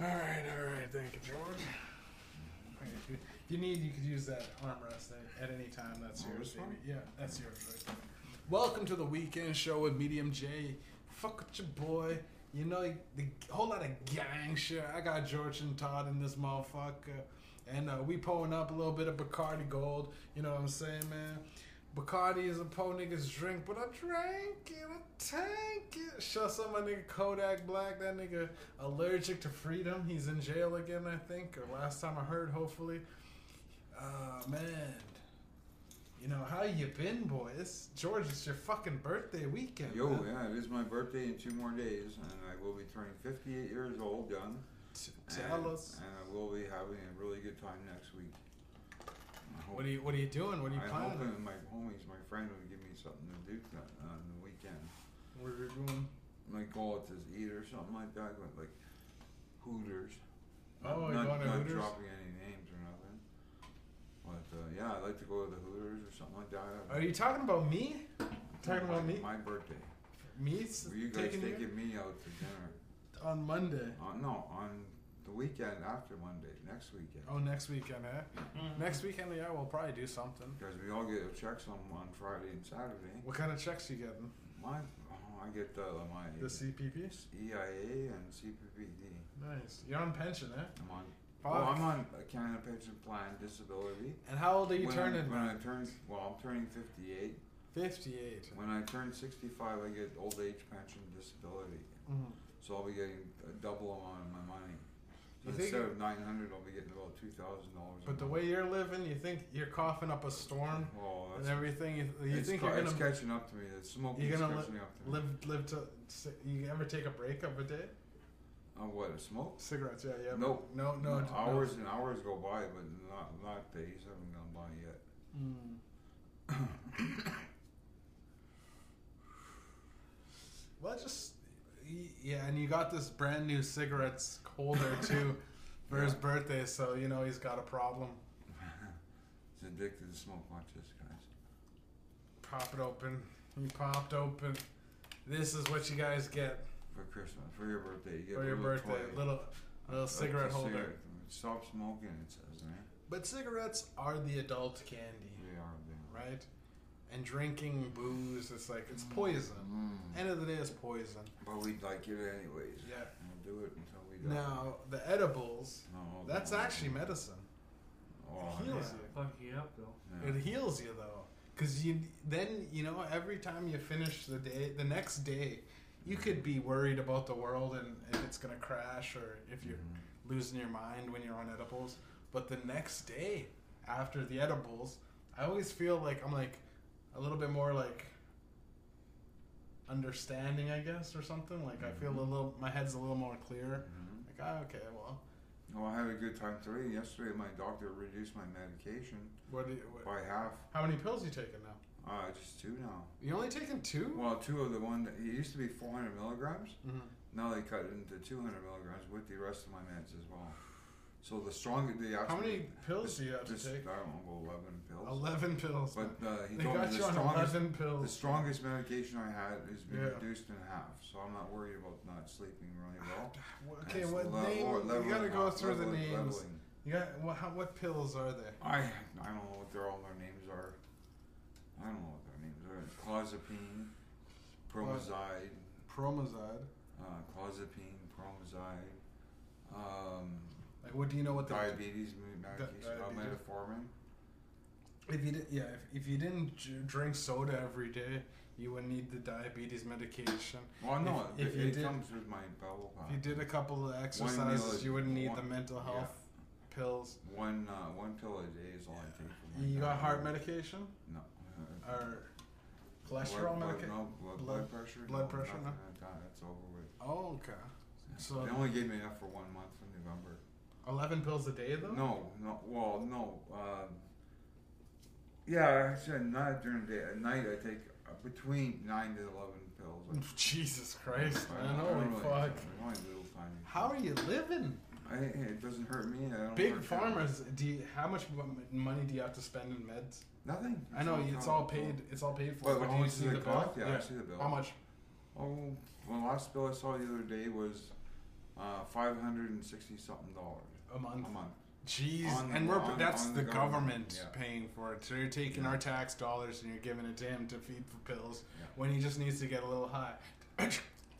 All right, all right. Thank you, George. If you- if you need, you could use that armrest at, at any time. That's Oh, yours, this one? baby. Yeah, that's yours. Right there. Welcome to the weekend show with Medium J. Fuck with your boy. You know the whole lot of gang shit. I got George and Todd in this motherfucker, and uh, we pulling up a little bit of Bacardi Gold. You know what I'm saying, man? Bacardi is a po nigga's drink, but I drank it, I tank it. Shout out my nigga Kodak Black, that nigga allergic to freedom. He's in jail again, I think, or last time I heard, hopefully. Ah man. You know, how you been, boys? George, it's your fucking birthday weekend. Yo, man. yeah, it is my birthday in two more days, and I will be turning 58 years old, young. T- and, tell us. And I will be having a really good time next week. I hope- What are you What are you doing? What are you I'm planning? hoping my homies, my friend, will give me something to do that uh, on the weekend. What are you doing? My goal is to eat or something like that, like, like Hooters. Oh, you're not, going to not Hooters? dropping any names or nothing. But uh, yeah, I'd like to go to the Hooters or something like that. Are you talking about me? Talking about me? My birthday. Me s- Were you guys taking you taking me out to dinner? on Monday? Uh, no, on the weekend after Monday, next weekend. Oh, next weekend, eh? Next weekend, yeah, we'll probably do something. Because we all get checks on, on Friday and Saturday. What kind of checks you getting? My, oh, I get the, my The CPPs? EIA and CPPD. Nice. You're on pension, eh? I'm on. Fuck. Well, Oh, I'm on a Canada Pension Plan disability. And how old are you when I, turning? when I turn, well, I'm turning 58. 58. When I turn 65, I get old age pension disability. Mhm. So I'll be getting a double amount of my money. So You think instead it- of 900, I'll be getting about $2,000. a But the month. way you're living, you think you're coughing up a storm Oh, and that's- everything. You, you it's think ca- you're it's gonna catching up to me. The smoke you're is gonna catching li- up to me. live live to si- you ever take a break of a day? Uh, what? A smoke? Cigarettes, yeah, yeah. Nope. no, no, no. Hours and hours go by, but not not days haven't gone by yet. Mm. well, just y- yeah, and you got this brand new cigarettes holder too for his Yeah. birthday, so you know he's got a problem. It's addicted to smoke. Watch this, guys. Pop it open. He popped open. This is what you guys get For Christmas, for your birthday, you get for a your little birthday. Little toy. little uh, That's a cigarette holder. cigarette. Stop smoking, it says there. But cigarettes are the adult candy, They are there. right? And drinking booze, it's like it's poison. Mm. End of the day, it's poison. But we'd like it anyways. Yeah. We'll do it until we die. Now the edibles, No, that's no. actually medicine. Oh, It heals yeah. you. Fuck you up though. Yeah. It heals you though, because you then you know every time you finish the day, the next day, you could be worried about the world and if it's gonna crash or if you're Mhm. losing your mind when you're on edibles. But the next day after the edibles, I always feel like I'm like a little bit more like understanding, I guess, or something. Like I feel a little, my head's a little more clear. Mhm. Like ah, okay, well, Well, I had a good time today. Yesterday, my doctor reduced my medication what? do you- what by half. how many pills you taking now? Uh, just two now. You only taking 2 Well, two of the one that it used to be 400 milligrams. Mm-hmm. Now they cut it into 200 milligrams with the rest of my meds as well. So the stronger they actually. many pills do you have to just, take? I don't know, 11 pills. 11 pills. But man. uh, he they told me got the you on strongest, 11 the pills. strongest medication I had has been Yeah. reduced in half. So I'm not worried about not sleeping really well. okay, It's what le- name? or you gotta leveling go up, through the leveling, names. leveling. You got what? How, what pills are there? I I don't know what their all their names are. I don't know what their names are. Clozapine, promazide, Promazide. uh, clozapine, promazide, um, Like, what do you know what the diabetes medication, uh, diabetes. metformin. If you did, yeah, if, if you didn't j- drink soda every day, you would need the diabetes medication. Well, no, If- if it, you it did- comes with my bubble pop. If you did a couple of One meal exercises, a- you wouldn't need one- the mental yeah. health pills. One uh, one pill a day is all I take. for my You got heart diabetes. medication No. Uh, or blood- cholesterol blood- medication? No, blood, blood pressure. blood no, pressure, no? nothing like that. That's over with. Oh, okay. So- they only gave me enough for one month in November. 11 pills a day though. No, no. Well, no. Um, yeah, actually, not during the day. At night, I take uh, between nine to eleven pills. I- Jesus Christ, I- I man! Holy don't really- fuck! I want little tiny. How are you living? I, it doesn't hurt me. I don't Big hurt them. farmers. Do you, how much m- money do you have to spend in meds? Nothing. I know it's all covered. paid. It's all paid for. Well, but how do you much see does the it cost? bill? Yeah, I see the bill. How much? Oh, well, last bill I saw the other day was uh, five hundred and sixty something dollars a month. a month. Jeez, On- and we're on- that's on the the government, government, yeah. paying for it. So you're taking our tax dollars and you're giving it to him to feed for pills Yeah. when he just needs to get a little high.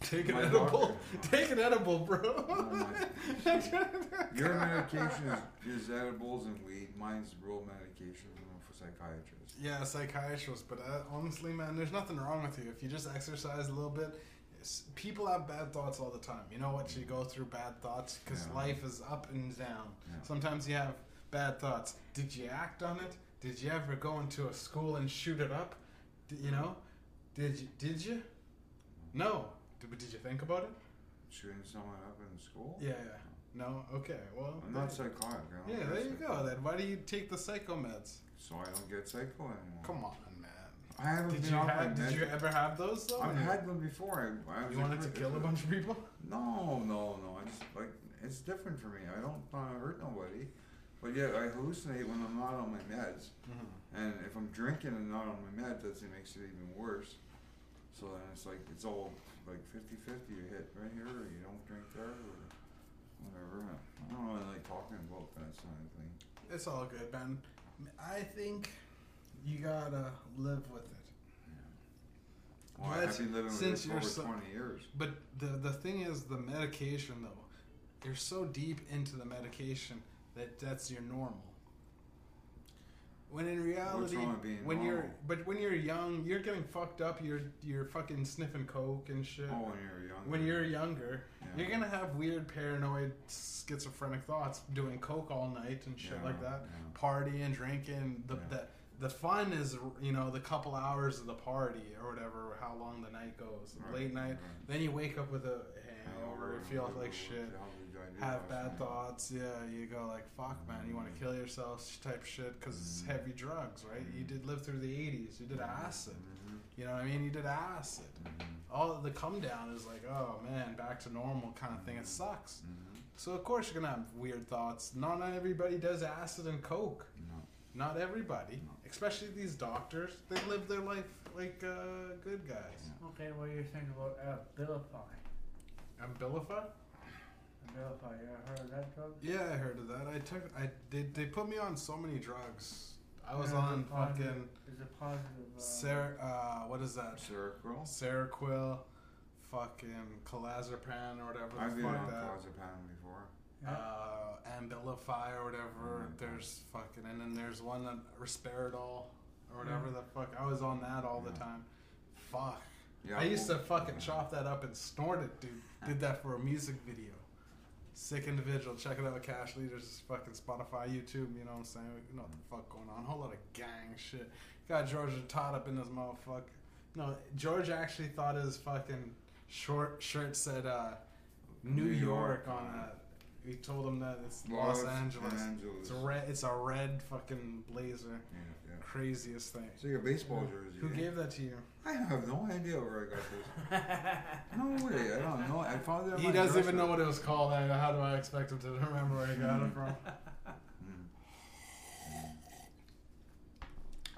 Take an My edible. doctor- Take an edible, bro. my- Your medication is, is edibles and weed. Mine's real medication for psychiatrists. yeah, psychiatrist, but uh, honestly, man, there's nothing wrong with you if you just exercise a little bit. s- People have bad thoughts all the time. You know what? You go through bad thoughts because Yeah. life is up and down. Yeah. Sometimes you have bad thoughts. Did you act on it? Did you ever go into a school and shoot it up? D- you know? Did you? Did you? No. Did, but did you think about it? Shooting someone up in school? Yeah. yeah. No. Okay. Well. I'm there- not psychotic. I don't yeah. get There you psycho- go. Then why do you take the psycho meds? So I don't get psycho anymore. Come on, man. I haven't Did been you off have, my Did you meds. ever have those though? I've had them before. I, I was You wanted to kid. kill a bunch of people? No, no, no. It's like it's different for me. I don't uh, hurt nobody, but yet I hallucinate when I'm not on my meds. Mm-hmm. And if I'm drinking and not on my meds, that's it makes it even worse. So then it's like it's all like 50-50. You hit right here, or you don't drink there, or whatever. I don't really like talking about that sort of thing. It's all good, man. I think you gotta live with it. Well, That's- I've been living with since this for you're over so- twenty years. But the the thing is, the medication though, you're so deep into the medication that that's your normal. When in reality, wrong with being when you're normal? but when you're young, you're getting fucked up. You're you're fucking sniffing coke and shit. Oh, when you're young. When you're younger, Yeah. you're gonna have weird, paranoid, schizophrenic thoughts, doing coke all night and shit Yeah, like that, yeah. partying, drinking. The, Yeah. the the fun is you know the couple hours of the party or whatever, how long the night goes. Right, Late night, right. then you wake up with a hangover, feel like shit, have bad thoughts. thoughts. Yeah, you go like, fuck, man, you want to kill yourself type shit because it's Mhm. heavy drugs, right? You Mm. did live through the '80s. You did acid. Mhm. You know what I mean? You did acid all the come down is like, oh man, back to normal kind of thing. It sucks. Mhm. So of course you're gonna have weird thoughts. Not everybody does acid and coke. No. Not everybody, No. especially these doctors. They live their life like uh, good guys. Okay, what do you think about Abilify? Abilify? Abilify, you ever heard of that drug? Yeah, I heard of that. I took. I they, they put me on so many drugs. I was Yeah, on it's a positive- fucking It's a positive. Uh, Ser. Uh, what is that? Seroquel. Seroquel, fucking clozapam or whatever. the I've been fuck on that. clozapam before. Yeah. uh, Ambilify or whatever. There's fucking, and then there's one that Risperidol or whatever Yeah. the fuck. I was on that all the Yeah. time. Fuck. Yeah, I used to well, fucking yeah. chop that up and snort it, dude. Did that for a music video. Sick individual. Check it out, Cash Leaders, fucking Spotify, YouTube. You know what I'm saying? You know what the fuck going on. Whole lot of gang shit. Got George and Todd up in this motherfucker. No, George actually thought his fucking short shirt said uh, New, New York, York. on it. We told him that it's Los, Los Angeles. Angeles. It's a red. It's a red fucking blazer. Yeah, yeah. Craziest thing. So your baseball jersey. Who eh? gave that to you? I have no idea where I got this. No way. I don't know. I found it. on He my doesn't even dresser. know what it was called. I- How do I expect him to remember where he got it from? Mm.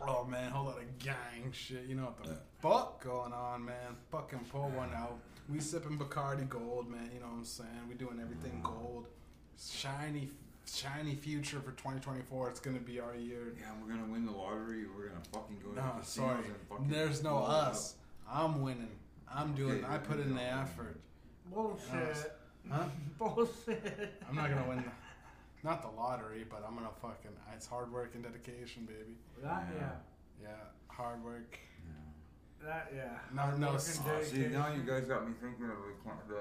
Oh man, whole lot of gang shit. You know what the fuck going on, man? Fucking pour one out. We sipping Bacardi Gold, man. You know what I'm saying? We doing Mm. everything gold. Shiny, shiny future for 2024. It's gonna be our year. Yeah, we're gonna win the lottery. We're gonna fucking go to No, the casinos sorry. and fucking. There's no blow it up. us. I'm winning. I'm doing. Okay, I put you're in the not effort. Bullshit. Huh? Bullshit. I'm not gonna win. The, not the lottery, but I'm gonna fucking. It's hard work and dedication, baby. That, yeah. Yeah. Yeah, hard work. That, yeah. No, Hard no, work and s- Oh, see, dedication. now you guys got me thinking of the cl- the,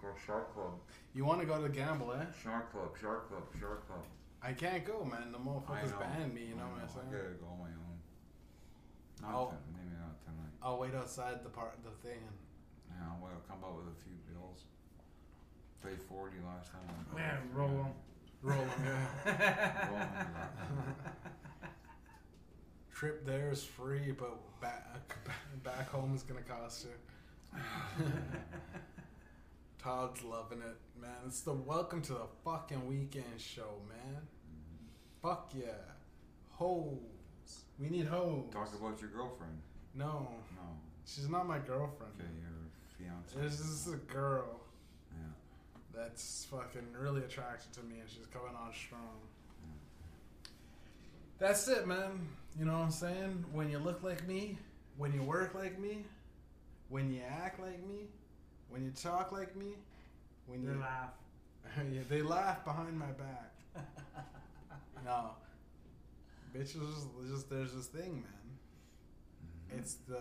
the shark club, You want to go to gamble, eh? shark club, shark club, shark club. I can't go, man. The I motherfuckers know. banned me. You know I what I'm I saying? gotta go on my own. Not I'll- to, maybe not tonight. I'll wait outside the part, the thing. and- Yeah, I'm gonna come up with a few bills. Pay forty last time. I Man, paid roll 40. 'em. Roll 'em, yeah. Roll 'em last time. Trip there is free, but back back home is gonna cost you. Todd's loving it, man. It's the welcome to the fucking weekend show, man. Fuck yeah, hoes. We need hoes. Talk about your girlfriend. no, No, she's not my girlfriend. okay, your fiance. This is a girl. Yeah. that's fucking really attracted to me, and she's coming on strong. That's it, man. You know what I'm saying? When you look like me, when you work like me, when you act like me, when you talk like me, when They you laugh. yeah, they laugh behind my back. No, bitches just, just there's this thing, man. Mm-hmm. It's the.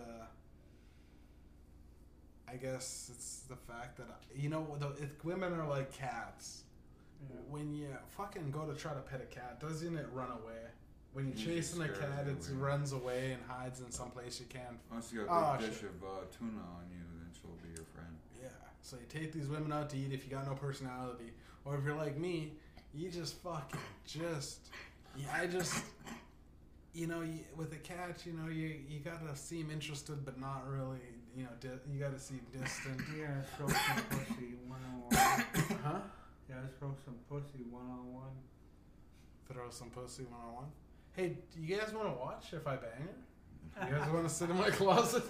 I guess it's the fact that you know the, if women are like cats. Yeah. When you fucking go to try to pet a cat, doesn't it run away? When you're It chasing a scares cat, me it away. runs away and hides in some place you can't. Unless Mm-hmm. you got a big Oh, dish shit. of uh, tuna on you, then she'll be your friend. Yeah. So you take these women out to eat if you got no personality, or if you're like me, you just fucking just. Yeah, I just. You know, you, with a cat, you know, you you gotta seem interested, but not really. You know, di- you gotta seem distant. Yeah, throw some pussy one on one. huh? Yeah, throw some pussy one on one. Throw some pussy one on one. Hey, do you guys want to watch if I bang her? You guys want to sit in my closet?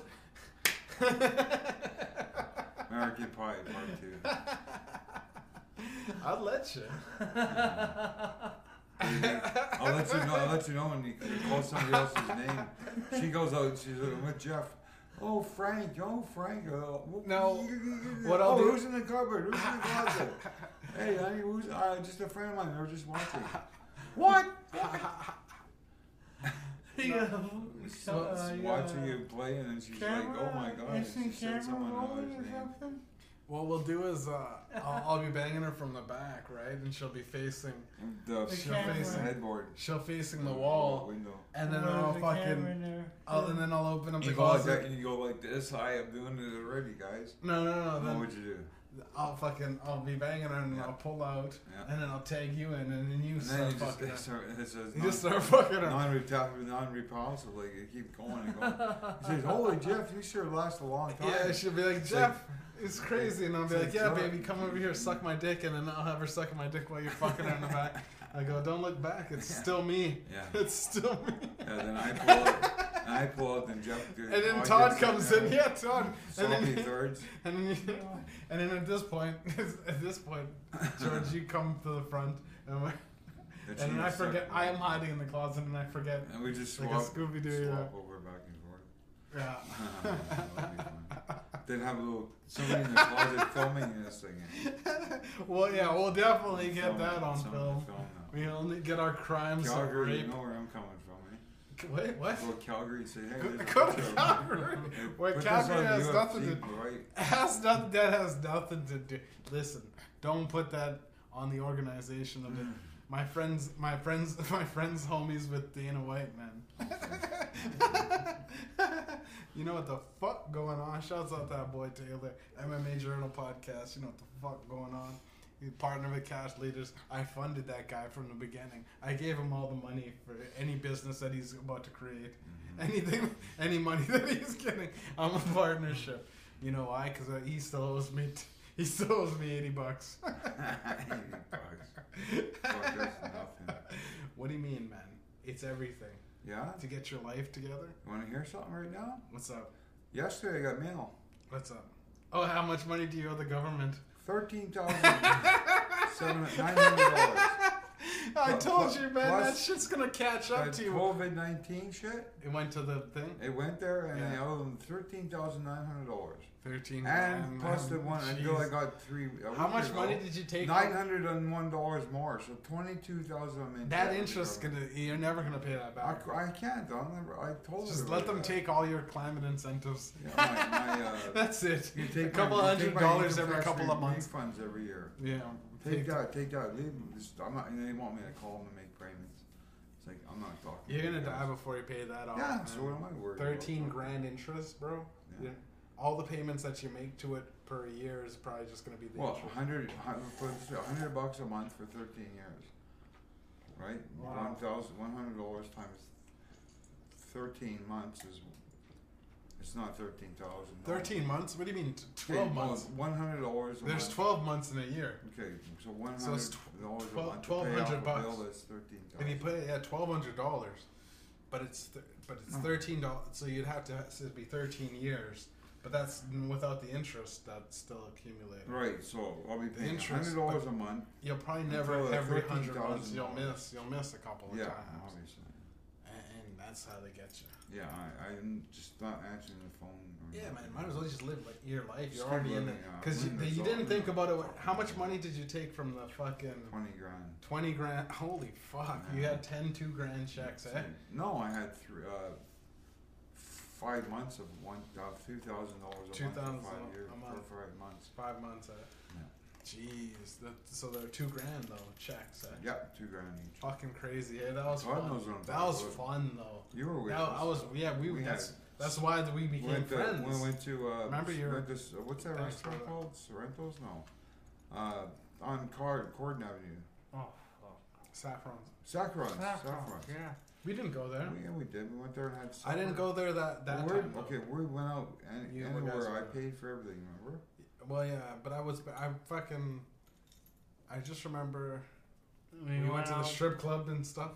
American Pie Part Two. I'll let you. I'll let you know. I'll let you know when you, you call somebody else's name. She goes out. She's like, "I'm with Jeff. Oh Frank. Oh Frank. Oh, wh- No, what I'll oh, do- Who's in the cupboard? Who's in the closet? hey, honey, who's? Uh, just a friend of mine. They were just watching. what? So, Uh, yeah. watching you play, and then she's like, "Oh my God!" and Isn't She said someone camera else's rolling or name. something? What we'll do is uh, I'll, I'll be banging her from the back, right, and she'll be facing The, The she'll camera. face the headboard. she'll facing the wall, Window. and then There's I'll a camera fucking in there. I'll, and then I'll open up the You go like that, closet. and you go like this. I am doing it already, guys. No, no, no. What Oh, Then would you do? I'll fucking I'll be banging her and Yeah. I'll pull out, Yeah. and then I'll tag you in, and then you And start then you just fucking. they her. start, it's a You just non- start fucking her. non-repulsive, non-repulsive. Like you keep going and going. He says, "Holy Jeff, you sure last a long time." Yeah, she'll be like It's Jeff. It's crazy, and I'll be it's like, like "Yeah, Jeff. baby, come over here, suck my dick," and then I'll have her sucking my dick while you're fucking her in the back. I go, "Don't look back. It's Yeah. still me. Yeah. It's still me." Yeah, then I pull up, and I pull up, and Jeff. And then Todd comes in. Yeah, Todd. And and then, thirds. and, then, and then at this point, at this point, George, you come to the front, and, we're, and then I forget. I am hiding in the closet, and I forget. And we just like swap, a Scooby-Doo, swap over back and forth. Yeah. That'd be fun. then have a little somebody in the closet filming this thing. well, yeah, we'll definitely get Film- that on someone film. film that. We only get our crimes of Calgary, you rape. know where I'm coming from, eh? Wait, what? Go to Calgary and say, hey, Go- there's a go to picture of me. Calgary, Hey, where put this Calgary on has UFC, nothing to- Right? Has nothing. That has nothing to do. Listen, don't put that on the organization of it. Mm-hmm. My friends, my friends, my friends, homies with Dana White, man. you know what the fuck going on? Shouts out that boy Taylor, MMA Journal podcast. You know what the fuck going on? He's partner with Cash Leaders. I funded that guy from the beginning. I gave him all the money for any business that he's about to create, anything, any money that he's getting. I'm a partnership. You know why? Because he still owes me. T- he still owes me eighty bucks. Fuck, that's nothing. What do you mean, man? It's everything. Yeah? To get your life together? You want to hear something right now? What's up? Yesterday I got mail. What's up? Oh, how much money do you owe the government? Thirteen thousand seven nine hundred dollars. I Pl- told pl- you, man, that plus- shit's gonna catch up That to you. COVID nineteen shit. It went to the thing? It went there and I Yeah. owe them thirteen thousand nine hundred dollars. 13 And grand, plus the man. one until I Jeez. got three. a How week much ago, money did you take? Nine hundred and one dollars more, so twenty two thousand. I'm That in debt with the interest's government. gonna, you're never gonna pay that I, back. I can't. I'll never. I told Just her let about them that. take all your climate incentives. Yeah, my, my, uh, That's it. You take A couple my, you hundred take my dollars income every tax couple of months. Refunds every year. Yeah. Take that, take that. Leave. them. Just- I'm not. They want me to call them and make payments. It's like I'm not talking. You're to you gonna die guys. before you pay that off. Yeah. man. So what am I worried? Thirteen about? grand interest, bro. Yeah. Yeah. All the payments that you make to it per year is probably just gonna be the Well, interest. 100, 100 bucks a month for 13 years, right? Wow. One thousand one hundred dollars times 13 months is. It's not thirteen thousand. Thirteen months? What do you mean? t- Twelve months? One hundred dollars. There's month. twelve months in a year. Okay, so one So hundred it's dollars tw- a twelve- month. twelve to pay hundred off bucks. A bill that's thirteen And you thousand. put it at twelve hundred dollars, but it's th- but it's Hmm. thirteen dollars. So you'd have to so it'd be thirteen years But that's without the interest that's still accumulated. Right, so I'll be paying Interest, hundred dollars a month. You'll probably Until never the every hundred $13,000 runs you'll miss. You'll miss a couple of Yeah, times, obviously. and, and that's how they get you. Yeah, I, I'm just not answering the phone. or Yeah, man, nothing. might as well just live like your life. Mm-hmm. You're Just already keep in it living, yeah. because you, Living you is didn't all- think about it. How much money did you take from the fucking Twenty grand. twenty grand? Holy fuck! You had ten two grand checks, eh? No, I had three, uh, five months of one, uh, two thousand dollars a $2,000 month for five a years, month. for five months. Five months, eh? Yeah. Jeez, that, so they're two grand though checks, eh? Yeah, two grand each. Fucking crazy, eh? That was God fun. knows what I'm that talking was about. fun though. You were with That, us. I was, yeah, we, We that's had- that's why we became went to, friends. We went to uh, Remember you went to s- what's that Thanks, restaurant brother. called? Sorrento's? No. Uh, on Card Corden Avenue. Oh, fuck. Saffron's. Saffron. Saffron, Saffron. Yeah. We didn't go there. We, yeah, we did. We went there and had. I didn't supper. go there that that Well, we're- time. though. okay, we went out and You anywhere. guys I went. paid for everything. Remember? Well, yeah, but I was I fucking I just remember we, went to the out- strip club and stuff.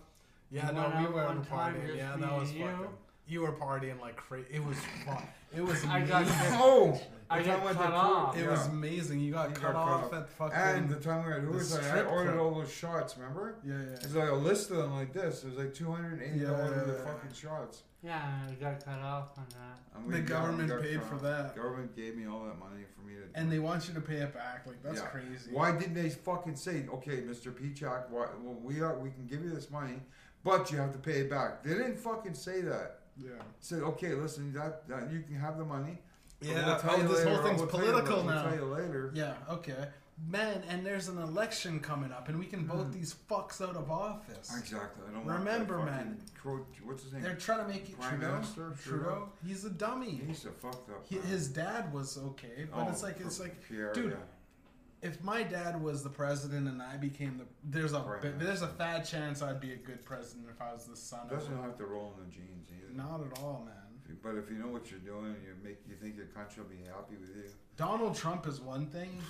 Yeah, We no, went we out were one time, partying. just Yeah, me that was and you. fucking. You were partying like crazy. It was fun. It was. I got amazing. Yeah. Oh, I The got time went to cut Cor- off. It yeah. was amazing. You got You cut got cut off off. at fucking. And the time we were at the Hoover's, I strip ordered club. all those shots. Remember? yeah, yeah. It's like a list of them like this. It was like two hundred eighty dollars worth Yeah. of fucking shots. Yeah, I got cut off on that. And The got- government got paid cut for off. that. Government gave me all that money for me to. And they want you to pay it back. Like that's Yeah. crazy. Why didn't they fucking say, okay, Mr. Peacock, why, well, we are, we can give you this money, but you have to pay it back? They didn't fucking say that. Yeah. Said, okay, listen, that, that you can have the money. but Yeah. we'll tell oh, you this later, whole thing's we'll tell you- political we'll now. tell you later. Yeah, okay. Man, and there's an election coming up, and we can vote Mm. these fucks out of office. Exactly. I don't Remember, want that man. fucking Cro- what's his name? They're trying to make it Prime Trudeau. Minister, Trudeau. Trudeau. He's a dummy. He's a fucked up. He, man. his dad was okay, but Oh, it's like it's for like Pierre, dude, yeah. if my dad was the president and I became the there's a Prime bi- there's a Minister. fat chance I'd be a good president if I was the son. Of doesn't him. have to roll in the jeans either. Not at all, man. If you- But if you know what you're doing, you make you think your country will be happy with you. Donald Trump is one thing.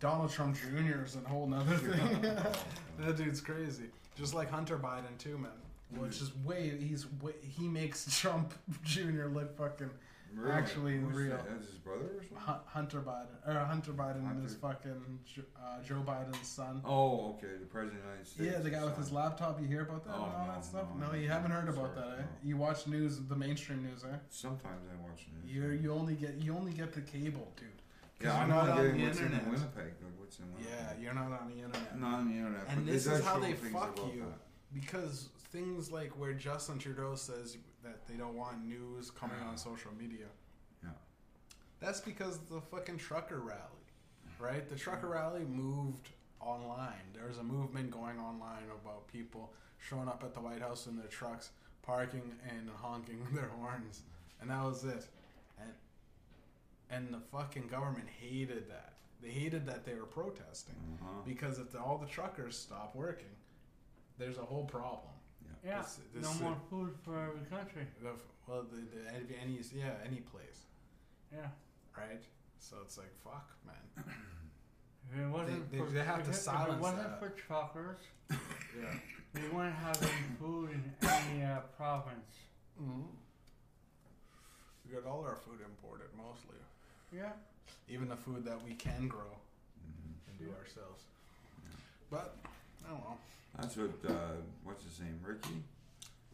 Donald Trump Jr. is a whole nother thing. that dude's crazy. Just like Hunter Biden too, man. Which is way he's way, he makes Trump Jr. look fucking Really? Actually, Who's real. that? That's his brother or something? Hun- Hunter Biden or Hunter Biden Hunter. is fucking Jo- uh, Joe Biden's son. Oh, okay, the president of the United States. Yeah, the guy with son. his laptop. You hear about that? Oh, and all no, that stuff? no, No, I you haven't heard about sorry, that. Eh? no. You watch news, the mainstream news. Eh? Sometimes I watch news. You you only get you only get the cable, dude. 'Cause yeah, you're I'm not on not getting the what's internet. in Winnipeg. Like, what's in Winnipeg? Yeah, you're not on the internet. Not on the internet. And but this there's is how actual they things fuck about you. Because things like where Justin Trudeau says that they don't want news coming on social media. Uh-huh. Yeah. That's because the fucking trucker rally, right? The trucker rally moved online. There's a movement going online about people showing up at the White House in their trucks, parking and honking their horns, and that was it. And and the fucking government hated that. They hated that they were protesting That. Uh-huh. because if the, all the truckers stop working, there's a whole problem. Yeah, This- this no is- more food for every country. The- Well, the, the, any- any yeah any place, Yeah. right? So it's like fuck, man. If it wasn't they- for, they have to if it- If silence it wasn't that. for truckers, Yeah. we wouldn't have any food in any uh, province. mm We got all our food imported mostly, Yeah. even the food that we can grow Mhm. and Mm-hmm. do ourselves. But I don't know. That's what uh, what's his name, Ricky.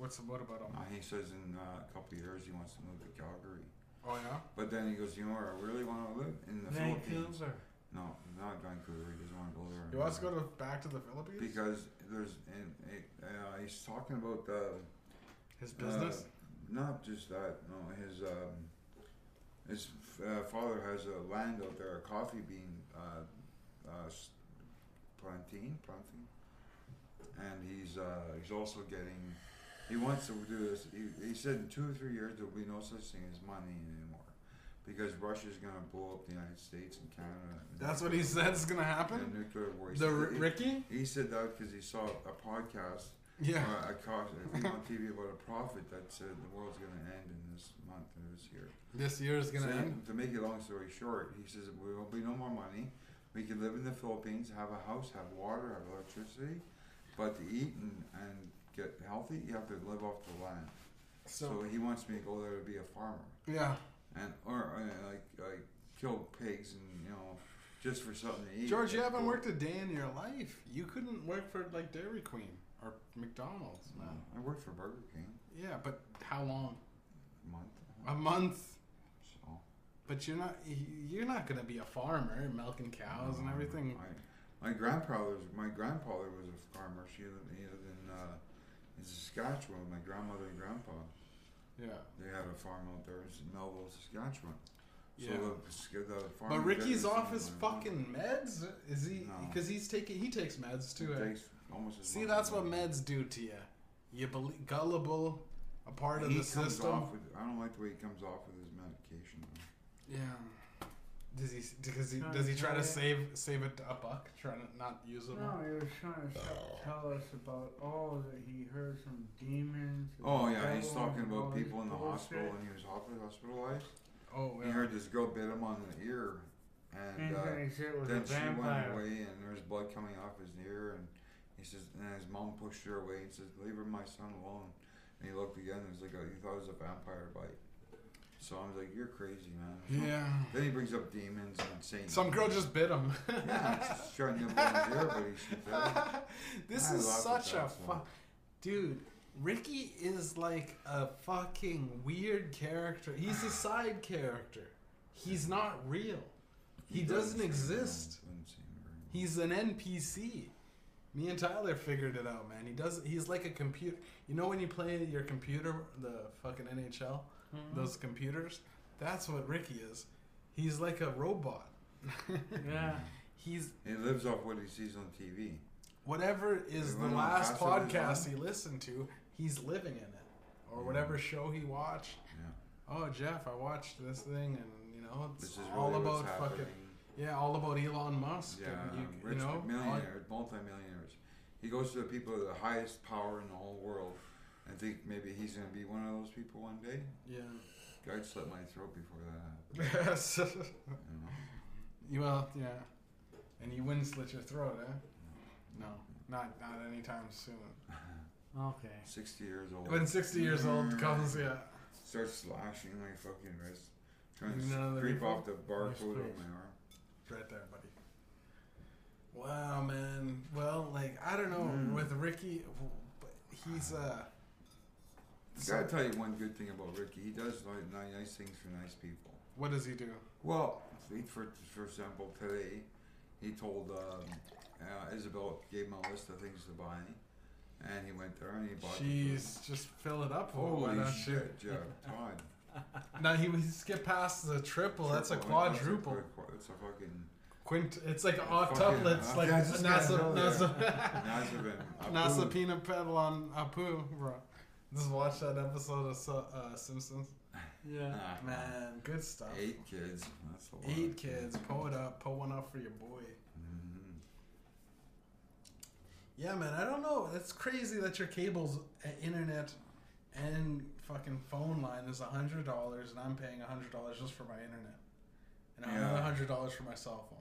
What's the what about Uh, them? he says in uh, a couple of years he wants to move to Calgary, Oh yeah. but then he goes, you know where I really want to live in the Philippines. Vancouver. No, not Vancouver. He doesn't want to go there. He wants to go to back to the Philippines. because there's and it- uh, he's talking about the. His business. Uh, not just that. No, his um, his uh, father has a land out there, a coffee bean uh, uh, s- plantain, plantain, and he's uh, he's also getting. He wants to do this. He, he said in two or three years there'll be no such thing as money anymore, because Russia's gonna blow up the United States and Canada. and That's what he said is gonna happen. The nuclear war. He The said- R- he- Ricky. he said that because he saw a podcast Yeah. uh, a cost, a thing on TV about a prophet that said uh, the world's going to end in this month or this year. This year is gonna So, end. To make it long story short, he says there will be no more money. We can live in the Philippines, have a house, have water, have electricity, but to eat and, and get healthy, you have to live off the land. So, So he wants me to go there to be a farmer. yeah. and or I, like like kill pigs and you know just for something to eat. George, you That's haven't cool. worked a day in your life. You couldn't work for like Dairy Queen or McDonald's. No. I worked for Burger King Yeah, but how long? a month. A month. So But you're not you're not gonna be a farmer milking cows and Um, everything. My, my grandpa was my grandfather was a farmer. She lived, he lived in uh, in Saskatchewan. My grandmother and grandpa Yeah. they had a farm out there in Melville, Saskatchewan. So Yeah. the, the farm But Ricky's off his fucking fucking meds. Is he? No. Because he's taking he takes meds too. eh? Takes almost as See, much that's as what I do. meds do to you. You belie gullible, a part of He the comes system. off with, I don't like the way he comes off with his medication. Yeah. Does he? Does he? No, Does he he's try to not. save save it a buck? Trying to not use it. No, he was trying to s- tell us about all that he heard from demons. and Oh yeah, he's devils talking and all about this people in the bullshit. hospital when he was hospi- hospitalized. Oh, He yeah. heard this girl bit him on the ear, and Mm-hmm. And uh, then he said it was a Then she went vampire. away, and there was blood coming off his ear, and he says, and his mom pushed her away and says, "Leave her, my son, alone." And he looked again, and it was like a, he thought it was a vampire bite. So I was like, "You're crazy, man." Yeah. Then he brings up demons and Satan. Some girl just bit him. Yeah, she's trying to nibble on his ear, but he's dead. this I is love such a that fu- song. dude. Ricky is like a fucking weird character. He's a side character. He's not real. He doesn't seem- exist. doesn't seem very real. He's an NPC. Me and Tyler figured it out, man. He does. He's like a computer. You know when you play your computer, the fucking NHL, Mhm. those computers. That's what Ricky is. He's like a robot. Yeah. he's He lives off what he sees on TV. whatever is You the wanna last pass it podcast along? he listened to. He's living in it, or Yeah. whatever show he watched. Yeah, Oh, Jeff, I watched this thing, and you know it's this is all really about what's fucking happening. yeah, all about Elon Musk. Yeah, and you, rich you know, all- millionaires, multimillionaires. He goes to the people of the highest power in the whole world and think maybe he's going to be one of those people one day. yeah. God slit my throat before that Yes. happened. You know? well, yeah. And you wouldn't slit your throat, eh? No, not not anytime soon. Okay. 60 years old. Mm. When 60 years old comes, yeah. Starts slashing my fucking wrist. Trying to You know the creep reason? off the barcode please. on my arm. Right there, buddy. Wow, man. Well, like I don't know Mm. with Ricky, w- but he's uh. so- Gotta tell you one good thing about Ricky. He does like ni- nice things for nice people. what does he do? Well, see, for for example, today he told um, uh, Isabel gave him a list of things to buy, and he went there and he bought. the Jeez, just fill it up. food. Holy why holy not you? shit, Jeff Todd. Now he would skip past the triple. That's a Triple, that's quadruple. quad- That's a fucking Quint. It's like an Fucking- octuplets. Like Yeah, I just gotta NASA. go there. NASA. Nazareth. NASA peanut peddle on Apu, bro. Just watch that episode of Su- uh, Simpsons. Yeah. Man, good stuff. Eight, Eight kids. That's a lot. kids, pull it up, pull one up for your boy. Mhm. Yeah, man, I don't know. It's crazy that your cable's uh, internet and fucking phone line is a hundred dollars, and I'm paying a hundred dollars just for my internet, and Yeah. another hundred dollars for my cell phone.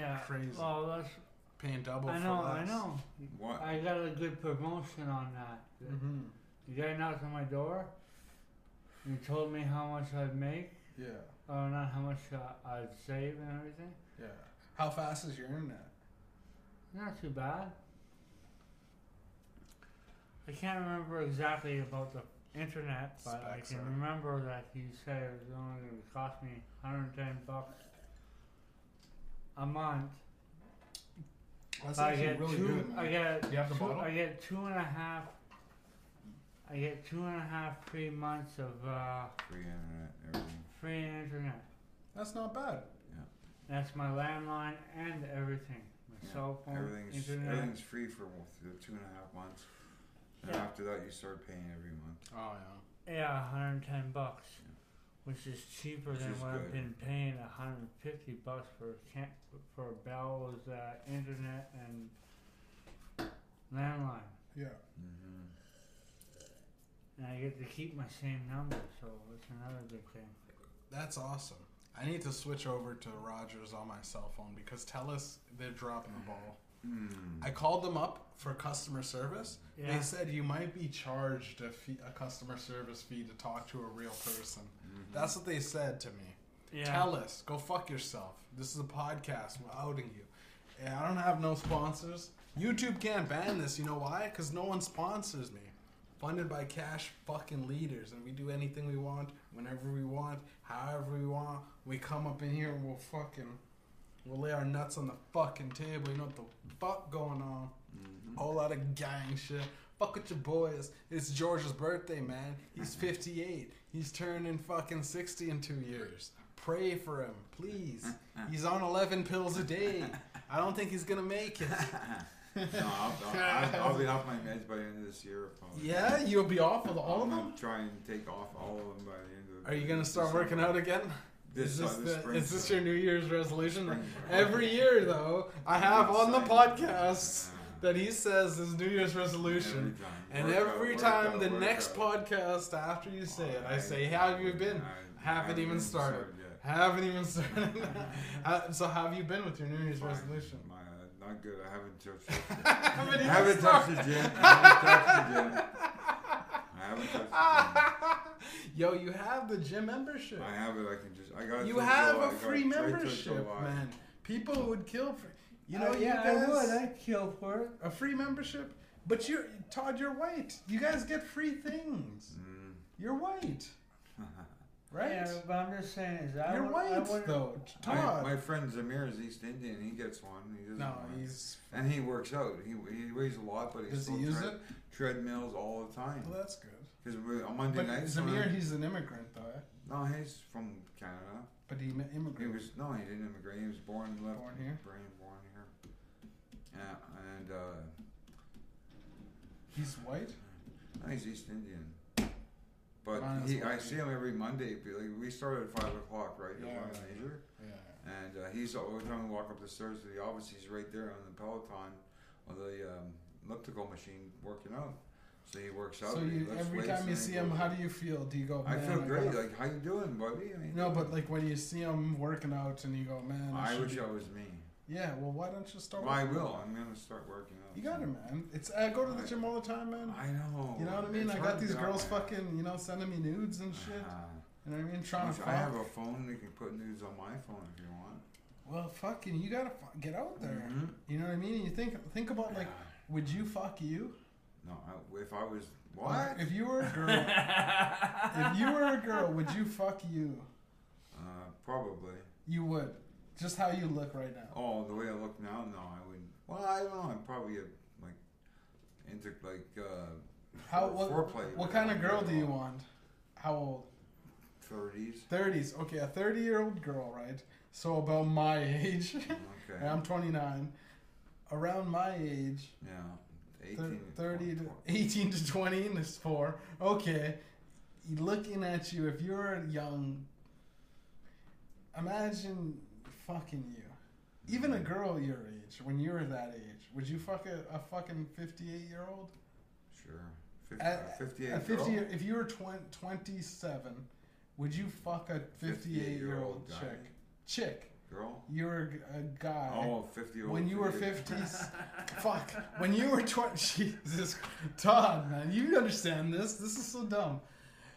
yeah. crazy. Well, that's, Paying double. I know, For I less. know. What? I got a good promotion on that. hmm The guy knocked on my door and told me how much I'd make, Yeah, or not how much uh, I'd save and everything. yeah. How fast is your internet? Not too bad. I can't remember exactly about the internet, but Specs I can are- remember that he said it was only going to cost me 110 bucks a month. That's I actually get really two. good. man. I get. Do you have the two, bottle? I get two and a half. I get two and a half free months of uh, Free internet. and Everything. free internet. That's not bad. That's my landline and everything. My Yeah, cell phone, Everything's internet. everything's free for the two and a half months. And Yeah. after that, you start paying every month. Oh yeah. Yeah, 110 bucks, Yeah. which is cheaper Which than is what good. I've been paying 150 bucks for camp, for Bell's uh, internet and landline. Yeah. Mm-hmm. And I get to keep my same number, so it's another good thing. That's awesome. I need to switch over to Rogers on my cell phone because Telus, they're dropping the ball. Mm. I called them up for customer service. Yeah. They said you might be charged a, fee, a customer service fee to talk to a real person. Mhm. That's what they said to me. Mm-hmm. Yeah. Tell us. Go fuck yourself. This is a podcast. We're outing you. And I don't have no sponsors. YouTube can't ban this. You know why? Because no one sponsors me. Funded by cash fucking leaders, and we do anything we want, whenever we want, however we want. We come up in here and we'll fucking, we'll lay our nuts on the fucking table. You know what the fuck going on? Mhm. whole lot of gang shit. Fuck with your boys. It's George's birthday, man. He's 58. He's turning fucking 60 in two years. Pray for him, please. He's on 11 pills a day. I don't think he's gonna make it. no, I'll, I'll, I'll be off my meds by the end of this year. Probably. Yeah, you'll be off with I'm all of gonna them. Try and take off all of them by the end of. Are you gonna this start summer. working out again? This, Is uh, this, this the, spring, is this so- your New Year's resolution? Spring. Every year, though, I have on the Inside. podcast Yeah. that he says is New Year's resolution. Every time. And Work out, every work time out, the work next out. podcast after you say it, I, I- say, "How have you been?" I haven't even started. yet. Haven't even started. How- so how have you been with your New Year's Fine. resolution? My, uh, not good. I haven't touched it. haven't I even haven't touched started. the gym. I haven't touched the gym. I haven't touched Ah. the gym. Yo, you have the gym membership. I have it. I can just. I got. it You till have July. I a got it free right till membership, July. Uh, man. People would kill for. You know, Oh, yeah, you guys, I would. I'd kill for it. a free membership. But you, Todd, you're white. You guys get free things. Mm. You're white, right? Yeah, but I'm just saying, is I You're would, I white would, though, My- Todd. my friend Zamir is East Indian. He gets one. He doesn't no, want it. he's. and he works out. He he weighs a lot, but he's Does he still use tread- it? treadmills all the time. Well, that's good. Because on Monday But nights, when Zamir, I- he's an immigrant though. eh? no, he's from Canada. But he immigrated. He was no, he didn't immigrate. He was born and left. Born here? Born, born here. Yeah, and uh, He's white. no, he's East Indian. But Mine is he, I white. see him every Monday. be- Like we start at five o'clock, right? Yeah, at Lions yeah, yeah. Leisure. Yeah. And uh, he's every time we walk up the stairs to the office, he's right there on the Peloton, on the um, elliptical machine, working out. So he works out. So and he you, lifts every weights time you and he see him, goes- how do you feel? Do you go? I Man, feel great. gotta-" Like, how you doing, buddy? I mean, no, but like when you see him working out and you go, man, I, I should wish be-" I was me. Yeah. Well, why don't you start? Well, I working out? will. I'm gonna start working out. You got it, man. It's I go to the gym all the time, man. I know. You know what I mean? It's I hard got these to get girls out there. fucking, you know, sending me nudes and shit. Ah. You know what I mean? Trying to I have fuck. a phone. You can put nudes on my phone if you want. Well, fucking, you gotta fu- get out there. Mhm. You know what I mean? And you think think about like, Yeah. would you fuck you? no, I, if I was what? If you were a girl, if you were a girl, would you fuck you? Uh, probably. You would. Just how you look right now. Oh, the way I look now, no, I wouldn't. Well, I don't know. I'm probably a, like into like uh, How fore- what, foreplay. what kind of girl do you want? How old? Thirties. Thirties. Okay, a thirty-year-old girl, right? So about my age. Okay. and I'm twenty-nine. Around my age, Yeah. 18 thir- to thirty to 24. eighteen to twenty and it's four. Okay, looking at you. If you're young, imagine fucking you. Even Mm-hmm. a girl your age, when you were that age, would you fuck a, a fucking 58 year old? Sure. 50, At- uh, 58 A 50 girl? if you were twen- 27, would you fuck a 58 year old 58-year-old guy. chick? Chick, Girl? you were a g- a guy. Oh, 50 year old. When you were 50, fuck. When you were 20, Jesus, Todd, man, you understand this. This is so dumb.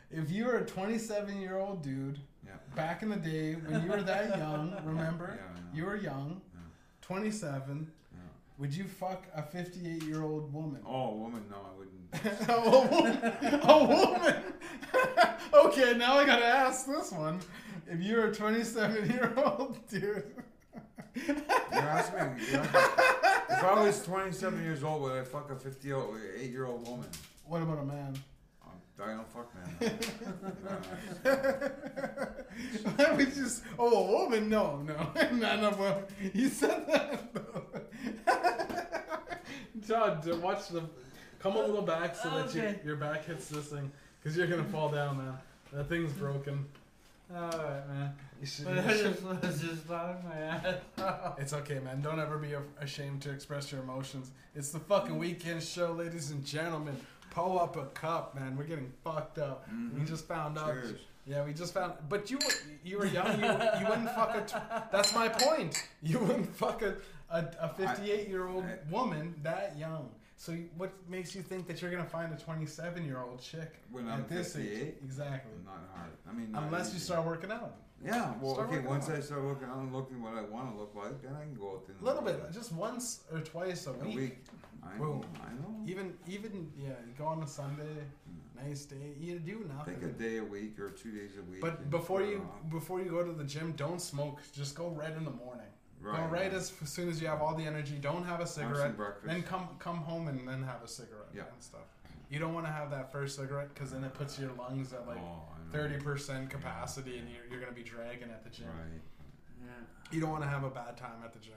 If you were a 27 year old dude Yeah. back in the day when you were that young, remember? Yeah, I know. You were young, Yeah. 27. Yeah. Would you fuck a 58 year old woman? Oh, a woman? No, I wouldn't. a woman. A woman. okay, now I gotta ask this one. If you're a 27 year old dude, You're asking me. You're asking, if I was 27 years old, would I fuck a 58 year old woman? what about a man? Um, I don't fuck men. That was just oh a woman no no not a woman you said that Todd to watch the come a little back so that you, Okay. your back hits this thing because you're gonna fall down man that thing's broken Alright, man. You should- But you I should- just was just laughing my ass off. it's okay man don't ever be af- ashamed to express your emotions it's the fucking weekend show ladies and gentlemen pull up a cup man we're getting fucked up we Mhm. just found out Cheers. Yeah, we just found. But you were you were young. You, you wouldn't fuck a. Tw- that's my point. You wouldn't fuck a a, a fifty eight year old I- woman that young. So you- what makes you think that you're gonna find a 27 year old chick When at I'm Mm, this age? 58? Exactly. Not hard. I mean, not Unless you easy. start working out Yeah. Well, start okay. working Once on it. I start working on looking what I want to look like, then I can go out there. and a little look bit, at it. just once or twice a A week. week. I know. Boom. I know. Even even yeah, go on a Sunday, nice day. You do nothing. Mm. Take a day a week or two days a week. But and before put it you on. before you go to the gym, don't smoke. Just go right in the morning. Go right as, as soon as you have all the energy. Don't have a Have some cigarette. breakfast. Then come come home and then have a cigarette Yeah. and stuff. You don't want to have that first cigarette because then it puts your lungs at like Oh, I know. thirty percent capacity and you're, you're gonna be dragging at the gym. Right. Yeah. You don't want to have a bad time at the gym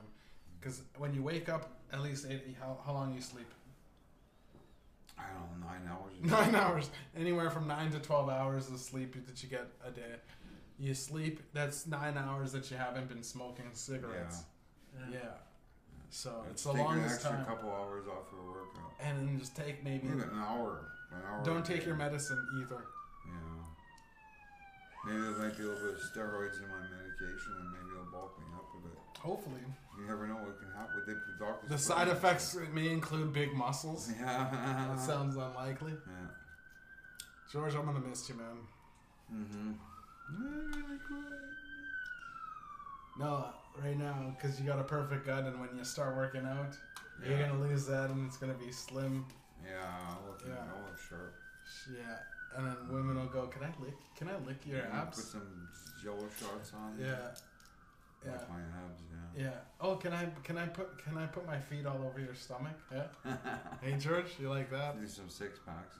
because when you wake up, at least eight, how how long you sleep? I don't know. Nine hours. a Nine day. hours, anywhere from nine to twelve hours of sleep that you get a day. You sleep. That's nine hours that you haven't been smoking cigarettes. Yeah. So Let's it's the take an longest extra time. couple hours off for a workout. And then just take maybe. Maybe an hour. An hour. a Don't take day. your medicine either. Yeah. Maybe there might be a little bit of steroids in my medication, and maybe it'll bulk me up a bit. Hopefully, You never know what can happen. What they, the doctors the put side in- effects may include big muscles. Yeah. That sounds unlikely. yeah. George, I'm gonna miss you, man. Mm-hmm. No, right now, because you got a perfect gut, and when you start working out, you're Yeah. gonna lose that, and it's gonna be slim. Yeah. I'll look, Yeah. I'll look sharp. Yeah, and then women will go, "Can I lick? Can I lick your Yeah, Put abs?" some Jello shots on. Yeah, yeah, Like my abs. Yeah. yeah. Oh, can I can I put can I put my feet all over your stomach? Yeah. hey, George, you like that? Do some six packs.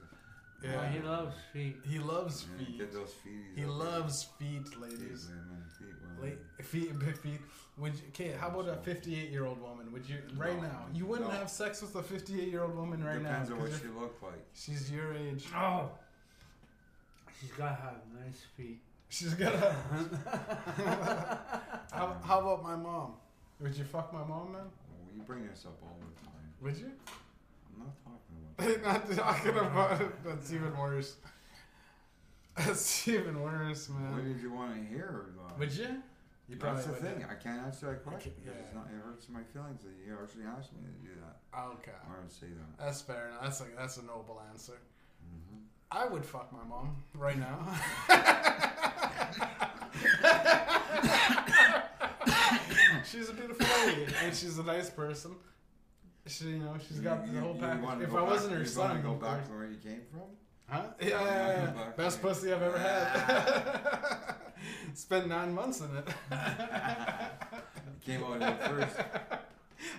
Yeah. Well, he loves feet. He loves Yeah, feet. Get those feeties. He up there. loves feet, Feet, ladies. women, feet, Late, women. feet, big feet. Would you, okay, how about a 58 year old woman? Would you right No. now? You wouldn't No. have sex with a 58 year old woman right Depends now. on what 'cause she you're- looked like. she's your age. Oh. She's got to have nice feet. She's gonna. how, how about my mom? Would you fuck my mom, man? Well, you bring this up all the time. Would you? I'm not talking about. that. Not talking about it. That's even worse. That's even worse, What man. did you want to hear? About? Would you? You That's the would, thing. yeah. I can't answer that question Okay, because yeah. it's not, it hurts my feelings that you actually asked me to do that Okay, or to say that. that's fair enough. That's a that's a noble answer. hmm I would fuck my mom right now. she's a beautiful lady and she's a nice person. She, you know, she's got the whole package. If I wasn't her son, you wanna go of back course. to where you came from. huh? Yeah, yeah, yeah, yeah. Back best there. pussy I've ever had. Spent nine months in it. You came out in first.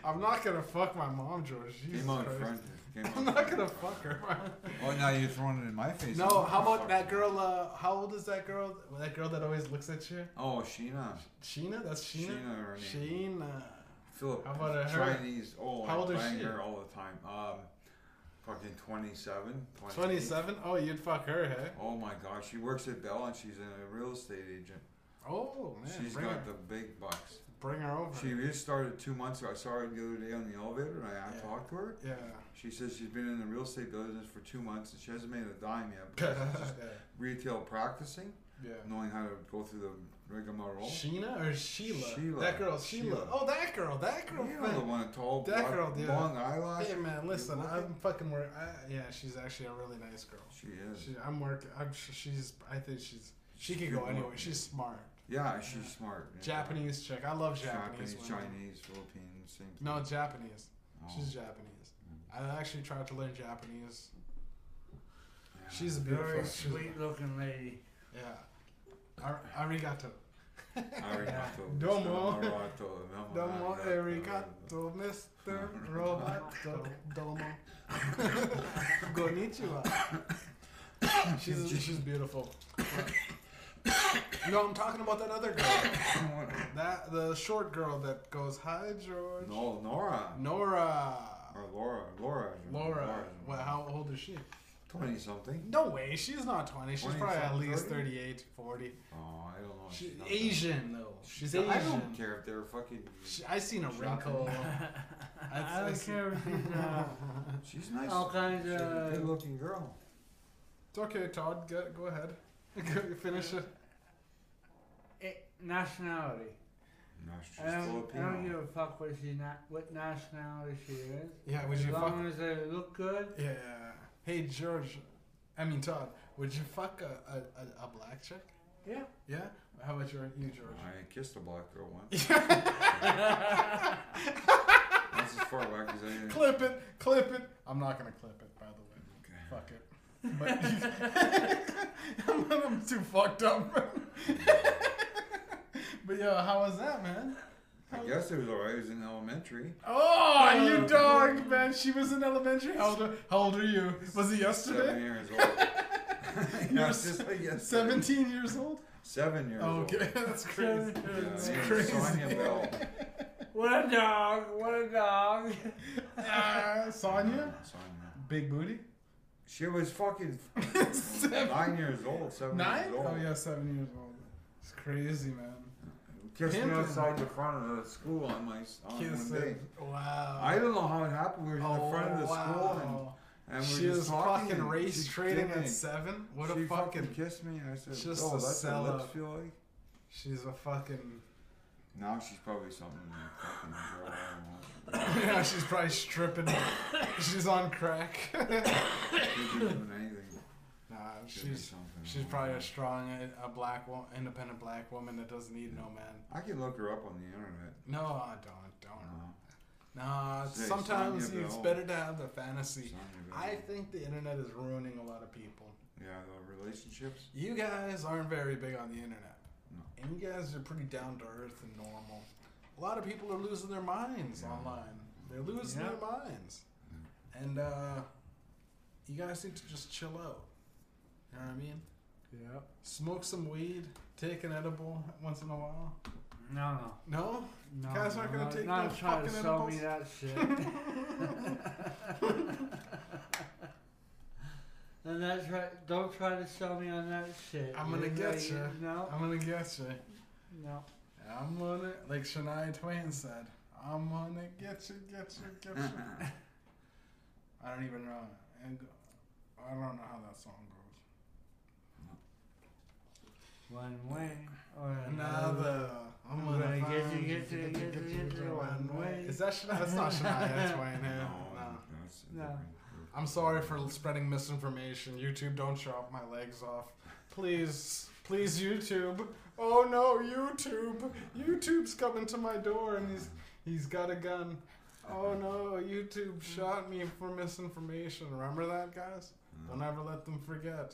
I'm not gonna fuck my mom, George. Jesus Came out in Christ. front. Came out I'm not gonna fuck her. Oh, now you're throwing it in my face. I'm No, not how gonna about fuck that you. girl? Uh, how old is that girl? That girl that always looks at you? Oh, Sheena. Sheena? That's Sheena? Sheena. her name. Sheena. Philip. How about, uh, her? Chinese. Oh, How I old is bang she? her all the time. Um, fucking 27. 28. 27? Oh, you'd fuck her, hey? Oh my gosh, she works at Bell and she's a real estate agent. Oh, man. She's bring, got her, the big bucks. bring her over. She just started two months ago. I saw her the other day on the elevator and I Yeah. talked to her. yeah. She says she's been in the real estate business for two months and she hasn't made a dime yet. yeah. But she's just retail practicing, knowing how to go through the rigmarole. Sheena or Sheila? Sheila. That girl, Sheila. Sheila. Oh, that girl. That girl. you know the man. one tall, That black, girl, yeah. long eyelash. Hey, man, listen. look I'm fucking work. I, yeah, she's actually a really nice girl. She is. She, I'm working. I'm, sh- she's. I think she's. She She's could good go anywhere. looking. She's smart. yeah, she's smart. yeah. Japanese chick. I love Japanese. Japanese, women. Chinese, Philippine, same thing. No, Japanese. Oh, Mm. She's Japanese. I actually tried to learn Japanese. yeah. She's a beautiful. Very she's- sweet looking lady. Yeah. Ar- arigato. Arigato. Domo. Arigato, domo, Domo arigato. arigato, Mr. Roboto. Domo. Konnichiwa. She's, she's beautiful. no, I'm talking about that other girl. That the short girl that goes, "Hi, George." No, Nora. Nora. Or Laura. Laura. Laura. Well, how old is she? 20 something. No way, she's not 20. She's 20, probably at something, least 30? 38, 40. Oh, I don't know. She's She's not that- Asian, though. She's Asian. I don't care if they're fucking. She, I seen a wrinkle. I don't care if she's uh, She's nice. all kinds She's a good of. looking girl. It's okay, Todd. Go, go ahead. Go- Finish it. eh, Nationality. No, she's I don't, I Filipino. don't give a fuck what she na- what nationality she is. Yeah, would as you fuck? long as they look good, Yeah. Hey, George. I mean, Todd. Would you fuck a, a, a, a black chick? yeah. Yeah. How about your you, George? I kissed a black girl once. That's as far back as I can. clip it. Clip it. I'm not gonna clip it, by the way. Okay. Fuck it. But I'm, I'm too fucked up. but yo, how was that, man? I guess it was alright. It was in elementary. Oh, Uh, you dog, man. She was in elementary. How old, how old are you? Was it Seven yesterday? years old. yeah, You're it's just like yesterday. 17 years old? Seven years Oh, old. okay, that's crazy. Yeah, That's named crazy. Sonia Bell. What a dog! What a dog! Ah, Sonia? Yeah, Sonia. Big booty? She was fucking Seven. nine years old. Seven Nine? years old. Oh, yeah, seven years old. It's crazy, man. Kissed me Pimpin'. outside the front of the school on my on Kiss one day. it. Wow. I don't know how it happened. We were in the Oh, front of the school wow. and, and we were she just was talking fucking and race she trading did at it. seven. What she a fucking. kissed me and I said, Just "Oh, a that's what lips sellout. feel like." She's a fucking. Now she's probably something like fucking girl. I yeah, she's probably stripping. she's on crack. don't know. She'd be doing anything. nah, She'd be she's something. she's probably a strong, a black, wo- independent black woman that doesn't need no man. I can look her up on the internet. No, I don't, don't. No, Nah, Say, sometimes Sonya it's Bell. better to have the fantasy. it's not even- I think the internet is ruining a lot of people. yeah, the relationships. You guys aren't very big on the internet. No. And you guys are pretty down to earth and normal. A lot of people are losing their minds Yeah. online. They're losing Yeah. their minds. And uh, you guys need to just chill out. You know what I mean? Yep. Smoke some weed, take an edible once in a while. No, no, No? no. Guys aren't gonna no, take not those trying to fucking sell me that shit. and that's right. Don't try to sell me on that shit. I'm gonna You're get like, ya. No, I'm gonna get you. no. I'm gonna, like Shania Twain said, I'm gonna get you, get you, get you. I don't even know. And go- I don't know how that song goes. One way or another. Another. I'm I'm gonna gonna find get you, you, get you, get you, get you one way. Is that Shania? That's not Shania. That's Wayne. no, No. no. that's a No. different group. I'm sorry for spreading misinformation. YouTube, don't chop my legs off. Please, please, YouTube. Oh no, YouTube. YouTube's coming to my door and he's he's got a gun. Oh no, YouTube shot me for misinformation. Remember that, guys? Don't ever let them forget.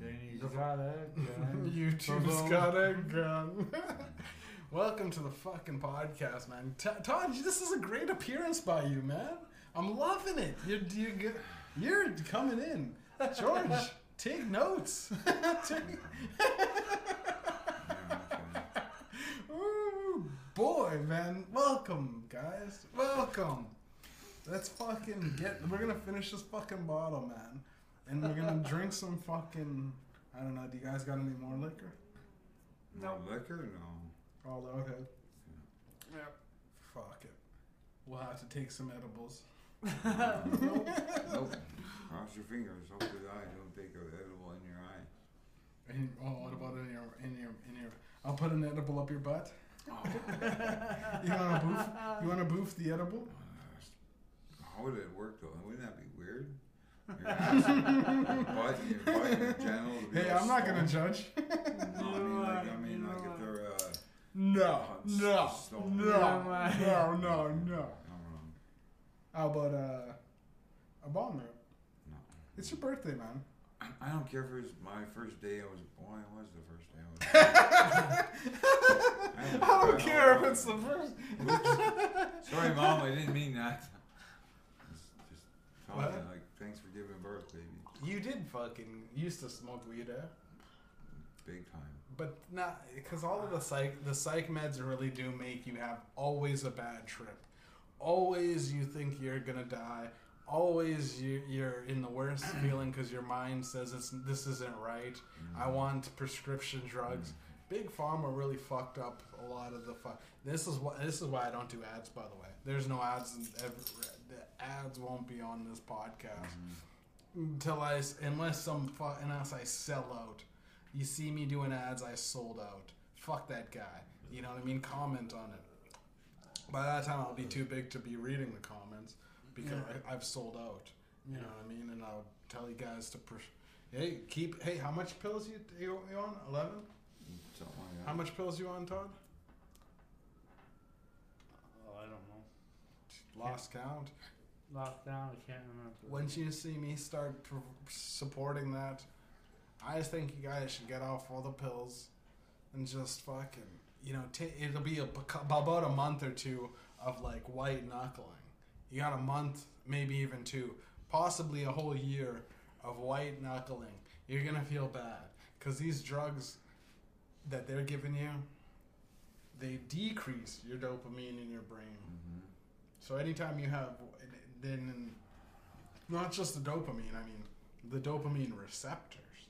Janie's got it. Janie. YouTube's Boom. got a gun. Welcome to the fucking podcast, man. T- Todd, you- this is a great appearance by you, man. I'm loving it. You're you're, good. you're coming in, George. take notes. Take- Yeah, okay. Ooh, boy, man. Welcome, guys. Welcome. Let's fucking get. We're gonna finish this fucking bottle, man, and we're gonna drink some fucking. I don't know. Do you guys got any more liquor? No liquor, no. Oh, okay. Yep. Fuck it. We'll have to take some edibles. nope. nope. Cross your fingers. Hopefully, I don't take an edible in your eye. And, oh, what about in your in your in your? I'll put an edible up your butt. Oh. you want to boof? You want to boof the edible? How would it work though? Wouldn't that be weird? Your ass, your butt, and your butt, and your genitals. would be Hey, all I'm not gonna stoned. judge. No, I mean, like, I You mean, know like if what? they're, uh, No, no, s- no, stoned. no, no, Oh, no, I don't know. How about uh, a bomb rip? No. It's your birthday, man. I- I don't care if it was my first day. I was born. It was the first day. I was. I was- I don't I care if know. it's the first. Sorry, mom. I didn't mean that. Just, just tell me, What? like, thanks for giving birth, baby. You did fucking used to smoke weed, eh? Big time. But not because all of the psych the psych meds really do make you have always a bad trip. Always you think you're gonna die. Always you, you're in the worst feeling because your mind says it's this isn't right. I Mm. want prescription drugs. Big pharma really fucked up a lot of the fuck. This is why this is why I don't do ads. By the way, there's no ads. In ever, the ads won't be on this podcast Mm. until I s- unless some fu- unless I sell out. You see me doing ads, I sold out. Fuck that guy. You know what I mean? Comment on it. By that time, I'll be too big to be reading the comments because Yeah. I, I've sold out. You Yeah. know what I mean? And I'll tell you guys to, pers- hey, keep. Hey, how much pills you you, you on? Eleven? Something like How that. much pills you on, Todd? Oh, I don't know. Lost count. Lockdown, I can't remember. Once you see me start pr- supporting that, I just think you guys should get off all the pills and just fucking, you know, ta it'll be a, about a month or two of like white knuckling. You got a month, maybe even two, possibly a whole year of white knuckling. You're gonna feel bad because these drugs that they're giving you, they decrease your dopamine in your brain. Mhm. So anytime you have, then not just the dopamine. I mean, the dopamine receptors.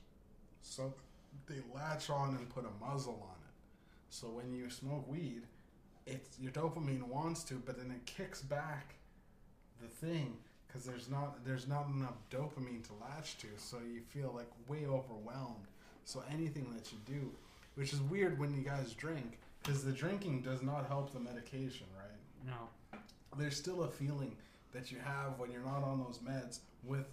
So they latch on and put a muzzle on it. So when you smoke weed, it's your dopamine wants to, but then it kicks back the thing because there's not there's not enough dopamine to latch to. So you feel like way overwhelmed. So anything that you do, which is weird when you guys drink, because the drinking does not help the medication, right? No. there's still a feeling that you have when you're not on those meds with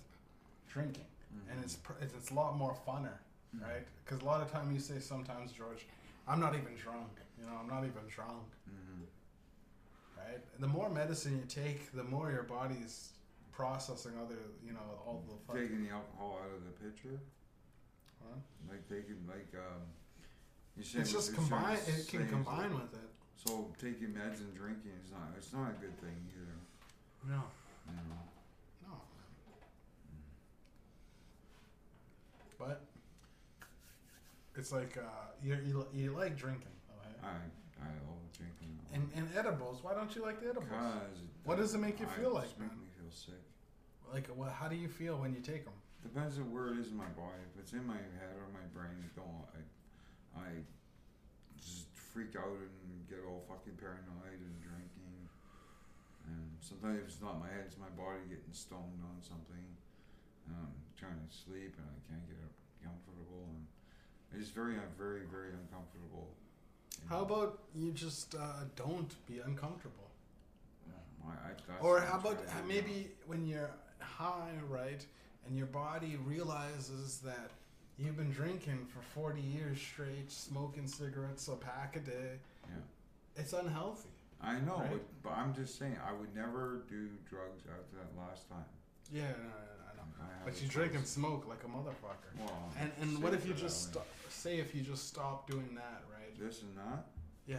drinking, Mm-hmm. and it's pr- it's, it's a lot more funner, Mhm. right? Because a lot of time you say sometimes, George, I'm not even drunk. You know, I'm not even drunk, Mhm. right? And the more medicine you take, the more your body's processing other, you know, all the fucking. Taking the alcohol out of the picture, Huh? like taking like um, you said It's with just the certain combine. It can things, combine with it. So taking meds and drinking is not it's not a good thing either. No. You know. No. But it's like uh, you, you you like drinking, okay? I I love drinking. And, and edibles. Why don't you like the edibles? Cause What does it make you I- feel like, just make man? me feel sick. Like, what, how do you feel when you take them? Depends on where it is in my body. If it's in my head or my brain, it don't. I, I just freak out and get all fucking paranoid and drinking. And sometimes it's not my head; it's my body getting stoned on something. And I'm trying to sleep and I can't get comfortable, and it's very, uh, very, very uncomfortable. And How about you just uh, don't be uncomfortable? I, I, that's Or what how I'm about uh, trying to do now. maybe when you're high, right, and your body realizes that you've been drinking for 40 years straight, smoking cigarettes a pack a day? Yeah. It's unhealthy. I know, Right? but, but I'm just saying, I would never do drugs after that last time. Yeah, no, no, no, I know. I have But a you drink choice. and smoke like a motherfucker. Well, And and what save if you for that just one. stop, say if you just stop doing that, right? this and that? Yeah,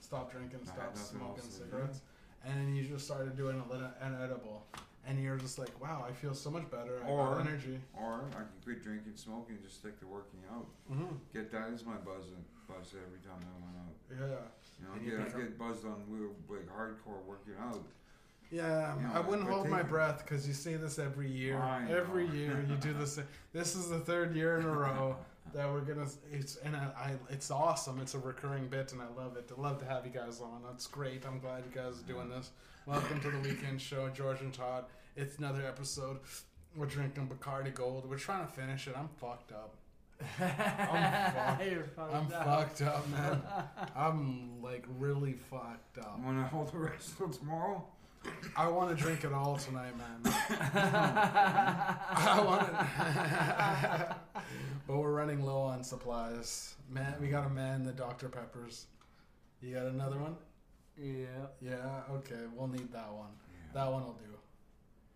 stop drinking, I had stop nothing else smoking to do. cigaretes, and you just started doing a lit- an edible, and you're just like, wow, I feel so much better. I Or- got energy. Or I could quit drinking, smoking, just stick to working out. Mm-hmm. Get that as my buzz buzz every time I went out. Yeah, And You you know, get, I become- get buzzed on weird, like hardcore working out. yeah. um, You know, I wouldn't but hold my take- breath because you say this every year. I Every know. year you do this. This is the third year in a row that we're gonna. It's and I, I. It's awesome. It's a recurring bit, and I love it. I love to have you guys on. That's great. I'm glad you guys are doing this. Welcome to the weekend show, George and Todd. It's another episode. We're drinking Bacardi Gold. We're trying to finish it. I'm fucked up. fucked. You're fucked I'm up. fucked up, man. I'm like really fucked up. When I hold the rest till tomorrow, I want to drink it all tonight, man. I want it. but we're running low on supplies. Man, we got to man the Dr. Peppers. You got another one? Yeah. Yeah, okay. We'll need that one. yeah. That one will do.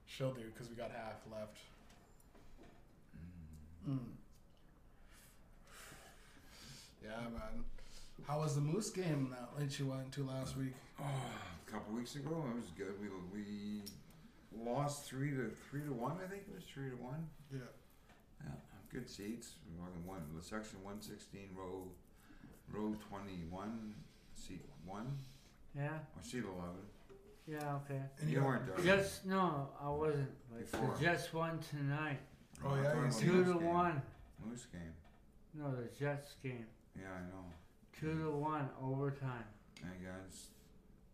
She'll do because we got half left. Mm. Yeah, man. How was the Moose game that that you went to last week? Oh, a couple weeks ago, it was good. We we lost three to three to one. I think it was three to one. Yeah. Yeah, good seats. We're on one, the section one sixteen, row, row twenty one, seat one Yeah. or seat eleven. Yeah. Okay. And you weren't there. Just no, I wasn't. But Before. the Jets won tonight, Oh, yeah, Talking you about see- two Moose to game. one. Moose game. No, the Jets game, Yeah, I know. two Mm-hmm. to one overtime, Against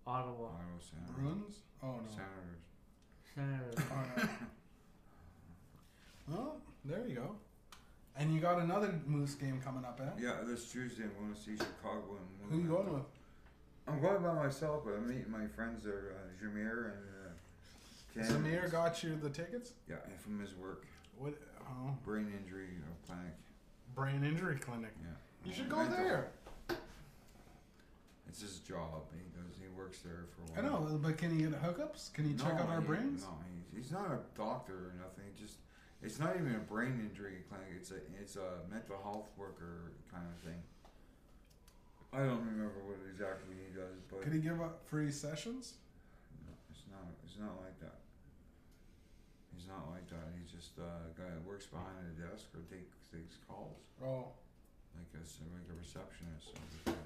Ottawa Ottawa Senators. Bruins? Oh, no. Senators. Senators. Oh, no. well, there you go. And you got another Moose game coming up, eh? Yeah, this Tuesday I'm going to see Chicago and Who you Moose. going with? I'm going by myself, but I'm meeting my friends there, uh, Jameer and uh, Ken. Zamir got you the tickets? Yeah, from his work, What? Oh, brain injury you know, clinic. brain injury clinic. Yeah. You should go Mental. there. It's his job. He does. He works there for. I a while. know, but can you get hookups? Can you check No, out our he- brains? No, he's, he's not a doctor or nothing. He just it's not even a brain injury clinic. It's a it's a mental health worker kind of thing. I don't remember what exactly he does, but Can he give up free sessions? no, it's not it's not like that. He's not like that. He's just uh, a guy that works behind a desk or takes takes calls, Oh, like a s- like a receptionist. Or something.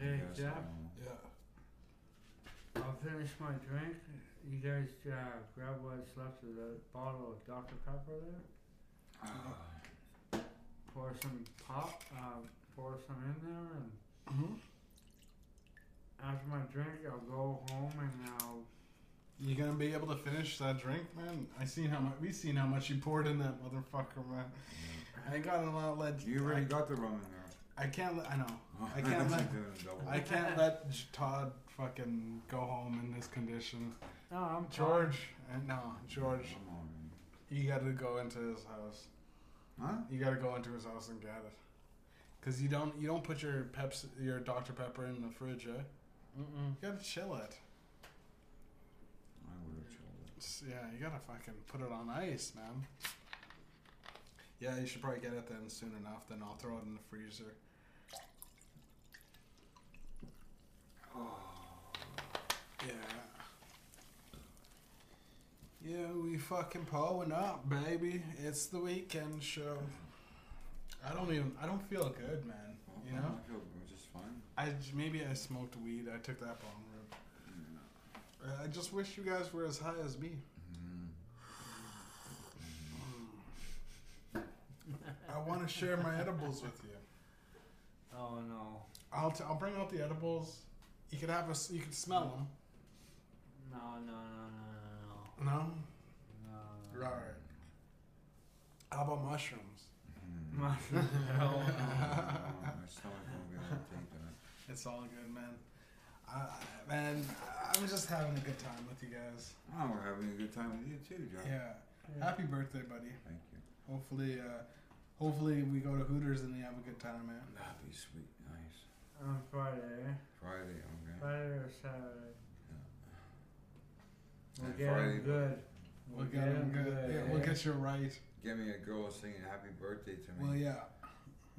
Hey, Yes, Jeff, um, yeah. I'll finish my drink. You guys uh, grab what's left of the bottle of Dr. Pepper there. ah, Pour some pop, um, pour some in there, and hmm after my drink, I'll go home and I'll. You gonna be able to finish that drink, man? I seen how much we seen how much you poured in that motherfucker, man. I gotta not let You already I, got the rum in there. I can't. Let, I know. I can't let- Doing a double. I can't let J- Todd fucking go home in this condition. No, I'm George, uh, no, George, Come on, man. you gotta go into his house. Huh? You gotta go into his house and get it. Cause you don't you don't put your Pepsi your Dr Pepper in the fridge, eh? Mm-mm. You gotta chill it. I would have chilled it. S- Yeah, you gotta fucking put it on ice, man. Yeah, you should probably get it then soon enough. Then I'll throw it in the freezer. Yeah. Yeah, we fucking pulling up, baby. It's the weekend show. I don't even. I don't feel good, man. Well, You know. I feel just fine. I j- maybe I smoked weed. I took that bomb rip. Uh, I just wish you guys were as high as me. Mm. Hmm. I want to share my edibles with you. Oh no, I'll t- I'll bring out the edibles. You could have us. You could smell them. no, no, no, No. no, no, no. Right. How about mushrooms? Mm. My- Hell Oh, no. my stomach won't be able to take that. It's all good, man. I, I- man, I'm just having a good time with you guys. Oh, we're having a good time with you too, John. Yeah. Happy birthday, buddy. Thank you. Hopefully, uh, hopefully we go to Hooters and you have a good time, man. That'd be sweet. Nice. On Friday, eh? Friday, okay. Friday or Saturday. We'll And get 'em Friday, good. We'll get 'em good. Yeah, we'll eh? get you right. Get me a girl singing happy birthday to me. Well, yeah.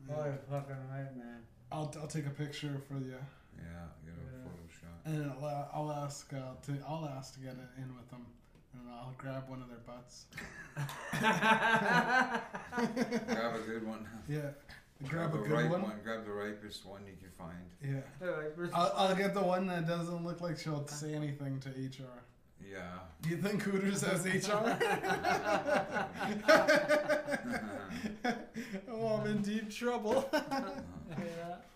Oh, you're fucking right, man. I'll, I'll take a picture for you, Yeah, get a Yeah. photo shot. and I'll, I'll ask uh, to I'll ask to get it in with them, and I'll grab one of their butts. Grab a good one. Yeah, grab, a good ripe one. Grab the ripest one you can find. Yeah, Like, I'll, I'll get the one that doesn't look like she'll say anything to HR. Yeah. Do you think Hooters has HR? oh, I'm in deep trouble. yeah.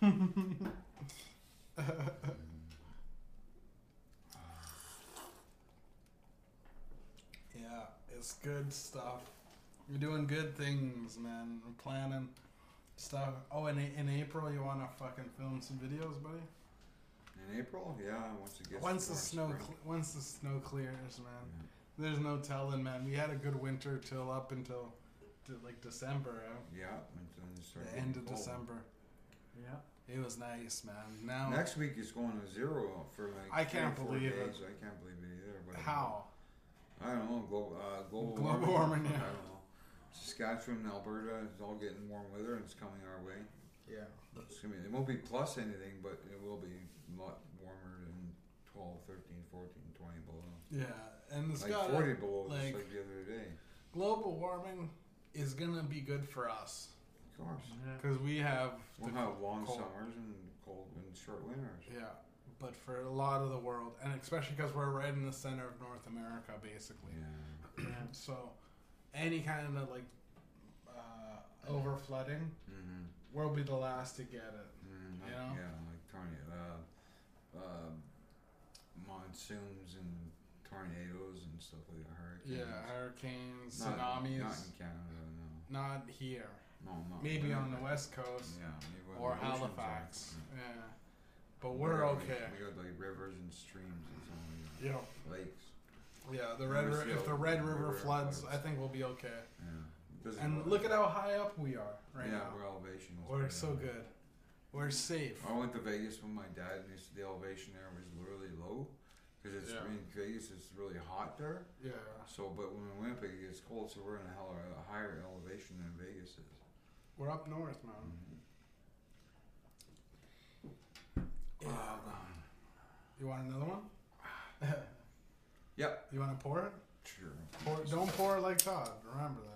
Yeah, it's good stuff. We're doing good things, man. We're planning stuff. Oh, and in April, you want to fucking film some videos, buddy? In April? Yeah, once it gets once the towards snow, spring. cle once the snow clears, man. Yeah. There's no telling, man. We had a good winter till up until to, like December, eh? Yeah, and then it starts the end getting of cold. December. Yeah. It was nice, man. Now, Next week is going to zero for like I three can't or four believe days. it. I can't believe it either. But how? I don't know. Global, uh, global, Global warming, I yeah. don't know. Saskatchewan, and Alberta is all getting warm weather, and it's coming our way. Yeah. It's gonna be, it won't be plus anything, but it will be a lot warmer than 12, 13, 14, 20 below. Yeah, and it's Like got 40 below, like- just like the other day. global warming is gonna be good for us Of course. yeah. because we have We'll have long cold. summers and cold and short winters. yeah, but for a lot of the world, and especially because we're right in the center of North America, basically. Yeah. yeah. So, any kind of like uh, over flooding, Mm-hmm. we'll be the last to get it. Mm, You like, know? Yeah, like tornado, uh, uh, monsoons and tornadoes and stuff like that. Hurricanes. Yeah, hurricanes, Not- tsunamis, Not in Canada, no. not here. No, not Maybe yeah. on the west coast Yeah, maybe where or the oceans are. Halifax. Yeah. but we're We got, okay. Like, we got like rivers and streams and so on, Yeah, yeah. lakes. yeah. The And red we river, still- if the Red River river floods, floods. I think we'll be okay. Yeah. It doesn't And work. look at how high up we are right yeah, now. we're elevation. is We're pretty so high. good. We're safe. I went to Vegas with my dad, and they said the elevation there was literally low because it's Yeah. Uh-huh. I mean Vegas is really hot there. Yeah. So, but when we went, it gets cold, so we're in a hell of a higher elevation than Vegas is. We're up north, man. Mm. Yeah. Uh, You want another one? Yep. You want to pour it? Sure. Pour, don't pour it like Todd. Remember that.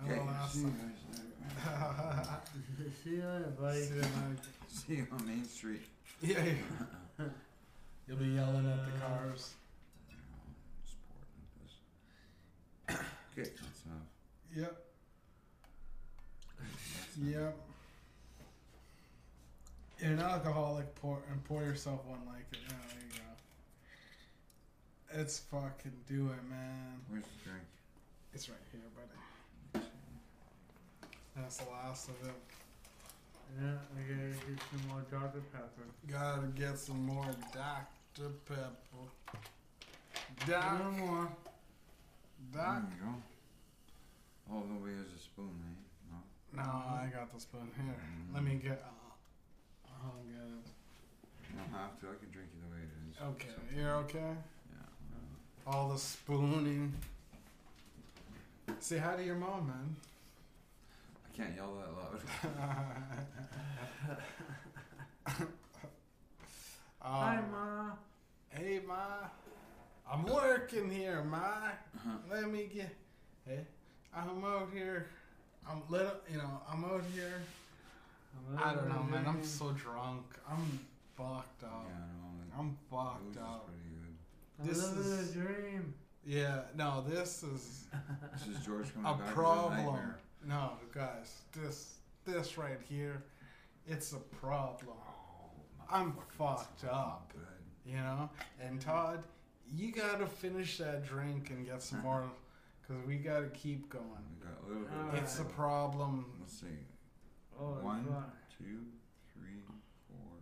I Okay, will ask see, you them. guys later. See you later, buddy. See you, man. see you on Main Street. Yeah, yeah. You'll be yelling at the cars. Sport like this. Okay, that's enough. Yep. Yep. You're an alcoholic. Pour and pour yourself one like it. Yeah, there you go. Let's fucking do it, man. Where's the drink? It's right here, buddy. That's the last of it. Yeah, I gotta get some more Dr. Pepper. Gotta get some more Dr. Pepper. Doc. One more. Doc. There you go. Oh, nobody has a spoon, eh? No. Mm-hmm. No, I got the spoon here. Let me get. Uh, I'll get You don't have to. I can drink it the way it is. it. Okay, So- you're okay. Yeah. Um, well, All the spooning. Say hi to your mom, I can't yell that loud. man. Um, Hi, Ma. Hey, ma. I'm working here, ma. Uh-huh. Let me get. Hey, I'm out here. I'm little, you know. I'm out here. I'm I don't know, man. I'm leaving. so drunk. I'm fucked up. yeah, no. That, I'm that was fucked just up. pretty good. I'm this living is- a dream. Yeah. No, this is This is George coming a back with a problem. nightmare. No, guys. This this right here, it's a problem. I'm fucked up. Good. You know. And Todd, you gotta finish that drink and get some more, cause we gotta keep going. We got a little bit. All left. It's a problem. Let's see. Oh, it's One. fun. Two, three, four,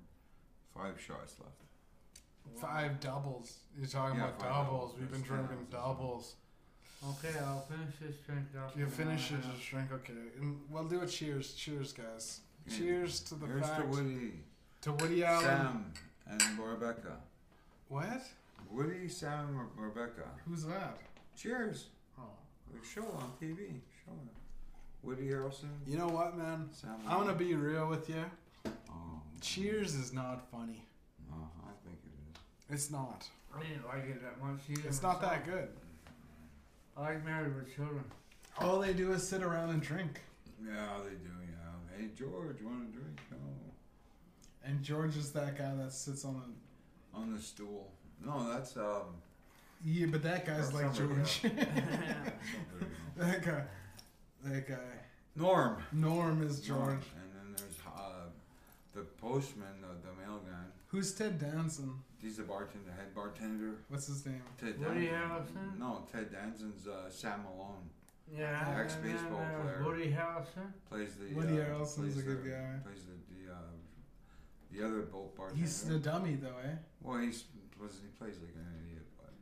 five shots left. Five doubles. You're talking Yeah, about five doubles. doubles. We've been That's ten drinking ounces. doubles. Okay, I'll finish this drink up. You and finish I'll it, have- just drink. Okay, and we'll do a cheers. Cheers, guys. Yeah. Cheers to the Here's fact to Woody, to Woody Allen. Sam, and Rebecca. What? Woody, Sam, and Re- Rebecca. Who's that? Cheers. Oh. The show on TV. Show it. Woody Harrelson. You know what, man? Sam. I'm gonna be real with you. Oh, Cheers is not funny. No, Uh-huh, I think it is. It's not. uh, I didn't like it that much either. It's not that myself. good. I like Married with Children. All they do is sit around and drink. Yeah, they do. Yeah. Hey, George, want a drink? No. And George is that guy that sits on the On the stool. No, that's um. yeah, but that guy's Or like somebody George. that's somebody, you know. that guy. That guy. Norm. Norm is George. And then there's uh, the postman, the, the mail guy. Who's Ted Danson? He's the bartender, head bartender. What's his name? Ted Woody Danson. Harrelson? No, Ted Danson's uh, Sam Malone. Yeah. and Ex-baseball then, uh, player. Woody Harrelson. Plays the. Woody uh, Harrelson's plays a good the, guy. Plays the the, uh, the other boat bartender. He's the dummy though, eh? well, he's was he plays like an idiot, but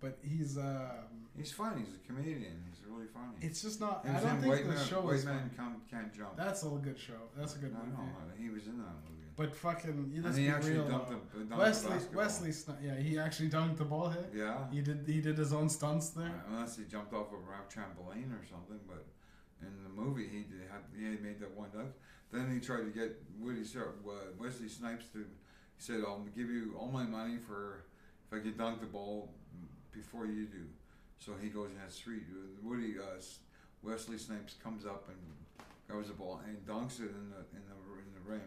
But he's um. he's funny. He's a comedian. He's really funny. It's just not. He was I don't in think White the Man, show White is. Man funny. Come, Can't Jump. That's a good show. That's a good I movie. know, he was in that movie. But fucking, you let's and he be actually real. dumped though. the dumped Wesley, the basketball. Wesley, Sni- yeah, he actually dunked the ball hit. Yeah. He did, he did his own stunts Uh, there. Unless he jumped off a rock trampoline or something, but in the movie he did have, he had made that one dunk. Then he tried to get Woody Sar- uh, Wesley Snipes to. He said, "I'll give you all my money for if I can dunk the ball before you do." So he goes and has three. Woody uh, S- Wesley Snipes comes up and grabs the ball and dunks it in the in the in the rim.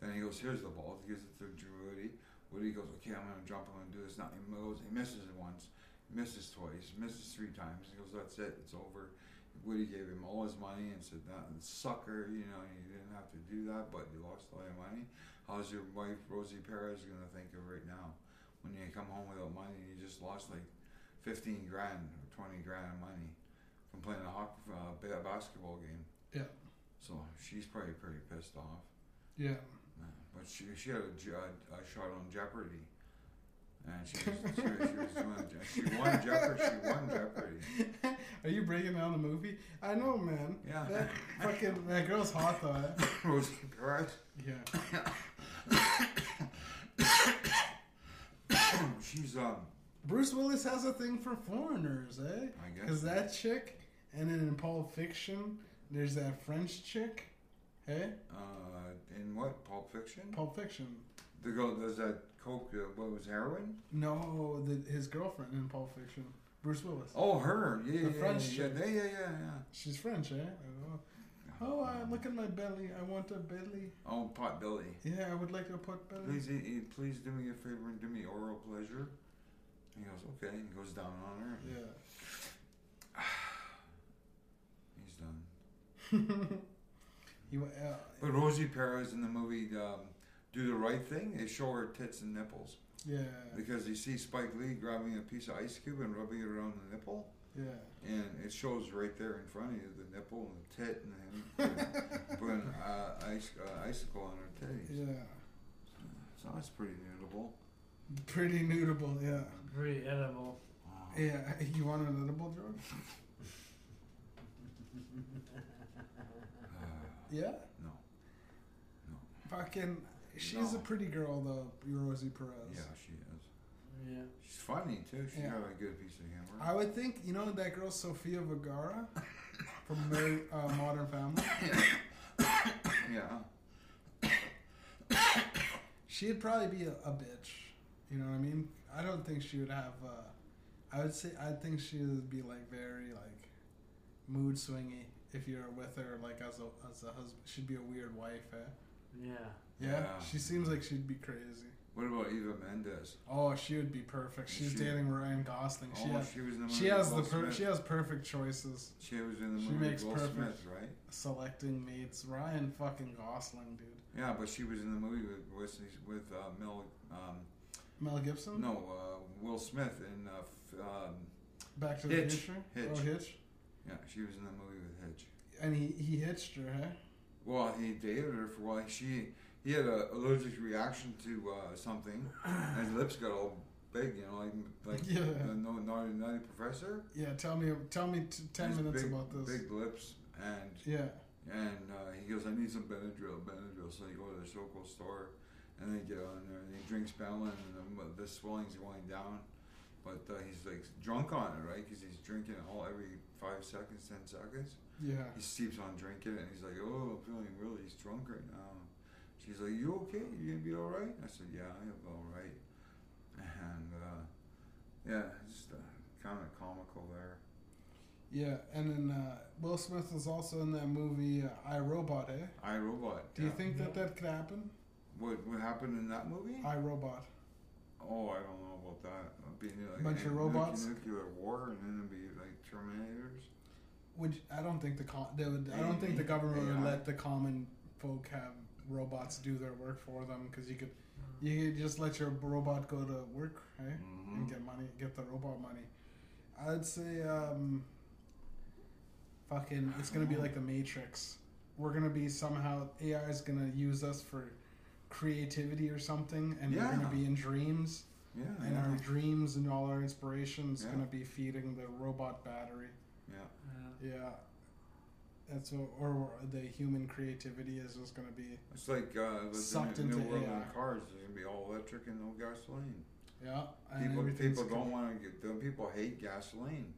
Then he goes, "Here's the ball." He gives it to Woody. Woody goes, "Okay, I'm gonna jump. I'm gonna do this." Now he goes, he misses it once misses twice, misses three times. He goes, "That's it, it's over." Woody gave him all his money and said, "That sucker, you know, you didn't have to do that, but you lost all your money. How's your wife Rosie Perez gonna think of right now when you come home without money and you just lost like fifteen grand or twenty grand of money from playing a hockey, uh, ba- basketball game?" Yeah. So she's probably pretty pissed off. Yeah, Yeah. but she she had a, j- a- a shot on Jeopardy, and she was, she, was- she was doing she won Jeopardy. She won Jeopardy. Are you breaking down the movie? I know, man. Yeah. That fucking that girl's hot though. eh? Rosie Perez. Yeah. She's um. Bruce Willis has a thing for foreigners, eh? I guess. Because that chick, and then in Pulp Fiction, there's that French chick. Hey, Uh, in what Pulp Fiction? Pulp Fiction. The girl does that coke. Uh, what was heroin? No, the, his girlfriend in Pulp Fiction, Bruce Willis. Oh, her. Yeah, The yeah, French yeah, chick. yeah, yeah, yeah, yeah. She's French, eh? Oh, Oh, I look at my belly. I want a belly. Oh, pot belly. Yeah, I would like a pot belly. Please, eh, eh, please do me a favor and do me oral pleasure. He goes, okay, and goes down on her. Yeah. He's done. he went. Uh, But Rosie Perez in the movie um, Do the Right Thing, they show her tits and nipples. yeah. Because you see Spike Lee grabbing a piece of ice cube and rubbing it around the nipple, Yeah. and it shows right there in front of you the nipple and the tit and him putting, putting uh, ice, uh, icicle on her titties. Yeah. So that's pretty notable. Pretty nudable. Yeah. Pretty edible. Oh, Yeah. You want an edible, George? Yeah. uh, no. Fucking. She's No. a pretty girl though, Rosie Perez. Yeah, she is. Yeah. She's funny too. She's Yeah. got a good piece of humor. I would think you know that girl Sofia Vergara from Mary, uh, Modern Family. yeah. She'd probably be a, a bitch. You know what I mean? I don't think she would have. Uh, I would say I think she would be like very like mood swingy if you're with her like as a as a husband. She'd be a weird wife, eh? Yeah. Yeah. Yeah. She seems like she'd be crazy. What about Eva Mendes? Oh, she would be perfect. She's She- dating Ryan Gosling. She oh, has, she was in the she movie has the Will per- Smith. she has perfect choices She was in the she movie makes Will perfect- Smith, right? selecting mates. Ryan fucking Gosling, dude. Yeah, but she was in the movie with with, with uh, Mel. Um, Mel Gibson. no, uh, Will Smith in. Uh, f- um, Back to the Hitch. Future. Hitch. Oh, Hitch. yeah, she was in the movie with Hitch. And he he hitched her, huh? Well, he dated her for a while. She he had a allergic reaction to uh, something, and his lips got all big. You know, like like Yeah. the no naughty naughty professor. Yeah, tell me, tell me t- ten His minutes big- about this. Big lips and Yeah, And uh, he goes, I need some Benadryl, Benadryl. So they go to the local store and they get on there and he drinks Benadryl and the, the swelling's going down. But uh, he's like drunk on it, right? Because he's drinking it all every five seconds, ten seconds. yeah, He keeps on drinking it and he's like, Oh, I'm feeling really he's drunk right now. She's like, You okay? You gonna be all right? I said, Yeah, I'll be all right. And uh, yeah, just uh, kind of comical there. yeah. And then uh, Will Smith was also in that movie uh, I Robot. Eh? I Robot. Do you yeah. think that Yeah. that could happen? what what happened in that movie? I Robot. Oh, I don't know about that. It'd Be like Bunch a of nuc- robots? nuclear war, and then it'd be like Terminators. Would I don't think the con- they would, I don't think the government would Yeah. let the common folk have robots do their work for them because you could you could just let your robot go to work, right? Mm-hmm. and get money, get the robot money. I'd say, um, fucking, it's gonna be like the Matrix. We're gonna be somehow AI is gonna use us for creativity or something, and we're gonna Yeah. be in dreams, Yeah, and yeah. our dreams and all our inspirations Yeah. gonna be feeding the robot battery. Yeah. Yeah, that's what, or the human creativity is just gonna be. it's like uh, what's the Sucked new, new into world AI. in cars. It's gonna be all electric and no gasoline. Yeah, and people everything's people gonna- don't want to get. the People hate gasoline.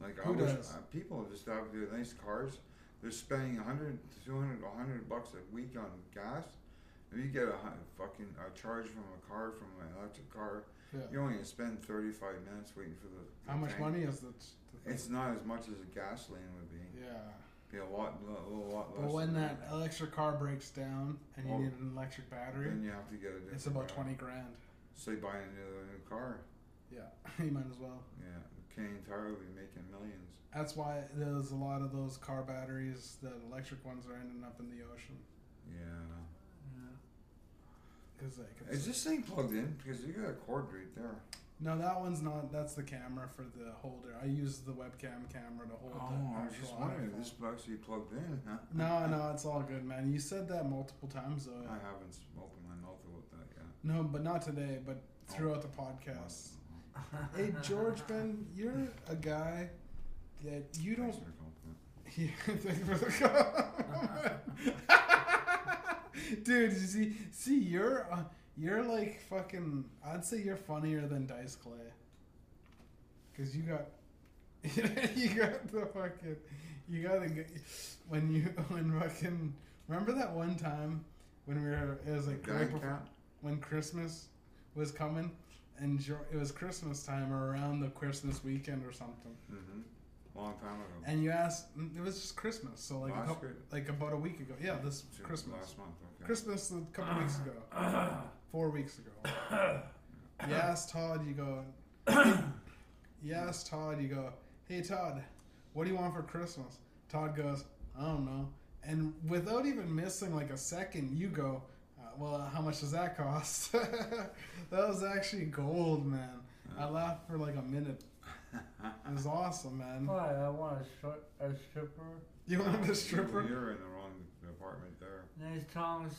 Like I Who wish does? uh, people just have their nice cars. They're spending 100, 200, 100 bucks a week on gas. If you get a hun- fucking a charge from a car from an electric car, Yeah. you only spend thirty five minutes waiting for the. the How much tank. money is that? The It's not as much as a gasoline would be. yeah. Be a lot, a little lot less. But when than that electric car breaks down and you Well, need an electric battery, Oh. then you have to get a. it's different about car. twenty grand. So you buy a new, a new car. Yeah, you might as well. Yeah, Canadian Tire will be making millions. That's why there's a lot of those car batteries, the electric ones, are ending up in the ocean Yeah. Yeah. because they. Can Is this thing plugged in? Because you got a cord right there. No, that one's not. That's the camera for the holder. I use the webcam camera to hold. Oh, the I was just actual wondering if iPhone. this is actually plugged in, huh? No, no, it's all good, man. You said that multiple times though. I haven't opened my mouth about that yet. No, but not today, but throughout the podcast. Hey, George Ben, you're a guy that you don't. Thanks for the compliment. Yeah, thank you for the comment. Dude, you see, see, you're uh, you're like fucking. I'd say you're funnier than Dice Clay. Cause you got, you got the fucking, you got the g- when you when fucking remember that one time when we were it was like right Dying before, cat? when Christmas was coming and Geor- it was Christmas time or around the Christmas weekend or something Mm-hmm. Long time ago. and you asked mm, it was just christmas so like a Last couple, Chri- like about a week ago yeah this Since christmas Last month, okay. christmas a couple weeks ago four weeks ago you asked todd you go you asked todd you go hey todd what do you want for christmas todd goes i don't know and without even missing like a second you go uh, well how much does that cost that was actually gold man i laughed for like a minute it was awesome man Why? I want a, stri- a stripper. you wanted a stripper You're in the wrong department there. Nice tongs.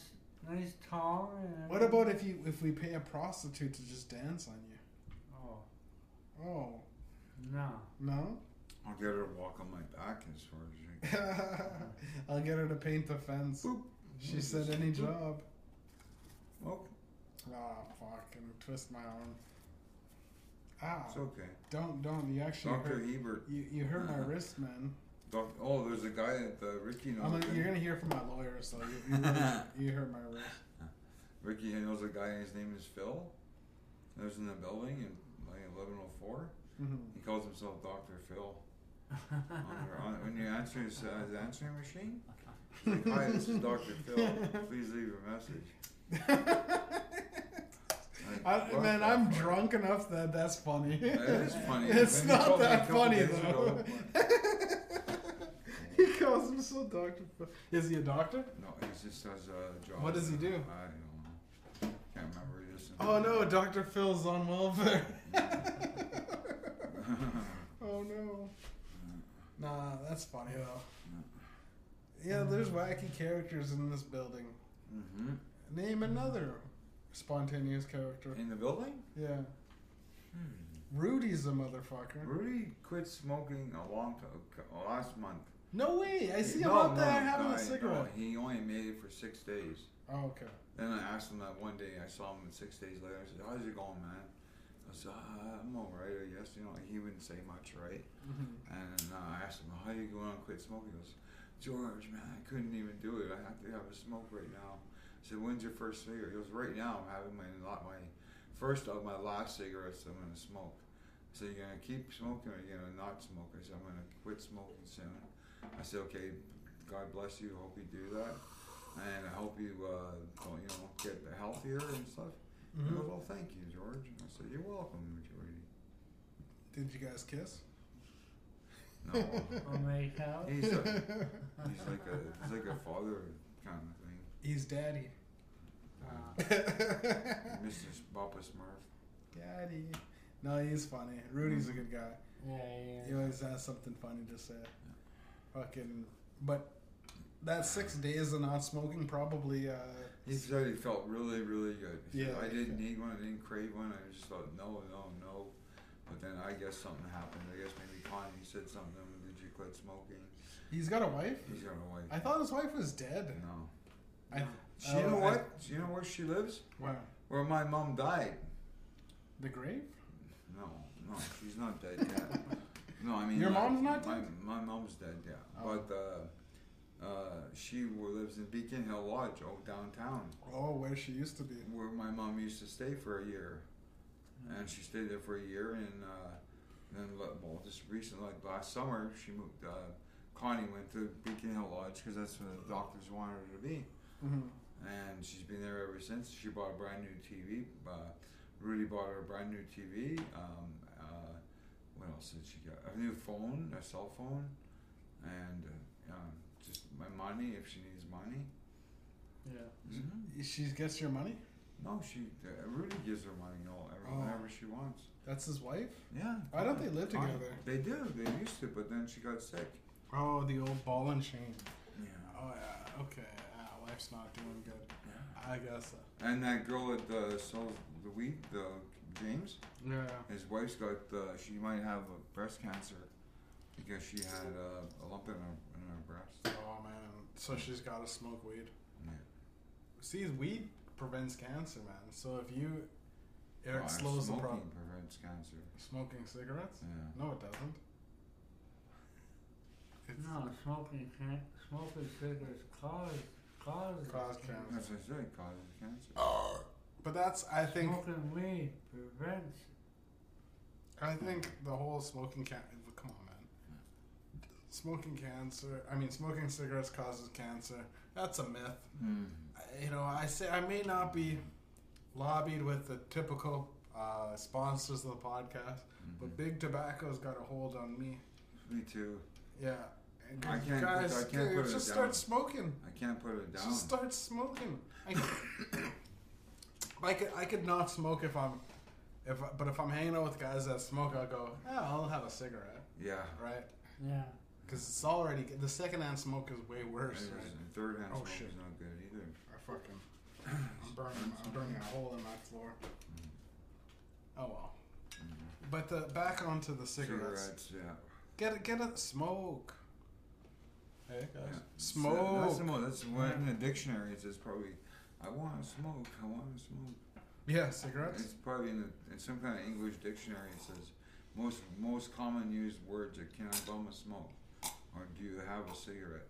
Nice tong. And What about if you if we pay a prostitute to just dance on you? Oh, Oh no. no! I'll get her to walk on my back as far as you I'll get her to paint the fence. Boop. She said any job. Okay, Ah, fucking twist my arm. Ah, it's okay. don't don't. You actually Dr. hurt. Hebert. You, you hurt my wrist, man. Doc, oh, there's a guy at the Ricky knows. I'm gonna, him. you're gonna hear from my lawyer, so you, you, really- you hurt my wrist. Ricky knows a guy, his name is Phil. Lives in the building in like 1104. Mhm. He calls himself Dr. Phil. on your, on, when you answer his, uh, his answering machine, it's Mm-hmm. like, hi, this is Dr. Phil. Please leave a message. Like, I, what man, the I'm fuck? drunk enough that that's funny. That is funny. it's Maybe not call me a that couple funny days though. ago, he calls himself Doctor. Is he a doctor? No, he just has a job. What does he do? I don't know. Can't remember. He just Oh no, Doctor Phil's on welfare. oh no. Nah, that's funny though. Yeah, there's Mm. wacky characters in this building. hmm Name another spontaneous character. In the building? Yeah, Hmm. Rudy's a motherfucker. Rudy quit smoking a long time last month. No way! I see him No, out there no, having no, a cigarette. No, he only made it for six days. Oh, okay. Then I asked him that one day. I saw him six days later. I said, "How's it going, man?" I said, uh, "I'm all right, I guess." You know, he wouldn't say much, right? And uh, I asked him, "How you going on quit smoking?" He goes, "George, man, I couldn't even do it. I have to have a smoke right now." I said, "When's your first cigarette?" He goes, "Right now, I'm having my lot my first of my last cigarettes. I'm gonna smoke." I said, "You're gonna keep smoking, or you're gonna not smoke?" I said, "I'm gonna quit smoking soon." I said, "Okay, God bless you. Hope you do that." and I hope you, uh, well, you know, get healthier and stuff. He goes, Mhm. well, thank you, George. And I said, you're welcome, Georgie. Did you guys kiss? No, Oh, Or make out. he's, a, he's like a he's like a father kind of thing. He's daddy. Uh, Ah. Mrs. Papa Smurf. daddy. No, he's funny. Rudy's a good guy. yeah, He yeah. always has something funny to say. Fucking, but that six days of not smoking probably. Uh, He said he felt really, really good. He said, Yeah. I didn't need one. I didn't crave one. I just thought, no, no, no. But then I guess something happened. I guess maybe Connie said something. Did you quit smoking? he's got a wife. He's got a wife. I thought his wife was dead. no. I, Do you know I- what? Do you know where she lives? Wow. Where my mom died. The grave? No, no, she's not Uh, dead yet. no, I mean Your my- mom's not my, dead? My, mom's dead, yeah. Oh. But uh, uh, she wa- lives in Beacon Hill Lodge, oh downtown, Oh, where she used to be. where my mom used to stay for a year, and she stayed there for a year, and uh, then le- well, just recently, like last summer, she moved. Uh, Connie went to Beacon Hill Lodge because that's where the doctors wanted her to be, hmm and she's been there ever since. She bought a brand new TV. Uh, Rudy bought her a brand new TV. Um, uh, what else did she get? A new phone, a cell phone, and uh, um, just my money if she needs money. yeah. She gets your money? No, she. Uh, Rudy gives her money all every, Oh. whenever she wants. That's his wife? Yeah. Why don't they live Fine. together? They do. They used to, but then she got sick. Oh, the old ball and chain. Yeah. Oh, yeah. Okay. Ah, life's not doing good. I guess. Uh, And that girl that uh, sells the weed, the James, yeah. his wife's got. Uh, she might have uh, breast cancer because she had uh, a lump in her in her breast. Oh, man. So she's got to smoke weed. Yeah. See, weed prevents cancer, man. So if you. It Well, slows the smoking problem. prevents cancer. Smoking cigarettes? Yeah. No, it doesn't. It's No, smoking can smoking cigarettes cause causes Cause cancer. That's what I said. It causes cancer. Oh. But that's, I think, Smoking weed prevents. I think the whole smoking can. Come on, man. Smoking cancer. I mean, smoking cigarettes causes cancer. That's a myth. Hmm. I- You know, I say I may not be lobbied with the typical uh, sponsors of the podcast, but Mm-hmm. Big Tobacco's got a hold on me. Hmm. Me too. Yeah. And I can't put- guys, I can't put it just down. start smoking. I can't put it down. Just start smoking. I could, I could I could not smoke if I'm if I, but if I'm hanging out with guys that smoke, I'll go. Yeah, I'll have a cigarette, yeah. right? Yeah. Because it's already the secondhand smoke is way worse. It Right? is- and Third hand Oh, smoke shit. is not good either. I fucking I'm burning I'm burning a hole in my floor. Mm. Oh well. But the, back onto the cigarettes. Mm-hmm. Cigarettes, yeah. Get it, get it. Smoke. Hey guys, yeah. smoke. That's, the mo- that's what in the dictionary it says probably. I want to smoke. I want to smoke. yeah, cigarettes. It's probably in, the, in some kind of English dictionary. It says most most common used words are "Can I bum a smoke?" or "Do you have a cigarette?"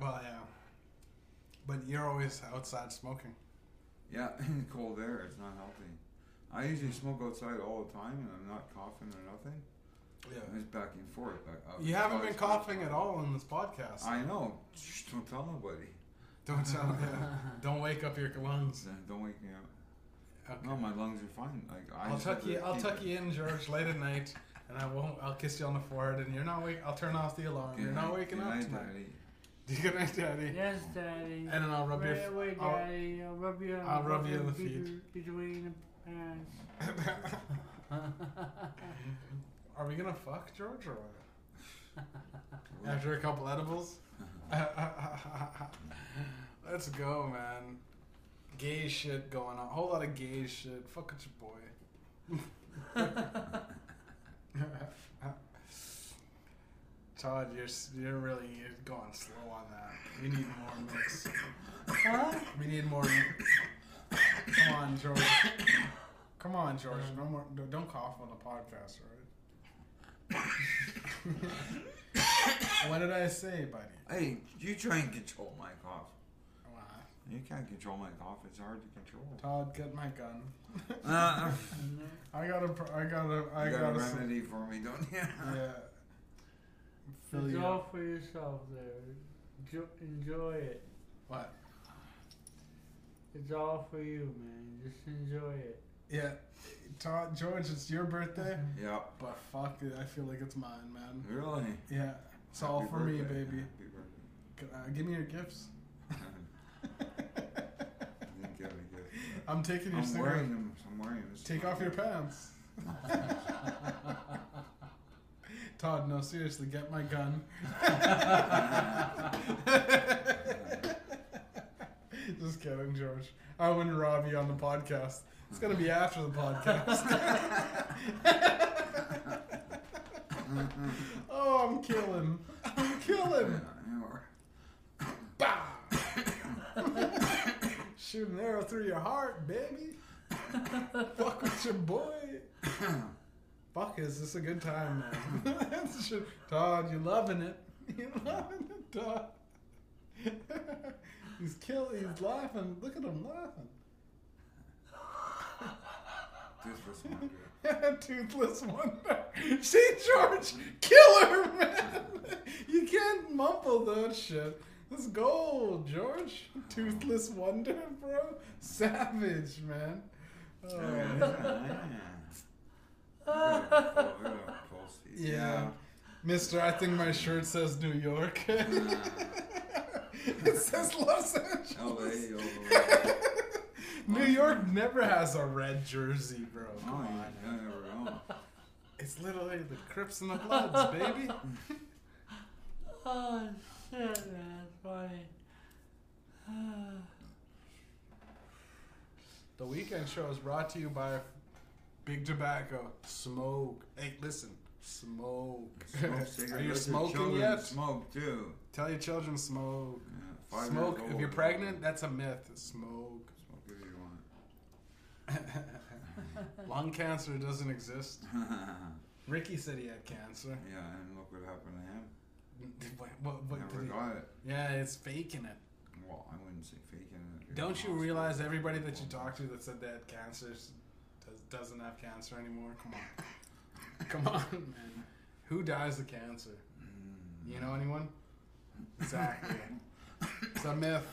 Well, yeah. But you're always outside smoking. Yeah, in the cold air, it's not healthy. I usually smoke outside all the time, and I'm not coughing or nothing. Yeah. I'm just back and forth. Back up. You haven't been Always- coughing at all on this podcast. I know. Shh, don't tell nobody. Don't tell yeah. Don't wake up your lungs. Don't wake me up. Okay. No, my lungs are fine. Like I I'll just tuck have you. to I'll keep tuck it- you in, George, late at night, and I won't. I'll kiss you on the forehead, and you're not wake. I'll turn off the alarm. Good You're night, not waking good up night, tonight. Daddy. Good night, Daddy. Yes, daddy. And then I'll rub your. Right away, I'll- daddy. I'll rub you. I'll rub you in the between- feet. Between the pants. Are we gonna fuck George or what? Well, After a couple edibles? Let's go, man. Gay shit going on. Whole lot of gay shit. Fuck with your boy. Todd, you're s- you're really you're going slow on that. We need more mix. huh? We need more. Come on, George. Come on, George. No more. no- Don't cough on the podcast, all right? what did I say, buddy? Hey, you try and control my cough. Wow. You can't control my cough. It's hard to control. Todd, get my gun. Uh, I got a. pr- I got a. I you got, got a a. s- remedy for me, don't you? Yeah. Fill It's you. all up. for yourself there. Jo- enjoy it. What? It's all for you, man. Just enjoy it. Yeah. Todd, George, it's your birthday. Yep. But fuck it, I feel like it's mine, man. Really? Yeah, it's all Mm. Happy for me, birthday. baby. Happy birthday. G- Uh, give me your gifts. I didn't get any good. I'm taking your I'm cigarette. wearing them. I'm wearing them. Take off your pants. Todd, no, seriously, get my gun. Just kidding, George. I wouldn't rob you on the podcast. It's gonna be after the podcast. oh, I'm killing. I'm killing. Bah! Shoot an arrow through your heart, baby. Fuck with your boy. Fuck, is this a good time, man? Shoot- Todd, you loving it. You loving it, Todd. he's killing, he's laughing. Look at him laughing. This was wonderful. Toothless wonder. See, George, kill her, man. You can't mumble that shit. Let's go, George. Toothless wonder, bro. Savage, man. Oh, Yeah. Mister, I think my shirt says New York. it says Los Angeles. LA all the way. New York never has a red jersey, bro. Oh, Come on. you never know. It's literally the Crips and the Bloods, baby. Oh shit, man, funny. The weekend show is brought to you by Big Tobacco. Smoke. Hey, listen, smoke. Smoke Are you cigarettes. Your smoking children yet? Smoke too. Tell your children smoke. Yeah, five smoke. years If old. you're pregnant, that's a myth. Smoke. smoke if you want. Lung cancer doesn't exist. Ricky said he had cancer. yeah, and look what happened to him. What, what, what never did he- got it. Yeah, it's faking it. Well, I wouldn't say faking it. Don't you realize everybody that you talk to that said they had cancer s- does, doesn't have cancer anymore? Come on. Come on, man. Who dies of cancer? You Mm-hmm. know anyone? Exactly. it's a myth.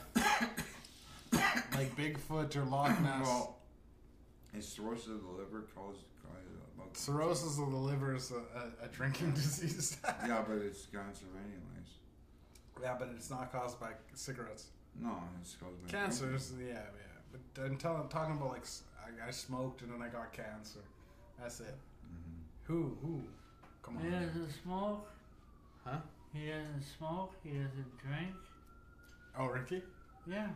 like Bigfoot or Loch Ness. Well, is cirrhosis of the liver caused? caused by- Cirrhosis of the liver is a, a, a drinking disease. Yeah, but it's cancer anyways. Yeah, but it's not caused by cigarettes. No, it's caused by Cancer is, yeah, yeah. But I'm telling, talking about like, s- I, I smoked and then I got cancer. That's it. Mm-hmm. Who? Who? Come on. He doesn't smoke. Huh? He doesn't smoke. He doesn't drink. Oh, Ricky? Yeah.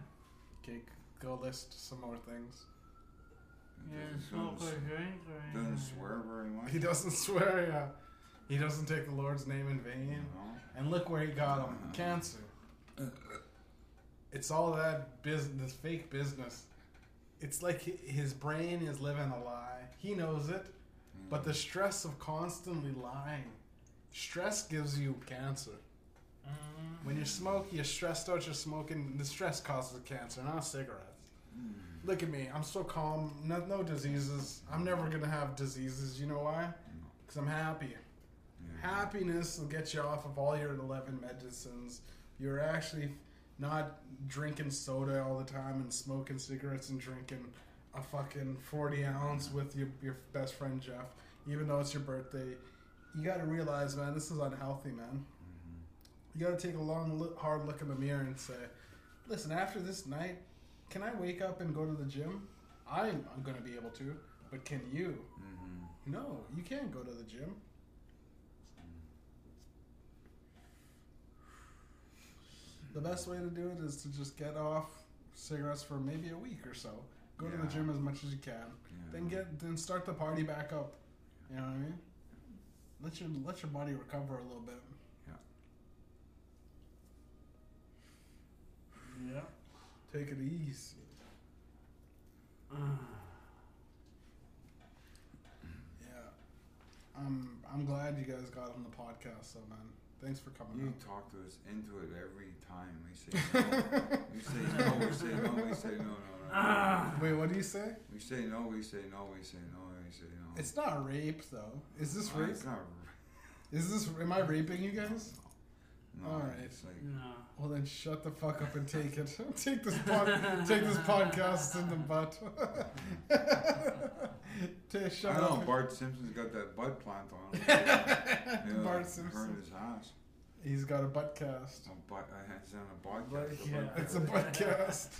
Okay, go list some more things. He doesn't smoke or drink or anything. Doesn't swear very much. He doesn't swear, yeah. He doesn't take the Lord's name in You vain. know? And look where he got him cancer. It's all that business, fake business. It's like hi- his brain is living a lie. He knows it, but the stress of constantly lying, stress gives you cancer. Mm. When you smoke, you're stressed out, you're smoking, the stress causes cancer, not cigarettes. Mm. Look at me. I'm so calm. No, no diseases. I'm never gonna have diseases. You know why? Because I'm happy. Yeah. Happiness will get you off of all your 11 medicines. You're actually not drinking soda all the time and smoking cigarettes and drinking a fucking 40 ounce with your, your best friend Jeff, even though it's your birthday. You gotta realize, man, this is unhealthy, man. Mm-hmm. You gotta take a long, look, hard look in the mirror and say, listen, after this night, can I wake up and go to the gym? I'm, I'm gonna be able to, but can you? Mhm. No, you can't go to the gym. The best way to do it is to just get off cigarettes for maybe a week or so. Go to the Yeah. Mm-hmm. gym as much as you can. Yeah. Then get then start the party back up. You know what I mean? Let your let your body recover a little bit. Yeah. Take it easy. Yeah. I'm I'm glad you guys got on the podcast though, man. Thanks for coming You out. talk to us into it every time. We say no. we say no. We say no. We say no. No. no, no. Wait, what do you say? We say no. We say no. We say no. We say no. It's not rape though. Is this Uh, rape? It's not. Is this am I raping you guys? No. Alright. It's like No. Well then shut the fuck up and take it. take this pod, take this podcast in the butt. Ta- shut I know up. Bart Simpson's got that butt plant on. him. Bart it Simpson. Hurt his ass. He's got a butt cast. It's on butt. uh, It's on a Butt podcast. cast. It's a butt cast.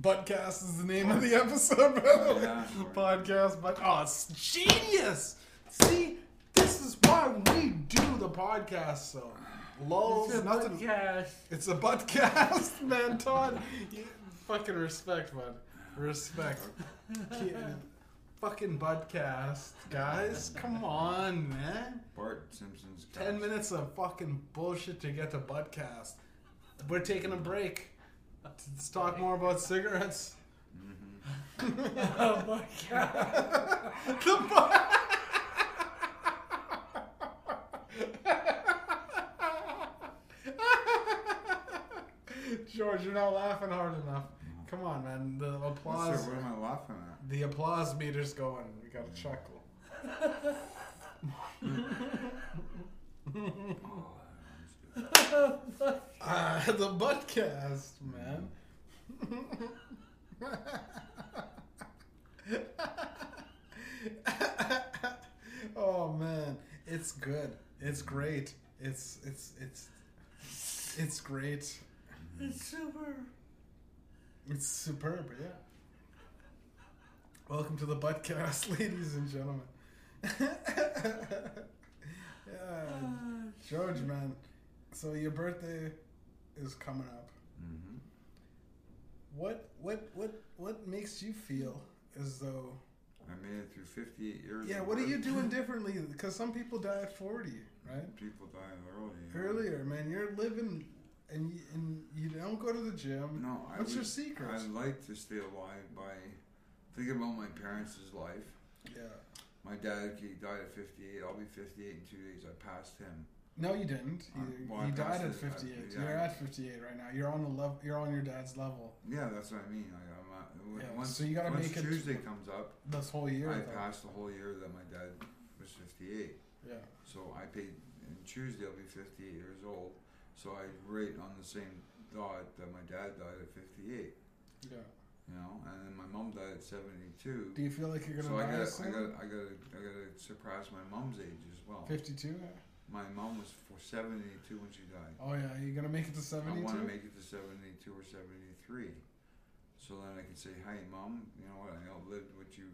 Buttcast is the name of the episode, bro. Yeah. Podcast, but oh, it's genius. See, this is why we do the podcast. So, lulls, It's a Oh, nothing. podcast. It's a buttcast, man, Todd. You, fucking respect, bud. Respect. Ki- fucking buttcast, guys. Come on, man. Bart Simpson's. Ten cast. minutes of fucking bullshit to get to buttcast. We're taking a break. Let's talk more about cigarettes. Mm-hmm. oh my god. The bu- George, you're not laughing hard enough. Come on, man. The What's applause. that? What am I laughing at? The applause meter's going. We got to chuckle. Oh, Uh, the buttcast, man. oh man, it's good. It's great. It's it's it's it's great. It's super. It's superb, yeah. Welcome to the buttcast, ladies and gentlemen. yeah, Uh, George, man. So your birthday is coming up. Mm-hmm. What what what what makes you feel as though? I made it through 58 years. Yeah, of what are work. you doing differently? Because some people die at forty, right? People dying early. you know. Earlier, man, you're living, and you, and you don't go to the gym. No, I What's your would- secret? I like to stay alive by thinking about my parents' life. yeah. My dad, he died at 58. I'll be 58 in two days. I passed him. No, you didn't. Uh, You, well, I you passed died at 58. it. I- yeah. You're at 58 right now. You're on the level. You're on your dad's level Yeah, that's what I mean. Like, I'm not, w- Yeah, once, so you gotta once make it to- Tuesday comes up, this whole year. I though. passed the whole year that my dad was 58. Yeah. So I paid, and Tuesday I'll be 58 years old. So I rate on the same thought that my dad died at 58, Yeah. you know, and then my mom died at 72. Do you feel like you're gonna So I die gotta, I soon? gotta, I gotta, I gotta surpass my mom's age as well. 52. My mom was for 72 when she died. Oh yeah. You're gonna make it to 72. I want to make it to 72 or 73. So then I can say, hey, mom, you know what? I outlived what you,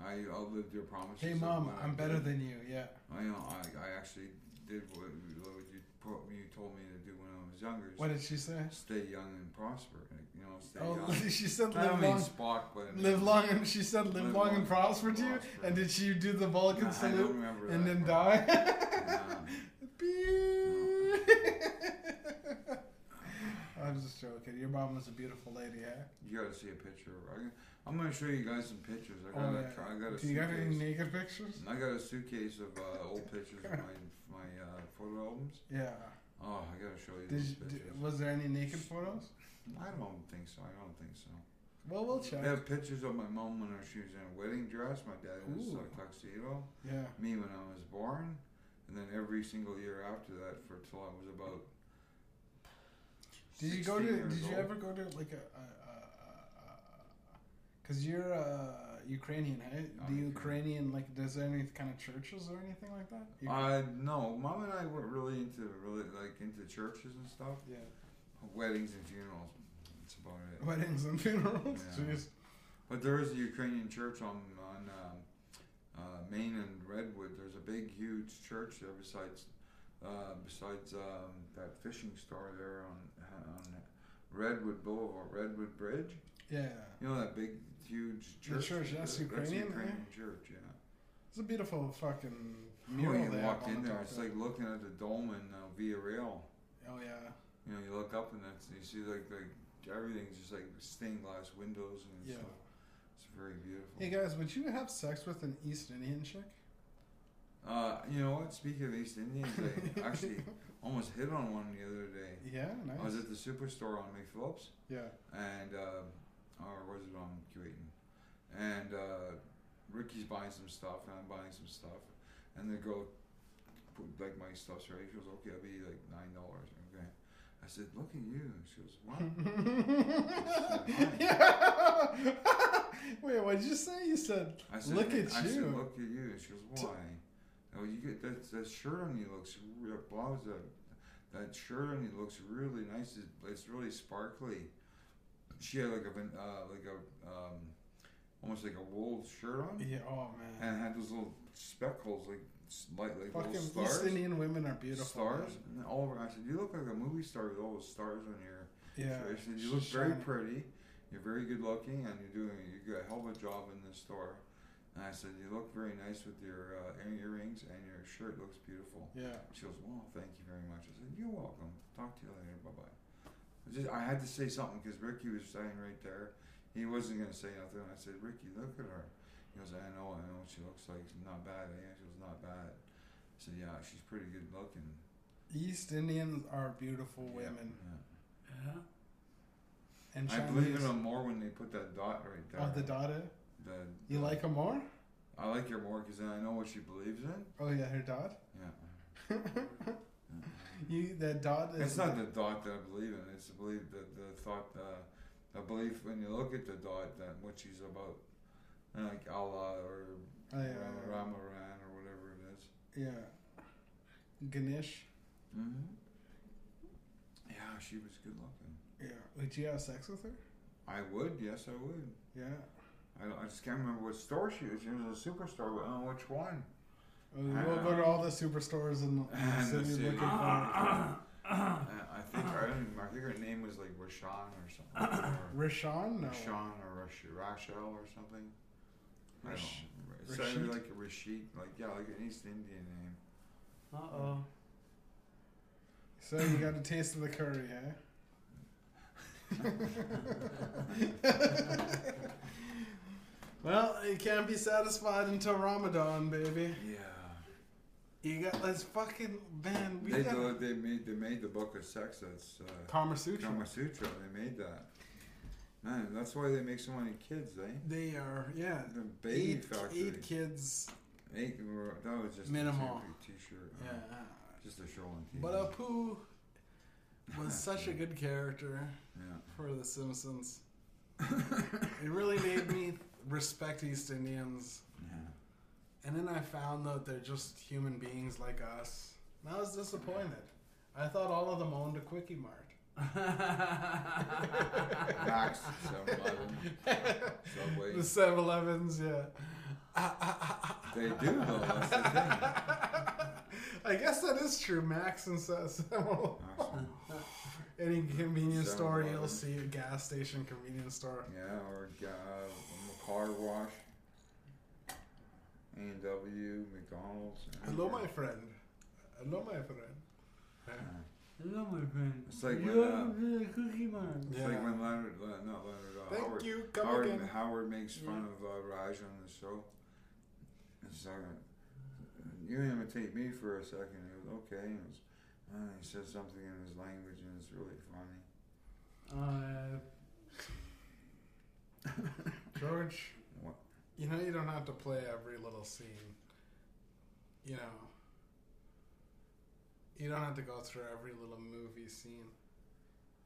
I outlived your promises. hey of mom, what I I'm better did. than you. Yeah. I know, I, I actually did what, what you, pro- you told me to do when I was younger. is What did she say? Stay young and prosper. like, You know, stay Oh, young. she said I live don't mean long, Spock, but. I mean- live long, and she said live, Live long, long and and prosper to you. prosper. And did she do the Nah, Vulcan I don't salute remember and that then part. die? Nah. Beep. I'm just joking. Your mom was a beautiful lady, eh? huh? You gotta see a picture. I, got- I'm gonna show you guys some pictures. I Oh, got yeah. a, tr- I got a Do you got any suitcase. naked pictures? I got a suitcase of uh, old pictures of my my uh, photo albums. Yeah. Oh, I gotta show you Did these you, pictures. did, was there any naked photos? I don't think so. I don't think so. Well, we'll check. They have pictures of my mom when she was in a wedding dress, my dad in his uh, Ooh. tuxedo, Yeah. me when I was born, and then every single year after that for till I was about. Did you go to? 16 years Did you old. ever go to like a? a, a, a, a Cause you're uh, Ukrainian, right? I'm The Ukrainian. Ukrainian like, does there any kind of churches or anything like that? You- Uh, no, mom and I were really into really like into churches and stuff, yeah. weddings and funerals. That's about it. Weddings and funerals. Yeah. Jeez. But there is a Ukrainian church on on um, uh, Maine and Redwood. There's a big, huge church there besides uh, besides um, that fishing store there on on Redwood Boulevard, Redwood Bridge. Yeah. You know that big, huge The church. church, that's Ukrainian, That's eh? Ukrainian church. Yeah. It's a beautiful fucking When mural. you they have walk on in the there, top it's there. like looking at the dome in uh, Via Rail. Oh yeah. You know, you look up and that's you see like like everything's just like stained glass windows and Yeah. stuff. It's very beautiful. Hey guys, would you have sex with an East Indian chick? Uh, you know what? Speaking of East Indians, I actually Oh, almost hit on one the other day. Yeah, nice. I was at the superstore on McPhillips, yeah. and uh, or was it on Cuitin? And uh, Ricky's buying some stuff, and I'm buying some stuff, and the girl put like my stuff's ready. She goes, "Okay, I'll be like nine dollars." Okay, I said, "Look at you." She goes, "What?" yeah. Wait, what did you say? You said I said, Look at I you. Said, Look at you. And she goes, why? Oh, you get that, that shirt on you looks real blouse. That, that shirt on you looks really nice. It's, it's really sparkly. She had like a van- uh, like a um, almost like a wool shirt on, yeah. Oh man, and had those little speckles like s- like like fucking little stars. East Indian women are beautiful. Stars man. and all over. I said, "You look like a movie star with all those stars on your." Yeah. I said, she's "You look very shining. pretty. You're very good looking, and you're doing you got a hell of a job in this store." And I said, "You look very nice with your uh, ear- earrings, and your shirt looks beautiful." Yeah. She goes, "Well, thank you very much." I said, "You're welcome. Talk to you later. Bye bye." I just I had to say something because Ricky was standing right there. He wasn't gonna say nothing. I said, "Ricky, look at her." He goes, "I know, I know what she looks like. She's not bad." Yeah, she goes, "Not bad." I said, "Yeah, she's pretty good looking." East Indians are beautiful Yeah, women, yeah. Yeah. and I believe in Chinese- them more when they put that dot right there. Oh, the daughter. The- You the- like her more? I like her more because then I know what she believes in. Oh yeah, her dot. Yeah. You that dot is It's not the dot that I believe in. It's the belief that the thought, the, the belief when you look at the dot that what she's about, And like Allah or Oh, yeah, Ram- yeah, Ramaran or whatever it is. yeah. Ganesh. Mm-hmm. Yeah, she was good looking. Yeah. Would you have sex with her? I would, yes, I would. Yeah. I, don't, I just can't remember what store she was. She was a superstore, but I don't know which one. Uh, We'll go to all the superstores in the, in the And the city city. looking for Uh, I think I, don't, I think her name was like Rashawn or something. Or Rashawn? No. Rashawn or Rash- Rachel or something. I don't Rash- know. It sounded Rashid? like a Rashid, like yeah, like an East Indian name. Uh oh. So you got a taste of the curry, eh? well, you can't be satisfied until Ramadan, baby. Yeah, You got let's fucking man. We they got do, they made they made the book of sex. That's uh, Kama Sutra. Kama Sutra. They made that. Man, that's why they make so many kids, eh? They are yeah. The baby eight, factory. eight kids. Eight were- that was just Minimal. a t-shirt. uh, Yeah. Just a shawl and But uh, Pooh was such a good character Yeah. for The Simpsons. It really made me respect East Indians. yeah. And then I found out they're just human beings like us. And I was disappointed. I thought all of them owned a Quickie Mart. Max, 7-Eleven, Subway. The 7-Elevens, yeah. They do though. That's the thing. I guess that is true. Max and says Awesome. any convenience store you'll 7-Eleven. see a gas station convenience store. Yeah, or uh, a car wash. A and W, McDonald's. Hello, my friend. Hello, my friend. Hello, my friend. It's like you when, ever uh, been to Cookie Man? It's like when Leonard, Le- not Leonard, uh, Thank Howard, you. Come Howard, again. Howard makes fun Yeah. of uh, Raj on the show. It's like, you imitate me for a second. He goes, okay. And, he goes, and he says something in his language, and it's really funny. Uh, George, What? you know you don't have to play every little scene. You know, you don't have to go through every little movie scene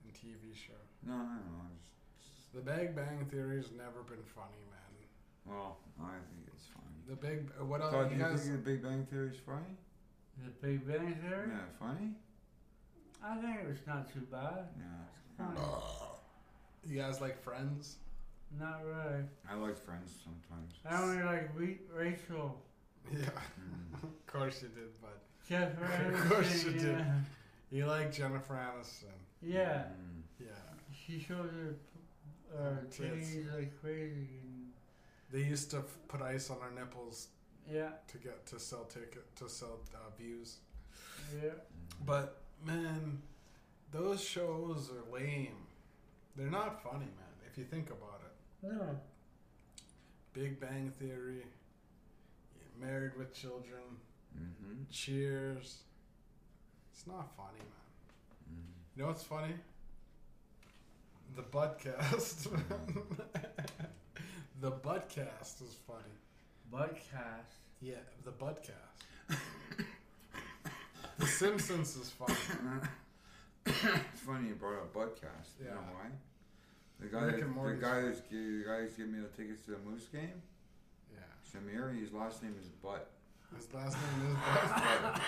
and TV show. No, I don't know. I just, The Big Bang Theory's never been funny, man. well, I think it's funny. The Big what else? Todd, do you you guys, think the Big Bang Theory is funny? the Big Bang Theory? Yeah, funny? I think it was not too bad. Yeah. Funny. you guys like Friends? Not really. I like Friends sometimes. I only like Re- Rachel. Yeah, Mm. of course you did, but Jeff Of course you Aniston, yeah. you like Jennifer Aniston. Yeah, Mm. Yeah, she shows her uh, Tits. titties like crazy. And, they used to f- put ice on her nipples yeah, to get to sell ticket to sell uh, views. yeah. Mm-hmm. But man, those shows are lame. They're not funny, man. If you think about it, No. Big Bang Theory, Married with Children, Mm-hmm. Cheers. It's not funny, man. Mm. You know what's funny? The Buttcast. the Buttcast is funny. Budcast. Yeah, the Buttcast. the Simpsons is funny. It's Mm-hmm. funny you brought up Budcast. You know Yeah. why? The guy, Rick that, and Morty's- the guy that's gi- the guy that's giving me the tickets to the Moose game, Yeah. Samir. His last name is Butt. His last name is Butt.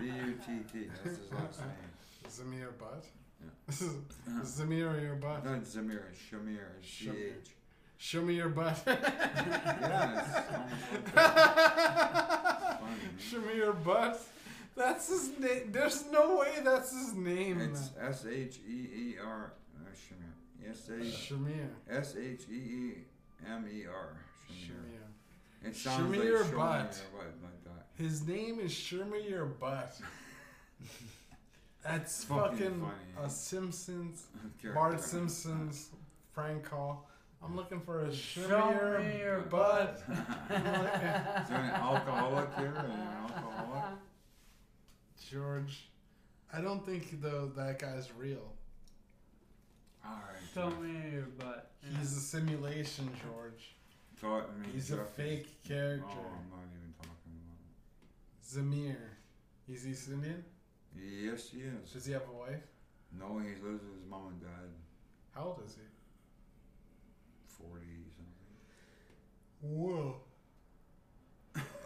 B U T T. That's his last name. Zamir Butt. Yeah. This is Zamir your butt. Not Zamir. It's Shamir. It's C Shamir. H. Show me your butt. Yeah, it's almost like that. It's Show me your butt. That's his name. There's no way that's his funny, name. man. man. It's S H E E R. uh, Shamir. S H E Shamir. S H E E M E R. Shamir. Shamir. It sounds like Shamir Shamir, Butt. but like that. His name is Shamir your butt. That's Fucking fucking, funny. a Simpsons, Character. Bart Simpson's prank call. I'm looking for a Show me Shamir. your butt. butt. Is there an alcoholic here? Are you an alcoholic? George. I don't think though that guy's real. All right. Show me your butt. He's a simulation, George. Taught me He's a Jeff is- fake Oh, character. I'm not even talking about it. Zamir. He's East Indian? Yes, he is. Does he have a wife? No, he lives with his mom and dad. How old is he? Forty something. Whoa.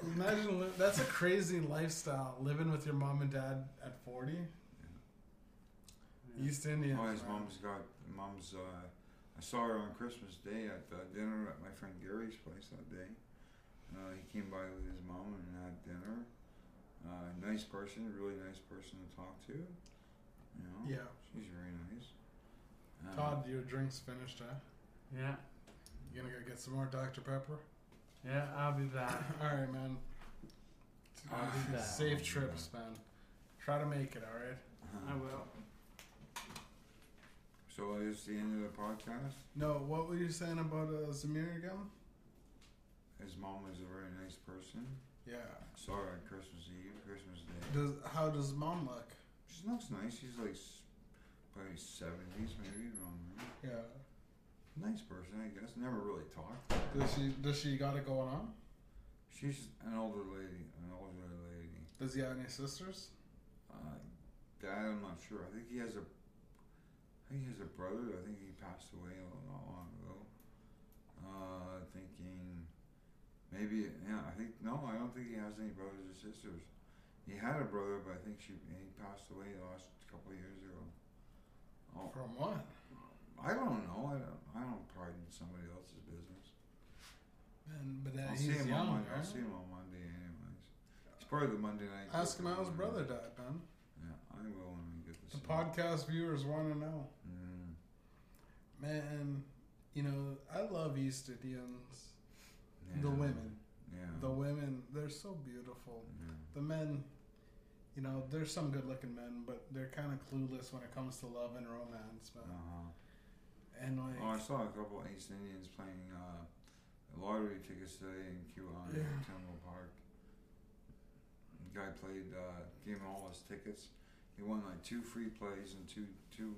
Imagine li- that's a crazy lifestyle living with your mom and dad at 40. East Indian. Oh, his mom's got Mom's. Uh, I saw her on Christmas Day at uh, dinner at my friend Gary's place that day. Uh, he came by with his mom and had dinner. Uh, nice person, really nice person to talk to. You know, Yeah. she's very nice. Uh, Todd, your drink's finished, huh? Yeah, You gonna go get some more Dr. Pepper? yeah, I'll be back. Ah. Alright, man. I'll be back. Safe trips, man. Try to make it, alright? uh, I will. So is the end of the podcast. No, what were you saying about uh, Zamir again? His mom is a very nice person. Yeah. Saw her on Christmas Eve, Christmas Day. Does How does mom look? She looks nice. She's like s- probably seventies, maybe. I don't know. Yeah. Nice person, I guess. Never really talked. Does she Does she got it going on? She's an older lady, an older lady. Does he have any sisters? Uh, dad, I'm not sure. I think he has a. I think he has a brother. I think he passed away a- not long ago. Uh, thinking, maybe yeah. I think no. I don't think he has any brothers or sisters. He had a brother, but I think she he passed away the last couple of years ago. Oh, From what? I don't know. I don't. I don't pride in somebody else's business. Man, but uh, I'll he's see him on young, Monday. I'll right? see him on Monday, anyways. It's part of the Monday night. Ask him how his program. brother died, man. Yeah, I will when I get this. The podcast viewers want to know. Mm. Man, you know, I love East Indians. Yeah. The women. Yeah. The women, they're so beautiful. yeah. The men, you know, there's some good looking men, but they're kind of clueless when it comes to love and romance, man. Uh-huh. And like, Oh, I saw a couple of East Indians playing uh, lottery tickets today in QAnon Yeah. at Temple Park. The guy played, uh, gave him all his tickets. He won like two free plays and two two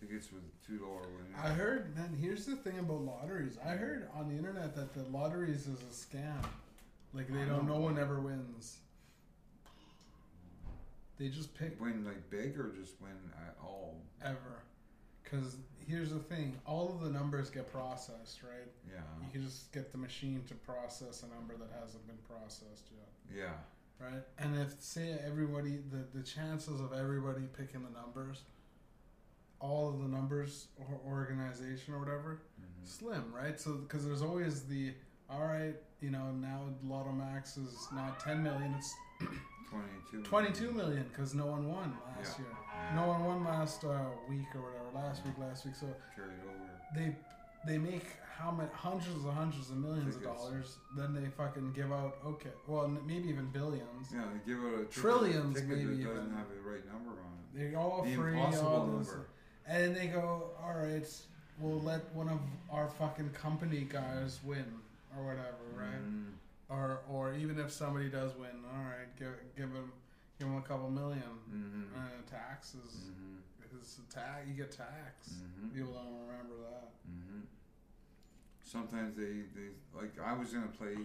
tickets with two dollar winners. I heard, man, here's the thing about lotteries. I heard on the internet that the lotteries is a scam. Like, they don't, no one ever wins. They just pick Win like big or just win at all? ever. Because here's the thing all of the numbers get processed, right? Yeah. You can just get the machine to process a number that hasn't been processed yet, Yeah. right? And if, say, everybody, the, the chances of everybody picking the numbers, all of the numbers or organization or whatever, hmm slim, right? So, because there's always the, all right, you know, now Lotto Max is not 10 million, it's 22. 22 million because no one won last Yeah. year. No one won last uh, week or whatever, last week, last week. So Carried over. they they make how many hundreds and hundreds of millions of Tickets. dollars. Then they fucking give out okay, well n- maybe even billions. Yeah, they give out a ticket, Trillions, ticket maybe that doesn't even. have the right number on They all it. The free, impossible all this, number. and they go, all right, we'll let one of our fucking company guys win or whatever, right? Mm. Or or even if somebody does win, all right, give give him give him a couple 1000000 Mhm. Uh, taxes. Mhm. It's a tax. You get taxed. Mhm. People don't remember that. Mhm. Sometimes they, they like I was gonna play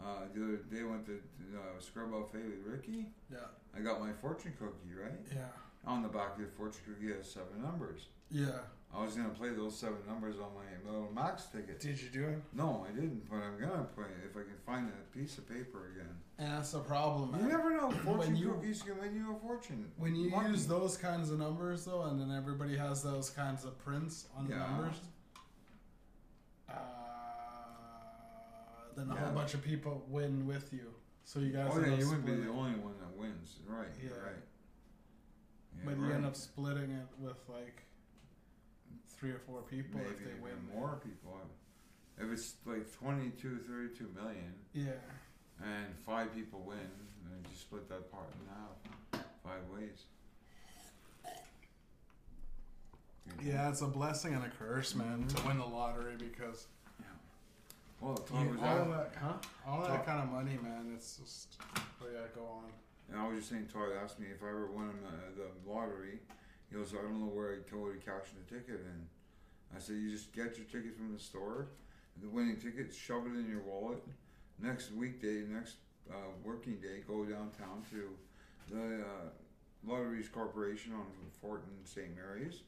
uh, the other day. I went to uh, scrub off hay with Ricky. Yeah. I got my fortune cookie right Yeah. on the back of the fortune cookie has seven numbers. Yeah. I was gonna play those seven numbers on my little max ticket. Did you do it? No, I didn't. But I'm gonna play it if I can find that piece of paper again. And that's the problem, man. You never know. Fortune you- cookies can win you a fortune. when you Lucky. use those kinds of numbers, though, and then everybody has those kinds of prints on the Yeah. numbers, uh, then a Yeah. whole bunch of people win with you. So you guys Oh end yeah, up you wouldn't be splitting. the only one that wins, right? Yeah. Right. Yeah, But you end right. up splitting it with like three or four people if Maybe they even win. more people. If it's like 22, 32 million, Yeah. and five people win, and just split that part in half, five ways. Yeah, it's a blessing and a curse, man, to win the lottery because Well, if I you, was all out, that, huh? All Talk- that kind of money, man. It's just, but yeah, go on. and I was just saying, Todd asked me if I ever won the, the lottery. He goes, I don't know where I'd go to cash the ticket in. I said, you just get your ticket from the store, the winning ticket, shove it in your wallet. Next weekday, next uh, working day, go downtown to the uh, Lotteries Corporation on Fort and St. Mary's.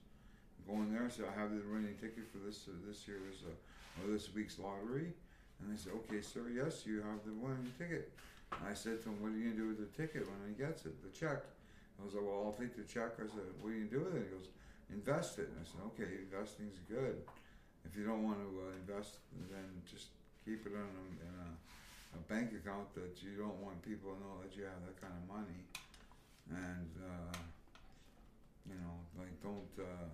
Go in there, say I have the winning ticket for this uh, this year's uh, or this week's lottery, and they said, okay, sir, yes, you have the winning ticket. And I said to him, what are you gonna do with the ticket when he gets it, the check? I was like, well, I'll take the check. I said, what are you gonna do with it? He goes, invest it. And I said, okay, investing's good. If you don't want to uh, invest, then just keep it on a, in a, a bank account that you don't want people to know that you have that kind of money. And, uh, you know, like don't, uh,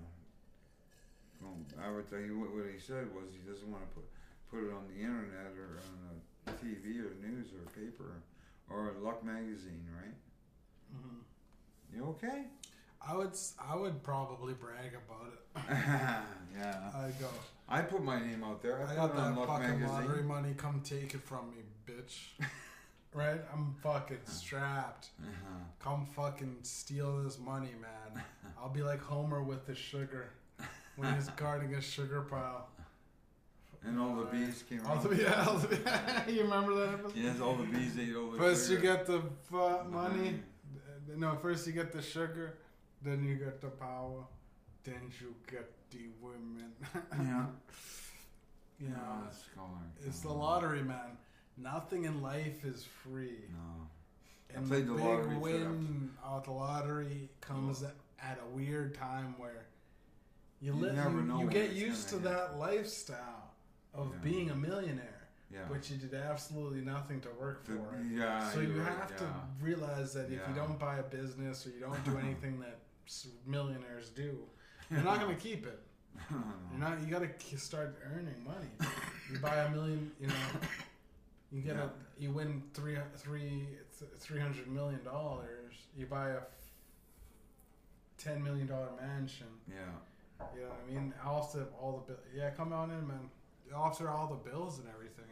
don't advertise. He- What, what he said was he doesn't want to put, put it on the internet or on the TV or news or paper or Luck magazine, right? Mhm. You okay? I would s- I would probably brag about it. yeah. I go. I put my name out there. I, I put got it on that Luck fucking lottery magazine. money. Come take it from me, bitch. right? I'm fucking strapped. Uh-huh. Come fucking steal this money, man. I'll be like Homer with the sugar when he's guarding a sugar pile. And all the bees came All around. the, yeah, all the- you remember that episode? yes, all the bees ate all the First you sugar. get the fu- money. Uh, No, first you get the sugar, then you get the power, then you get the women. Yeah. You Yeah, know, that's going. it's the lottery, man. Nothing in life is free. No. I And played the the big lottery for win of the lottery comes at a weird time where you, You live, never you, know you when get it's used to gonna that lifestyle of Yeah. being a millionaire, Yeah. but you did absolutely nothing to work The- for. it. yeah. So you you're right, have to yeah. realize that if you Yeah. don't buy a business or you don't do anything that s- millionaires do, you're not going to keep it. You're not. You got to start earning money. You buy a million. You know, you get a. You win three three three hundred million dollars. You buy a ten million dollar mansion. yeah. You know what I mean? After all the bill, yeah, come on in, man. After all the bills and everything,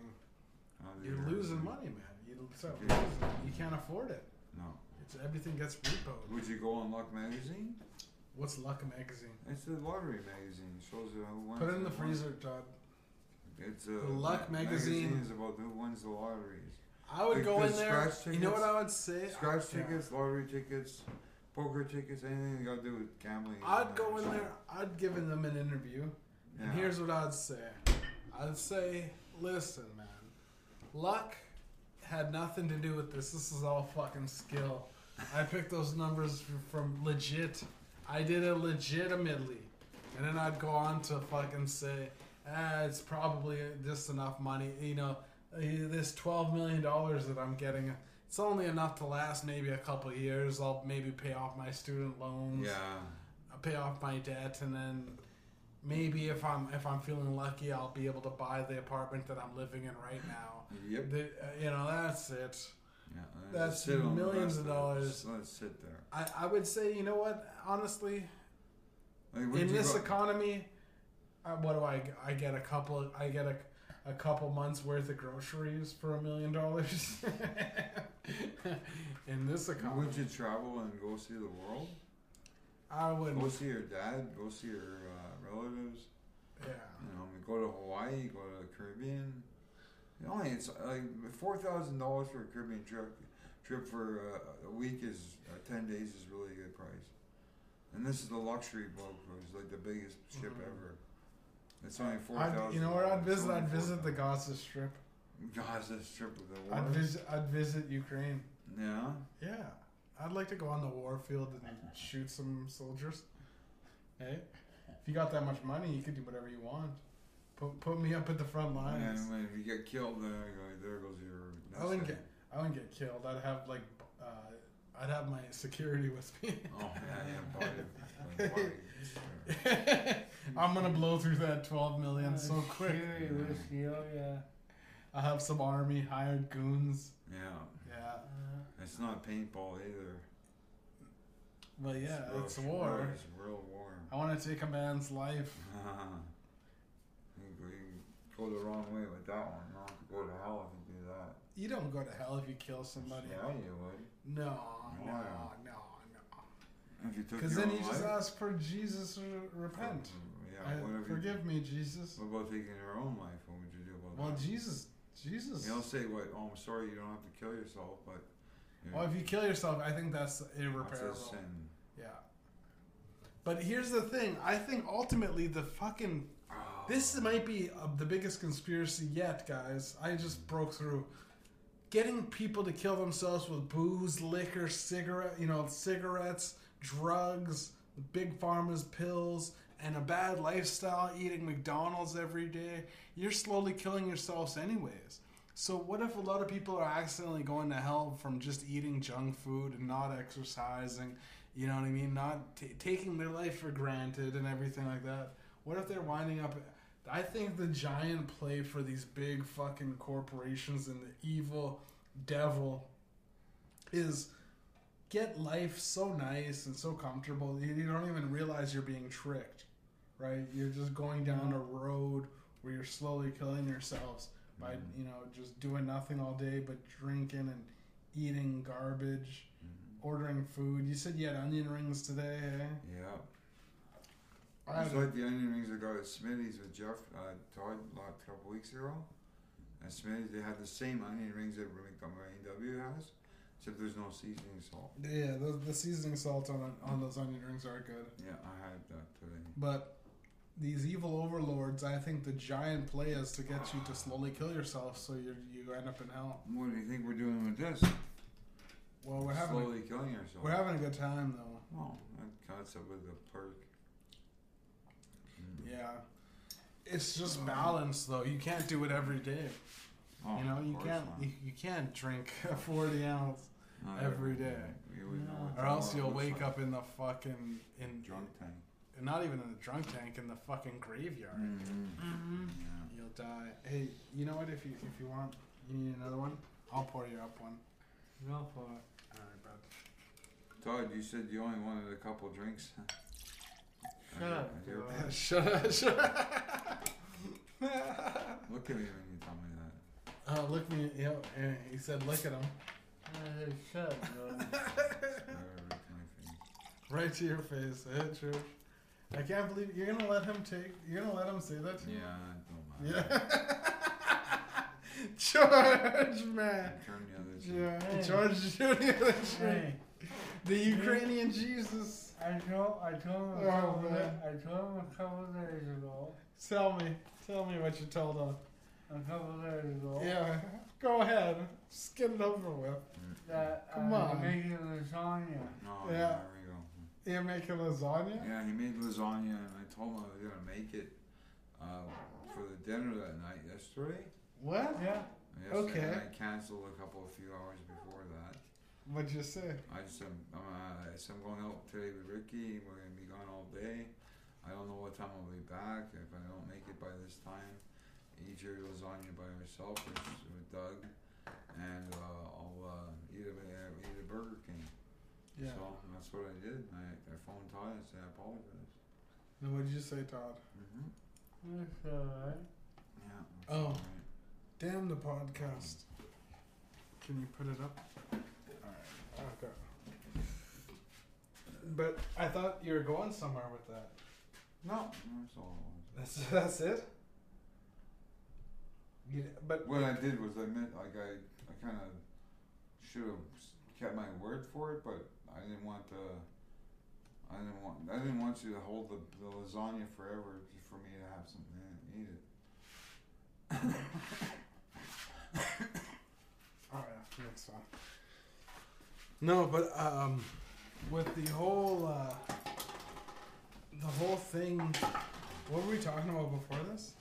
I'll do you're that. losing money, man. You start Yeah. losing. You can't afford it. No. It's everything gets repoed. Would you go on Luck magazine? What's Luck magazine? It's the lottery magazine. It shows you who wins. Put it in and the who freezer, Todd. won. It's a The Luck magazine. is about who wins the lotteries. I would The- go the in there. scratch You know what tickets? I would say? Scratch Yeah. tickets, lottery tickets, poker tickets, anything got to do with gambling. I'd go in there. I'd give them an interview. Yeah. And here's what I'd say. I'd say, listen, man. Luck had nothing to do with this. This is all fucking skill. I picked those numbers f- from legit. I did it legitimately. And then I'd go on to fucking say, ah, it's probably just enough money. You know, eh, this $12 million that I'm getting, it's only enough to last maybe a couple years. I'll maybe pay off my student loans. Yeah. I'll pay off my debt and then maybe if I'm if I'm feeling lucky I'll be able to buy the apartment that I'm living in right now. Yep. The, uh, you know that's it. Yeah, and That's just sit on the millions rest of it. dollars. Just let it sit there. I, I would say you know what honestly Like, would in you this go- economy, uh, what do I g- I get a couple I get a a couple months worth of groceries for a million dollars. In this economy, would you travel and go see the world? I would Go see your dad. Go see your uh, relatives. yeah. You know, go to Hawaii. Go to the Caribbean. You know, it's like four thousand dollars for a Caribbean trip. Trip for uh, a week is uh, ten days is really a good price. And this is the luxury boat cruise, like the biggest ship Mhm. ever. It's only four I'd, thousand. you know where I'd visit? I'd visit the Gaza Strip. Gaza Strip of the war. I'd visit I'd visit Ukraine. yeah. Yeah, I'd like to go on the war field and shoot some soldiers. Hey, if you got that much money, you could do whatever you want. Put, put me up at the front lines. And when you get killed, there, go- there goes your. I wouldn't that's get I wouldn't get killed. I'd have like uh, I'd have my security with me. it. Oh yeah, yeah, body, body. sure. I'm gonna blow through that 12 million so quick. Uh, Sherry whiskey, oh yeah. I have some army hired goons. Yeah, Yeah, Uh, it's not paintball either. but yeah, real- it's war. It's real war. I want to take a man's life. you go- you go the wrong way with that one. You have to go to hell if you do that. You don't go to hell if you kill somebody. Yeah, you would. No, no, Why? no, If you took Because your then own you just life, ask for Jesus to repent. Yeah, I- what if forgive me, Jesus. you? What about taking your own life? What would you do about Well, that? Jesus, Jesus. He'll say, "What? Oh, I'm sorry. You don't have to kill yourself, but you Well, if you kill yourself, I think that's that's a irreparable. sin." Yeah. But here's the thing. I think ultimately the fucking Oh. this might be uh, the biggest conspiracy yet, guys. I just broke through. Getting people to kill themselves with booze, liquor, cigarette, you know, cigarettes, drugs, big pharma's pills, and a bad lifestyle, eating McDonald's every day, you're slowly killing yourselves, anyways. So, what if a lot of people are accidentally going to hell from just eating junk food and not exercising? You know what I mean? Not t- taking their life for granted and everything like that. What if they're winding up? I think the giant play for these big fucking corporations and the evil devil is get life so nice and so comfortable that you don't even realize you're being tricked, right? You're just going down a road where you're slowly killing yourselves by Mm-hmm. you know just doing nothing all day but drinking and eating garbage, ordering food. You said you had onion rings today. Eh? Yeah. I It's had- like the onion rings I got at Smitty's with Jeff uh, Todd like, a couple weeks ago. At Smitty's, they had the same onion rings that Montgomery AW has, except there's no seasoning salt. yeah, the, the seasoning salt on on those onion rings are good. Yeah, I had that today. But these evil overlords, I think the giant play is to get you to slowly kill yourself, so you you end up in hell. What do you think we're doing with this? Well, we're having Slowly killing a, ourselves. we're having a good time though. Well, that concept with the perk. Yeah, it's just balance though. You can't do it every day. Oh, you know, of you course can't not. you, you can't drink forty ounce, Not every every day. day. We would know No. what or the else world you'll looks wake like. up in the fucking in Drunk tank. Not even in the drunk tank, in the fucking graveyard. Mm-hmm. Yeah. You'll die. Hey, you know what? If you if you want, you need another one. I'll pour you up one. No for it. All right, bud. Todd, you said you only wanted a couple drinks. Shut up, I hear- Todd. shut up. Shut up. Look at me when you tell me that. uh, look me. Yeah, yeah, he said, look at him. I said, shut up, Jordan. I already licked my finger. Right to your face. Eh, Trish? I can't believe you're gonna let him take. You're gonna let him say that. To you? Yeah, I don't mind. Yeah. George, man. Turn the other cheek. Yeah, Hey. George Junior. Hey, The Ukrainian Jesus. I told, I told him, a Oh, couple da- man. I told him a couple days ago, Tell me. Tell me what you told him. a couple days ago, Yeah, go ahead. Just get it over with. that Come I on. was making lasagna. No, Yeah. yeah. there we go. You're making lasagna? Yeah, he made lasagna, and I told him I was gonna make it uh, for the dinner that night yesterday. What? Yeah, Yes, okay. Okay. And I canceled a couple of few hours before that. What'd you say? I just am, I'm, uh, I said I'm going out today with Ricky. We're gonna be gone all day. I don't know what time I'll be back. If I don't make it by this time, eat your lasagna by yourself or s- with Doug, and uh, I'll uh, eat a uh, eat a Burger King. Yeah. So that's what I did. I, I phoned Todd and said I apologize. Then what'd you say, Todd? Mm-hmm. that's alright. Yeah. that's Oh. all right. Damn the podcast. Can you put it up? Alright. Okay. But I thought you were going somewhere with that. No, that's all. it was. That's that's it? You, but What I did was I meant like I I kind of should have kept my word for it, but I didn't want to. I didn't want I didn't want you to hold the, the lasagna forever just for me to have something to eat it. Oh yeah, next one. No, but um, with the whole uh, the whole thing, what were we talking about before this?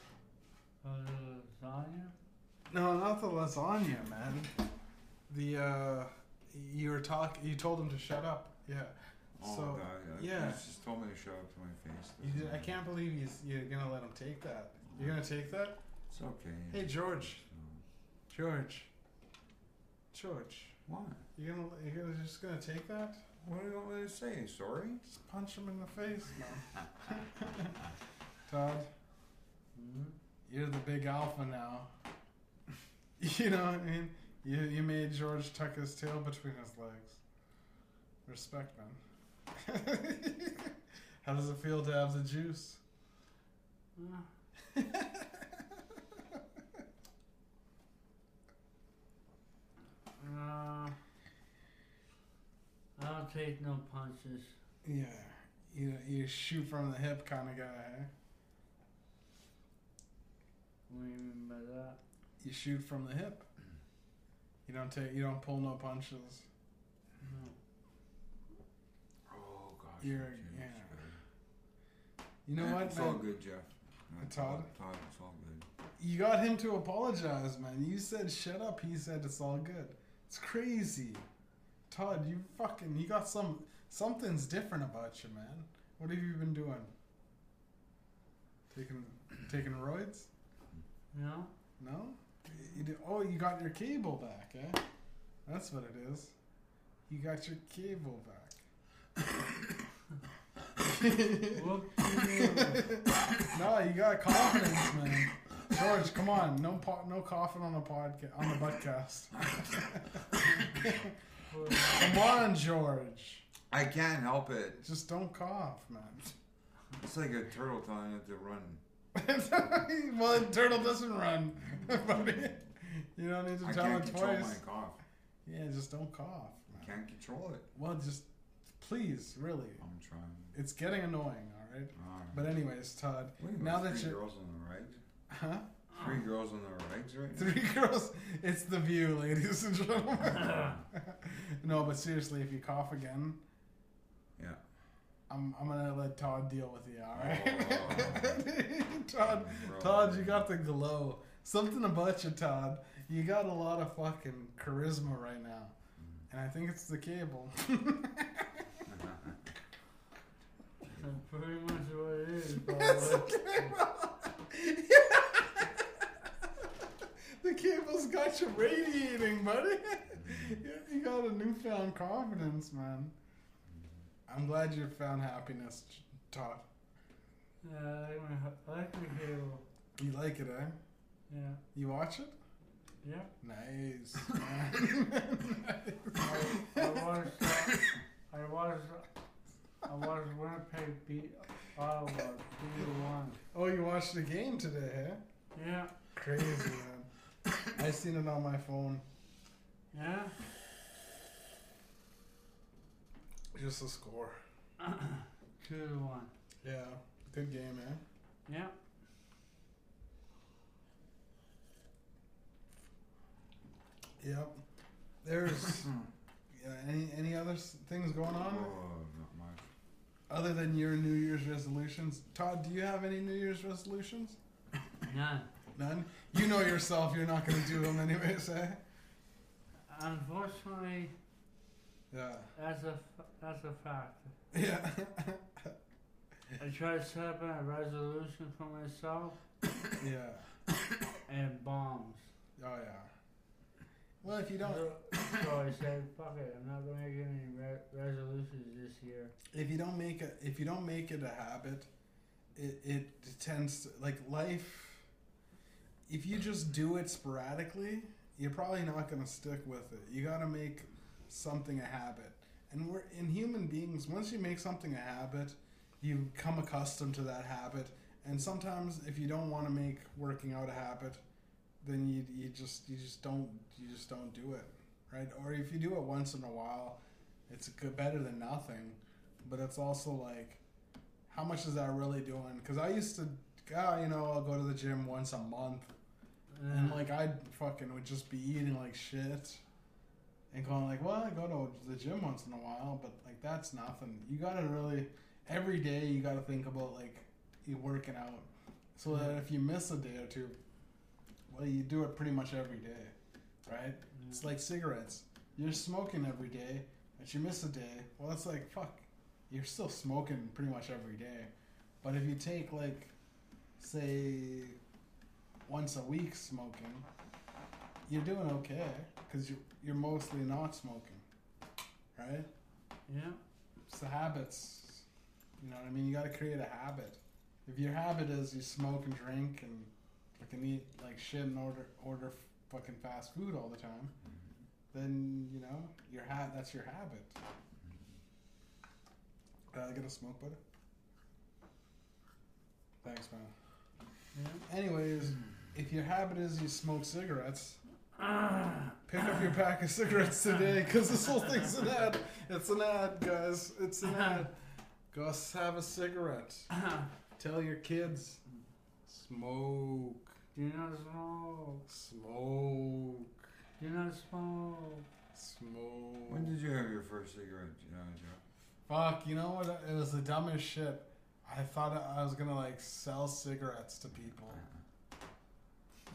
Was it lasagna? No, not the lasagna, man. The uh, you were talk. You told him to shut up. Yeah. Oh, So, God, I, yeah. You just told me to shut up to my face. You did, I can't believe you, you're gonna let him take that. You're gonna take that? It's okay. Hey, George. Um, George. George. What? You're gonna you're gonna, just gonna take that? What do you want me to say? Sorry. Just punch him in the face, man. Todd. Mm-hmm. Hmm? you're the big alpha now. you know what I mean? You you made George tuck his tail between his legs. Respect, man. How does it feel to have the juice? Huh? Uh, I don't take no punches. Yeah, you you shoot from the hip kind of guy. eh? What do you mean by that? You shoot from the hip. You don't take you don't pull no punches. No. Oh gosh. You're I'm serious. yeah. You know Eh, what? It's man? all good, Jeff. No, Uh, Todd? Todd, it's all good. You got him to apologize, man. You said shut up. He said it's all good. It's crazy. Todd, you fucking you got some something's different about you, man. What have you been doing? Taking taking roids? No? No? You did, oh, you got your cable back, eh? That's what it is. You got your cable back. Look to you. No, you got confidence, man. George, come on, no po- no coughing on the podcast on the podcast. come on, George, I can't help it. just don't cough, man. It's like a turtle telling it to run. well, turtle doesn't run, buddy. You don't need to I tell can't it control twice. my cough. Yeah, just don't cough, I man. can't control it. Well, just please, really, I'm trying. it's getting annoying, all right. All right. But anyways, Todd, Wait, there's now that three you're girls on the right, huh. three girls on the rights right now. Three girls. It's the view, ladies and gentlemen. no, but seriously, if you cough again, Yeah. I'm, I'm gonna let Todd deal with you. All right, Oh. Todd. Bro. Todd, you got the glow. Something about you, Todd. You got a lot of fucking charisma right now, Mm. and I think it's the cable. That's pretty much what it is. by the It's way. the cable. the cable's got you radiating, buddy. You- you got a newfound confidence, man. I'm glad you found happiness, Ch- Todd. Yeah, I like my I like my cable. You like it, eh? Yeah. You watch it? Yeah. Nice. I, I watched. Uh, I watched. I watched Winnipeg beat Ottawa three to one. oh, you watched the game today, eh? Yeah. Crazy, man. I seen it on my phone. Yeah. Just the score. Two to one. Yeah. Good game, eh? Yeah. Yep. There's yeah, any any other s- things going Oh, on not much. other than your New Year's resolutions? Todd, do you have any New Year's resolutions? None. None. You know yourself. You're not gonna do them anyways, eh? Unfortunately, Yeah. that's a f- that's a fact. Yeah. I tried to set up a resolution for myself, yeah. and it bombs. Oh yeah. Well, if you don't So, so I said, "Fuck it, I'm not gonna make any re- resolutions this year." if you don't make it if you don't make it a habit, it it tends to, like life. If you just do it sporadically, you're probably not going to stick with it. You got to make something a habit, and we're in human beings. Once you make something a habit, you become accustomed to that habit. And sometimes, if you don't want to make working out a habit, then you you just you just don't you just don't do it, right? Or if you do it once in a while, it's good, better than nothing. But it's also like, how much is that really doing? Because I used to, ah, you know, I'll go to the gym once a month, and Uh, like I fucking would just be eating like shit, and going like, well, I go to the gym once in a while, but like that's nothing. You gotta really every day you gotta think about like you working out, so that if you miss a day or two, well, you do it pretty much every day, right? It's like cigarettes. You're smoking every day, but you miss a day. Well, it's like fuck. You're still smoking pretty much every day, but if you take like, say, once a week smoking, you're doing okay because you're you're mostly not smoking, right? yeah. It's the habits. You know what I mean? You got to create a habit. If your habit is you smoke and drink and fucking eat like shit and order order fucking fast food all the time, then you know your hat that's your habit. Did I get a smoke buddy? Thanks, man. Yeah. Anyways, if your habit is you smoke cigarettes, pick up your pack of cigarettes today because this whole thing's an ad. It's an ad, guys. It's an ad. Go s- have a cigarette. Tell your kids, smoke, Do not smoke. smoke, Do not smoke. smoke. When did you have your first cigarette, uh, Jeff? Fuck, you know what? It was the dumbest shit. I thought I was gonna like sell cigarettes to people, Uh,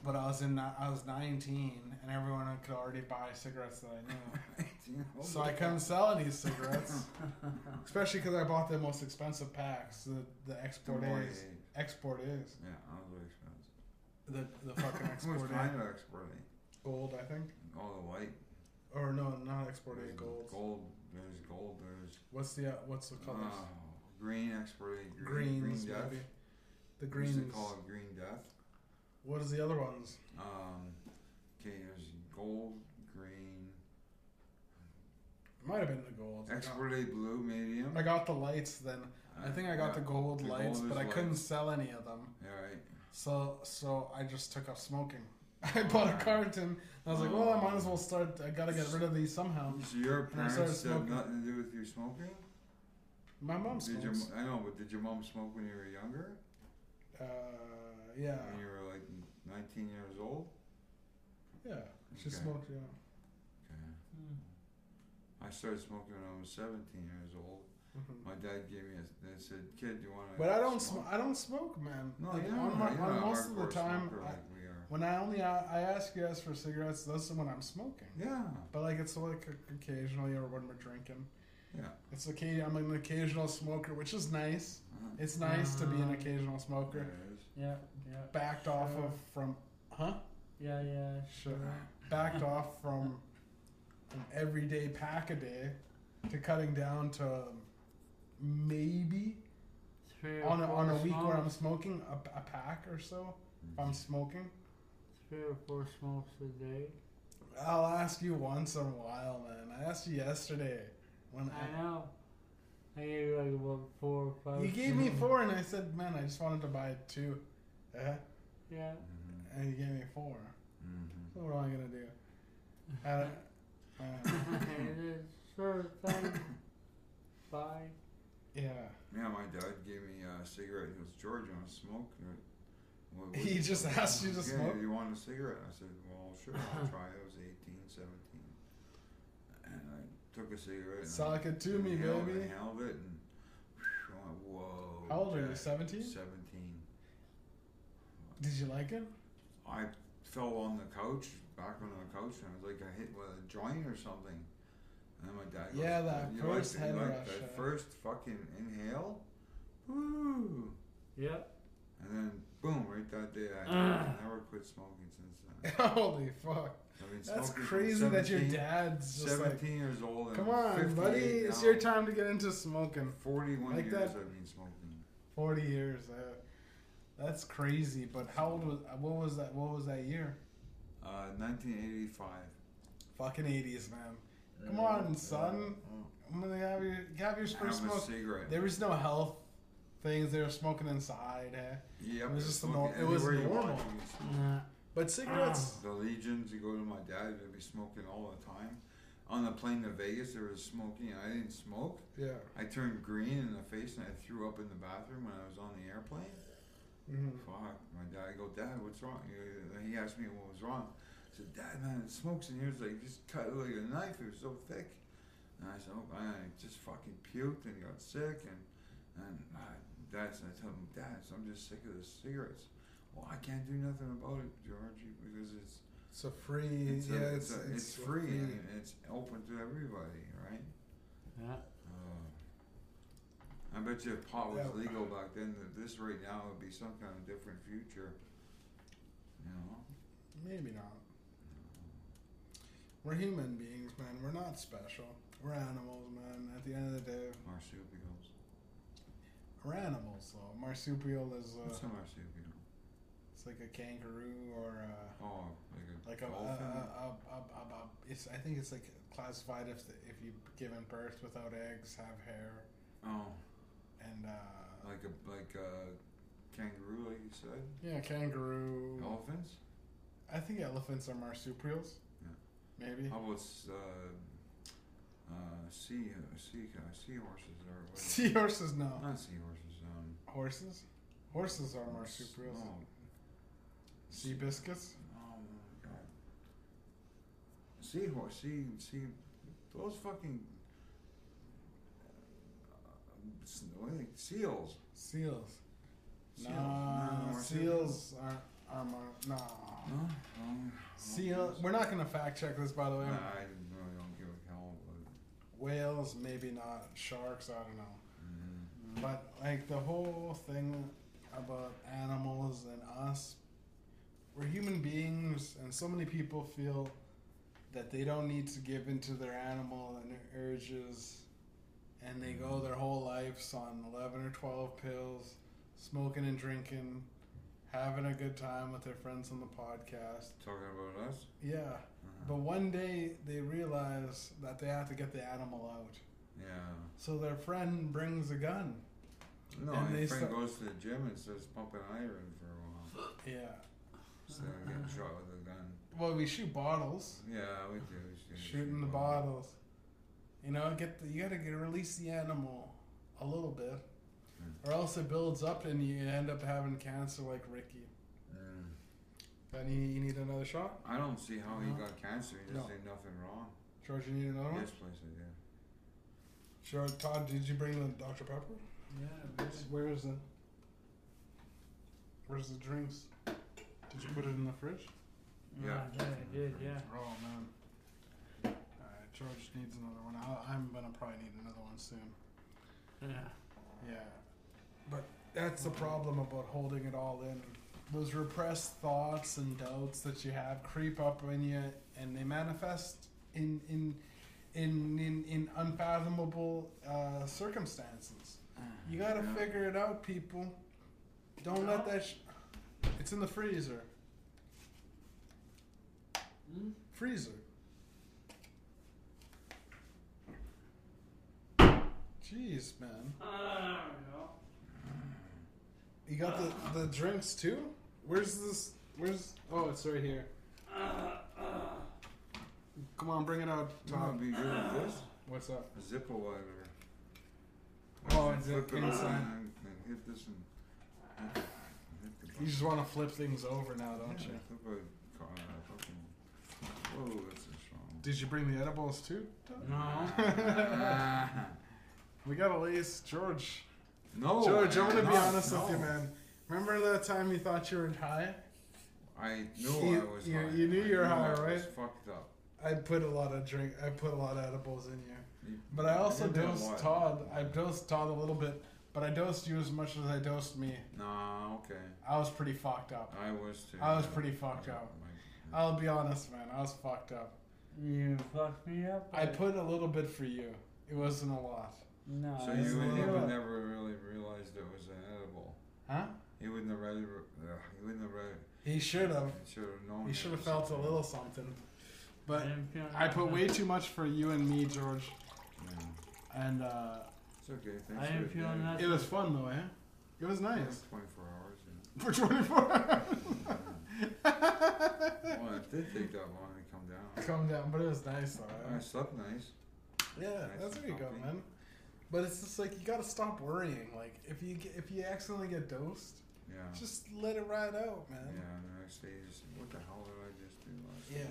but I was in ni- I was 19 and everyone could already buy cigarettes that I knew, Uh, Oh, so I couldn't sell any cigarettes. Especially because I bought the most expensive packs, the the export is export is Yeah, I was really expensive. the the fucking What export kind is of export aid? gold I think All the white. or no not export There's is gold. Gold. There's gold. There's What's the uh, what's the colors? oh, green export aid. Green. greens green death. maybe. The We used to greens. call it green death. What is the other ones? Um, okay, there's gold, green, It might have been the gold. I got- export aid blue, medium. Uh, I got the lights then. I think I got Yeah, the gold the lights, gold but I is couldn't lights. sell any of them. Yeah, right. So so I just took up smoking. I bought a carton. I was like, well, I might as well start. I gotta get rid of these somehow. So your Um, And I started parents have smoking. nothing to do with you smoking? My mom Did your, smokes. I know, but did your mom smoke when you were younger? Uh, yeah, When you were like 19 years old? yeah. She Okay. smoked. Yeah. Okay. Hmm. I started smoking when I was 17 years old. Mhm. My dad gave me a, they said, kid, do you want to But I don't smoke. I don't smoke, man. No, Like, yeah, on my, you're on not a most of the hardcore time, smoker I, like we are. when I only I, I ask you guys for cigarettes, those are when I'm smoking. Yeah, But like it's like occasionally or when we're drinking. yeah. It's okay. I'm an occasional smoker, which is nice. Uh, It's nice to be an Uh-huh. occasional there smoker. it is. Yeah, yeah, Backed off Sure. of from huh? yeah, yeah. Sure. Mm-hmm. Backed off from an everyday pack a day to cutting down to maybe Three or on a, four on a week where I'm smokes- smoking a, a pack or so. If I'm smoking, Three or four smokes a day. I'll ask you once in a while, man. I asked you yesterday when I know. I gave you like about four or five. You gave me smokes. four, and I said, "Man, I just wanted to buy two. Yeah, Yeah. Mhm, and you gave me four. mhm. What am I gonna do? I, uh, it is sure thing. Bye. yeah, Mm-hmm. Yeah, my dad gave me a cigarette. He goes, George, you want to smoke? And I- "What- what He you just want?" asked you to yeah, smoke? you want a cigarette? I said, well, sure, I'll try. I was 18, 17. And I took a cigarette. Sock and I it to me, inhaled- baby. inhaled it and I went, whoa. How old are you? Jack." Seventeen? 17. Did you like it? I fell on the couch, back on the couch, and I was like, I hit with a joint or something. And then my dad goes, Yeah, that you first like, you head like rush, That uh, first fucking inhale? Woo! Yep. And then, boom, right that day, I Ah. never quit smoking since then. Holy fuck! I've been That's smoking since crazy that your 17 dad's just 17 like, years old. and "Come I'm on, 58 buddy, it's now. your time to get into smoking." 41 Like years that. I've been smoking. Forty years. Uh, that's crazy. But how old was? What was that? What was that year? Uh, 1985. Fucking eighties, man. Come on, son. I'm gonna have your have your Uh, Have first a smoke. cigarette. There was no health things. They were smoking inside. Eh? Yep, It was just the smoking nor- it was anywhere you want, normal. you can smoke. Nah. But cigarettes. The legions, you go to my dad, they'd be smoking all the time. On the plane to Vegas, there was smoking, and I didn't smoke. Yeah. I turned green in the face, and I threw up in the bathroom when I was on the airplane. Mhm. Fuck, my dad. I go, Dad, what's wrong? He- He asked me what was wrong. I said, Dad, man, it smokes in here. It's like just cut it like a knife. It was so thick. And I said, oh, I just fucking puked and got sick. And and uh, Dad's, I told him, Dad, I'm just sick of the cigarettes. Well, I can't do nothing about it, George, because it's It's a free. it's, yeah, a- it's, a- it's, it's free and it's open to everybody, right? Yeah. Uh, I bet you if pot was Yeah. legal back then, that this right now would be some kind of different future. You know? Maybe not. We're human beings, man. We're not special. We're animals, man. At the end of the day, Marsupials. Uh, we're animals. Though marsupial is uh, What's a marsupial? it's like a kangaroo or a, Oh, like like a a, uh, a, a, dolphin? a, a, a, a it's I think it's like classified if the, if you've given birth without eggs, have hair, oh, and uh, like a like a kangaroo, like you said. yeah, kangaroo. Elephants? I think elephants are marsupials. Yeah. Oh. Maybe. How about s- uh, uh, sea uh, sea uh, seahorses or whatever? Seahorses, no. Not seahorses. Um, Horses? Horses are marsupials. No. Sea biscuits? Oh my god. Seahorse, see, see, those fucking uh, s- what are they- seals. Seals. Seals. Nah, No, I think- seals are are my no. No? Um, Seal. We're not gonna fact check this, by the Nah, way. I really don't give a hell about it. Whales, maybe not. Sharks, I don't know. Mhm. But like the whole thing about animals and us, we're human beings, and so many people feel that they don't need to give into their animal and their urges, and they go their whole lives on eleven or twelve pills, smoking and drinking, having a good time with their friends on the podcast. Talking about us? Yeah. Uh-huh. But one day they realize that they have to get the animal out. yeah. So their friend brings a gun. No, And my they friend start- goes to the gym and starts pumping iron for a while. Yeah. Instead of getting shot with a gun. Well, we shoot bottles, Yeah, we do. we should shooting the shoot bottles. You know, get the, you gotta get release the animal a little bit, Hmm. or else it builds up and you end up having cancer like Ricky. Mm. Then you, you need another shot. I don't see how he No. got cancer. He just Uh-huh. No. did nothing wrong. George, you need another one. Yes, please, I do. Sure, Todd, did you bring the Dr Pepper? Yeah, Where's- Where is the Where's the drinks? Did you put it in the fridge? Yeah. I think I did, yeah. Oh man. Alright, George needs another one. I, I'm gonna probably need another one soon. Yeah. Yeah. But that's the problem about holding it all in. Those repressed thoughts and doubts that you have creep up on you and they manifest in in in in, in unfathomable uh, circumstances. You gotta Yeah. figure it out, people. Don't let that. Sh- it's in the freezer. Hmm? Freezer. Jeez, man. I don't know. You got the, the drinks too? Where's this? Where's. Oh, it's right here. Come on, bring it out, You know Tom. what'd be good with this? What's up? A zipper lighter. Oh, I it's can a- flip it around inside. And, and hit this and. hit- hit the You button. just want to flip things over now, don't Yeah, you? flip a car, a fucking- Whoa, that's a strong. Did you bring the edibles too? Tom? No. We got a lace, George. Oh, no. George, I'm I gonna am be not, honest with you, no. man. Remember that time you thought you were high? I knew You- I was you- high. you knew I you were high, I was right? fucked up. I put a lot of drink. I put a lot of edibles in you. You- But I also you did a dosed lot. Todd. I dosed Todd a little bit, but I dosed you as much as I dosed me. Nah, okay. I was pretty fucked up. I was too. I was yeah. pretty fucked Yeah, up. my- I'll be honest, man. I was fucked up. You fucked me up. I but- put a little bit for you. It wasn't a lot, No. So I you didn't would, Yeah. you do would it. never really realized it was an edible. huh? He wouldn't have read. Uh, he wouldn't have read. He should have. Should have known. He it should have was felt a something. little something. But didn't feel I put nothing. way too much for you and me, George. Yeah. And uh, It's okay. Thanks I for didn't the feel day. nothing. it was fun though, eh? It was Yeah, nice it's 24 hours. yeah. for 24 hours. well, it did take that long to come down. Calm down, but it was nice though. eh? I slept nice. Yeah, Nice that's and where you go, comfy. man. But it's just like you gotta stop worrying. Like if you get, if you accidentally get dosed, Yeah. just let it ride out, Yeah. man. and the next day, you just what the hell did I just do? Last Yeah.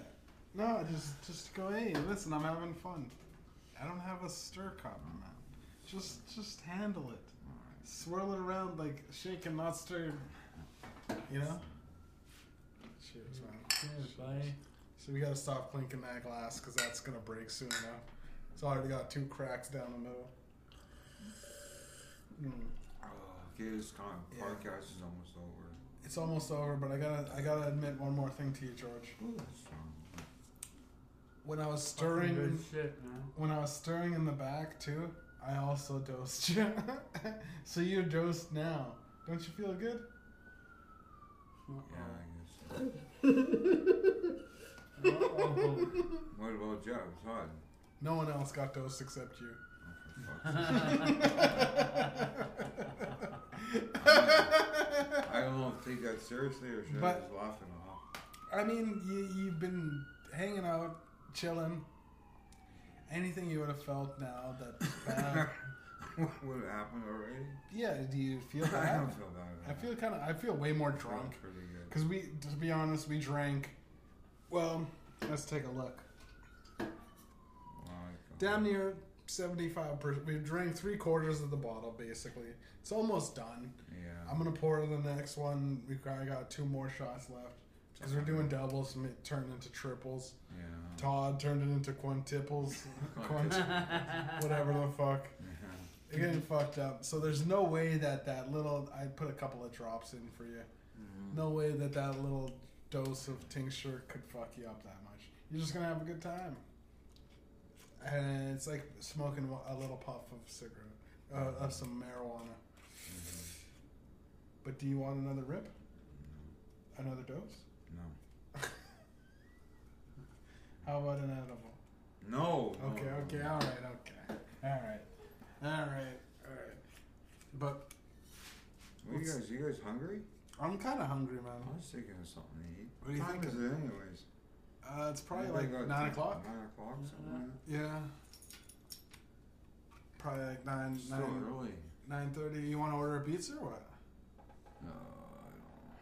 night? No, just just go. Hey, listen, I'm having fun. I don't have a stir cup, man. Just just handle it. Alright. Swirl it around like shake and not stir. You know. Cheers, man. Cheers, buddy. So we gotta stop clinking that glass because that's gonna break soon now. It's already got two cracks down the middle. Mm. Oh, okay, this kind of Yeah. podcast is almost over. It's almost over, but I gotta I gotta admit one more thing to you, George. Ooh, that's strong. When I was Fucking stirring, good shit, man. when I was stirring in the back too, I also dosed you. so you're dosed now. Don't you feel good? Yeah, I guess. so. Uh-oh. What about Jeff? Todd? No one else got dosed except you. Oh, for fuck's sake. I don't know if to take that seriously or should I But- just laugh it off. I mean, you you've been hanging out, chilling. Anything you would have felt now that's bad? What happened already? yeah, do you feel I bad? don't feel bad. I feel kind of. I feel way more I feel drunk. Pretty good. Because we, to be honest, we drank. Well, let's take a look. Wow, I feel- Damn near 75 percent. We drank three quarters of the bottle basically. It's almost done. Yeah. I'm gonna pour the next one. We probably got two more shots left because we're doing doubles and it turned into triples. Yeah. Todd turned it into quintipples, quint, whatever the fuck. You're getting fucked up. So there's no way that that little I put a couple of drops in for you. No way that that little dose of tincture could fuck you up that much. You're just gonna have a good time. And it's like smoking a little puff of cigarette, uh, of some marijuana. But do you want another rip? Another dose? No. How about an edible? No. no, Okay, no, okay, no. all right, okay, all right, all right, all right. But What you guys, you guys hungry? I'm kind of hungry, man. I was thinking of something to eat. Uh-huh. What do you time think? is it, anyways? Uh, it's probably Yeah, like about nine ten- o'clock. Nine o'clock, something like that. Yeah. Probably like nine, Still nine, early. nine thirty. You want to order a pizza or what? No, I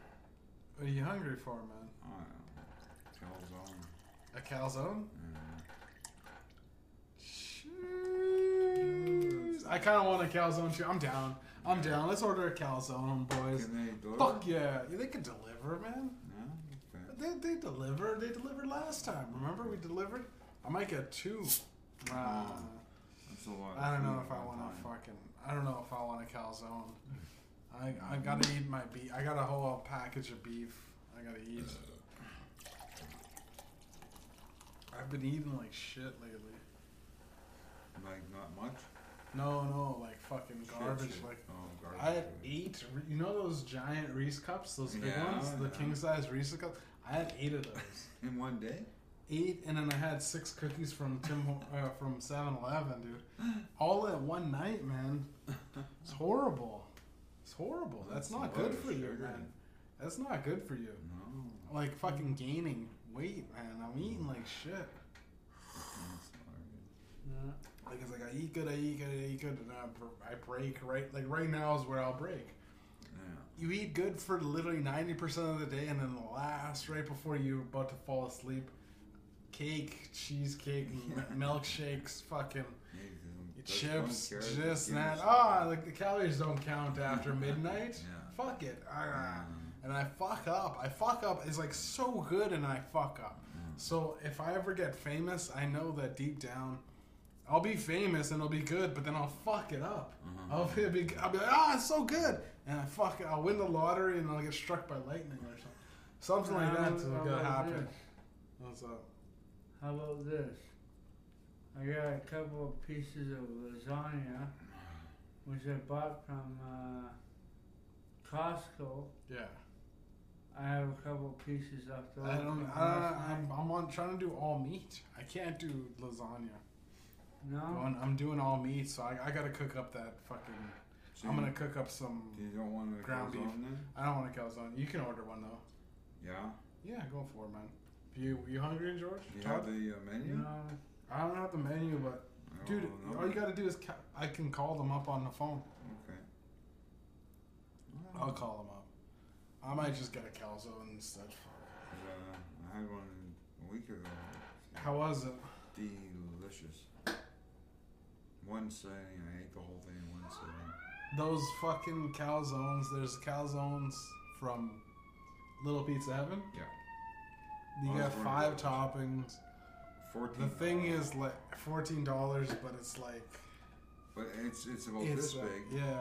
What are you hungry for, man? don't. I don't. Tells on. A calzone? Yeah. Jeez. I kind of want a calzone too. I'm down. I'm down. Let's order a calzone, boys. Can they deliver? Fuck yeah. They can deliver, man. No. Okay. They, they deliver. They delivered last time. Remember we delivered? I might get two. Uh, That's a lot. of I don't know food if I at one want time. to fucking. I don't know if I want a calzone. I I gotta eat my beef. I got a whole package of beef. I gotta eat. I've been eating like shit lately. Uh, Like not much. No, no, like fucking Shit, garbage. shit. Like oh, garbage. I had food. eight. Re- You know those giant Reese cups, those big Yeah, ones, the yeah. king size Reese cups. I had eight of those. in one day. eight, and then I had six cookies from Tim Ho- uh, from Seven Eleven, dude. All at one night, man. It's horrible. It's horrible. That's, That's a not lot good of for you, sugar. man. That's not good for you. No. Like fucking gaining weight, man. I'm eating like shit. That's not good. Yeah. Like it's like I eat good, I eat good, I eat good, and I, br- I break right. Like right now is where I'll break. Yeah. You eat good for literally ninety percent of the day, and then the last right before you're about to fall asleep, cake, cheesecake, m- milkshakes, fucking Yeah, you don't- don't chips, care. this Give and that. yourself- Ah, like the calories don't count after midnight. Yeah. Fuck it. Ah. Mm. And I fuck up. I fuck up. It's like so good, and I fuck up. So if I ever get famous, I know that deep down, I'll be famous and it'll be good, but then I'll fuck it up. Mhm. I'll, be, be- I'll be like, ah, it's so good, and I fuck it. I'll win the lottery and I'll get struck by lightning or something. Something like How that's about gonna happen. this? What's up? How about this? I got a couple of pieces of lasagna, which I bought from uh, Costco. Yeah. I have a couple of pieces left over. I don't. from Uh, last I'm, night. I'm on trying to do all meat. I can't do lasagna. No. Going- I'm doing all meat, so I, I gotta cook up that fucking. So I'm you- gonna cook up some. You don't want to ground beef. Then? I don't want a calzone. You can order one though. Yeah. Yeah, go for it, man. You you hungry, George? Do you Todd? have the uh, menu? Oh, No. I don't have the menu, but I dude, don't know. all you gotta do is ca- I can call them up on the phone. Okay. I'll call them up. I might just get a calzone instead. Uh, I had one a week ago. How was it? Delicious. One sitting, I ate the whole thing in one sitting. Those fucking calzones. There's calzones from Little Pizza Heaven. Yeah. I You was got wondering five about that. toppings. Fourteen. The thing dollars. is like fourteen dollars, but it's like but it's it's about it's this uh, big. Yeah,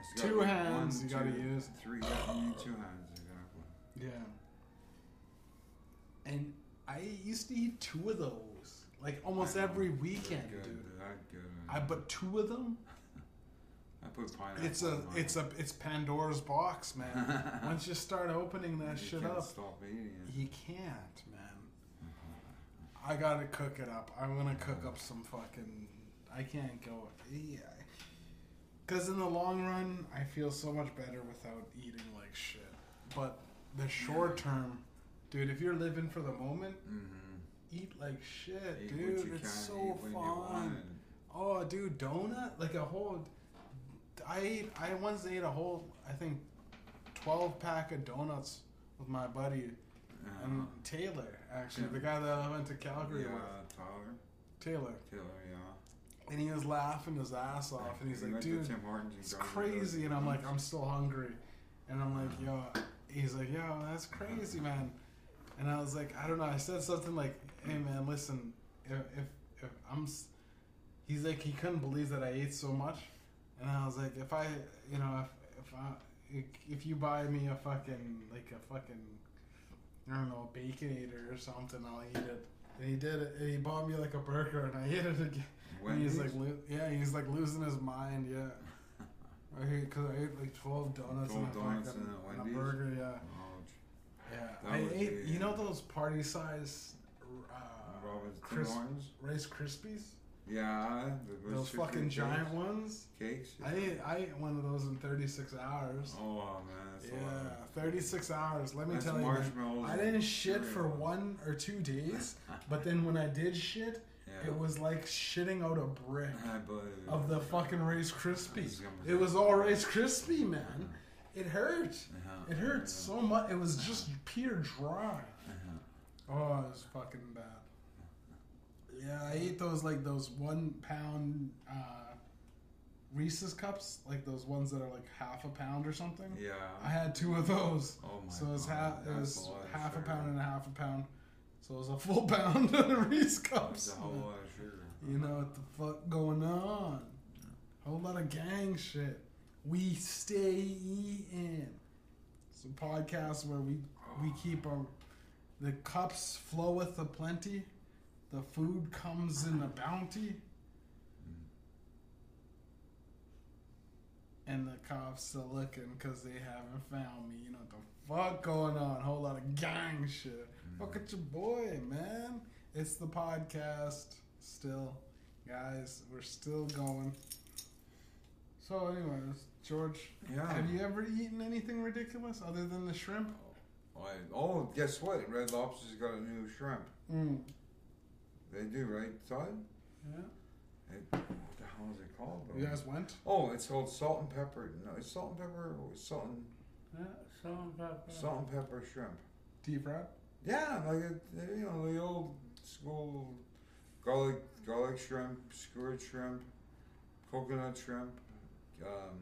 It's gotta two be one, hands you two, gotta use. Three, yeah, you need two hands exactly. Yeah. And I used to eat two of those, like almost I know. every They're weekend, good, dude. they're That good. I but two of them. I put pineapple. It's a on mine. it's a it's Pandora's box, man. Once you start opening that You shit can't up, Stop eating it. Uh-huh. you can't, man. I gotta cook it up. I'm gonna cook up some fucking. I can't go. Yeah. Because in the long run, I feel so much better without eating like shit. But the short term, dude, if you're living for the moment, Mm-hmm. eat like shit, Eat dude. what you it's can, so eat when You want. fun. Oh, dude, donut like a whole. I ate. I once ate a whole. I think, twelve pack of donuts with my buddy Uh, and Taylor. Actually, Yeah. the guy that I went to Calgary yeah, with, Tyler. Taylor. Taylor, yeah. And he was laughing his ass off, and he's We like, went to "Dude, Tim Hortons and it's got it. crazy. And I'm like, I'm still hungry. And I'm like, yo, he's like, yo, that's crazy, man. And I was like, I don't know. I said something like, hey, man, listen, if, if, if I'm, s- he's like, he couldn't believe that I ate so much. And I was like, if I, you know, if, if I, if you buy me a fucking, like a fucking, I don't know, baconator or something, I'll eat it. And he did it. And he bought me like a burger, and I ate it again. And he's like, Wendy's? lo- yeah, he's like losing his mind. Yeah, I hate because I ate like twelve donuts, and, 12 donuts a, fucking- and a and Wendy's? a burger. Yeah, Ouch. yeah. That I was ate. the- You know those party size uh, Robin's Tim Crisp- Hortons? Rice Krispies? Yeah, the Those roasted fucking cake giant cakes. ones. Cakes. I ate. I ate one of those in thirty six hours. Oh man, that's a yeah, lot. thirty six hours. Let me That's tell you. man. marshmallows. I didn't and shit for cereal. one or two days, but then when I did shit, Yeah. Ah, it was like shitting out a brick. I believe it. of the fucking Rice Krispies. It was all Rice Krispie, man. It hurt. Uh-huh. It hurt so much. It was just pure dry. Uh-huh. Oh, it was fucking bad. Yeah, I ate those like those one pound uh, Reese's cups, like those ones that are like half a pound or something. Yeah. I had two of those, oh my so it was God, half. It that's was lot of half a sugar. pound and a half a pound. So it was a full pound of Reese That's cups. a whole lot of sugar. You know what the fuck going on? Whole lot of gang shit. We stay eating. It's a podcast where we we keep our the cups floweth a plenty, the food comes in a bounty, and the cops are looking because they haven't found me. You know what the fuck going on? Whole lot of gang shit. Mm-hmm. Look at your boy, man. It's the podcast still. Guys, we're still going. So, anyways, George, Yeah. have you ever eaten anything ridiculous other than the shrimp? Why- oh, guess what? Red Lobster's got a new shrimp. Mm. They do, right, Todd? Yeah. It, what the hell is it called? though? You guys went? Oh, it's called salt and pepper. No, it's salt and pepper. Or salt and Yeah, salt and pepper. salt and pepper shrimp. Deep fried? Yeah, like a, you know the old school garlic garlic shrimp, skewered shrimp, coconut shrimp, um,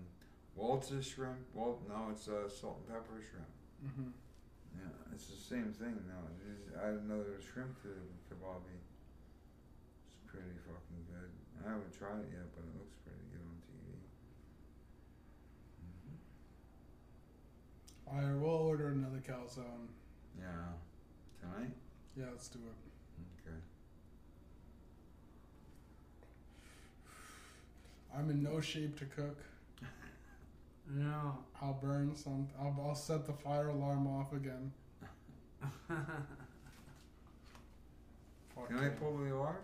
Waltz's shrimp. Walt, no, it's uh, salt and pepper shrimp. Mm-hmm. Yeah, it's the same thing now. You just add another shrimp to the kebabi. It's pretty fucking good. I haven't tried it yet, but it looks pretty good on TV. hmm All right, we'll order another calzone. Mm-hmm. Yeah. Tonight? Yeah, let's do it. Okay. I'm in no shape to cook. No. I'll burn some. I'll, I'll set the fire alarm off again. Fuck Can I yeah. pull the alarm?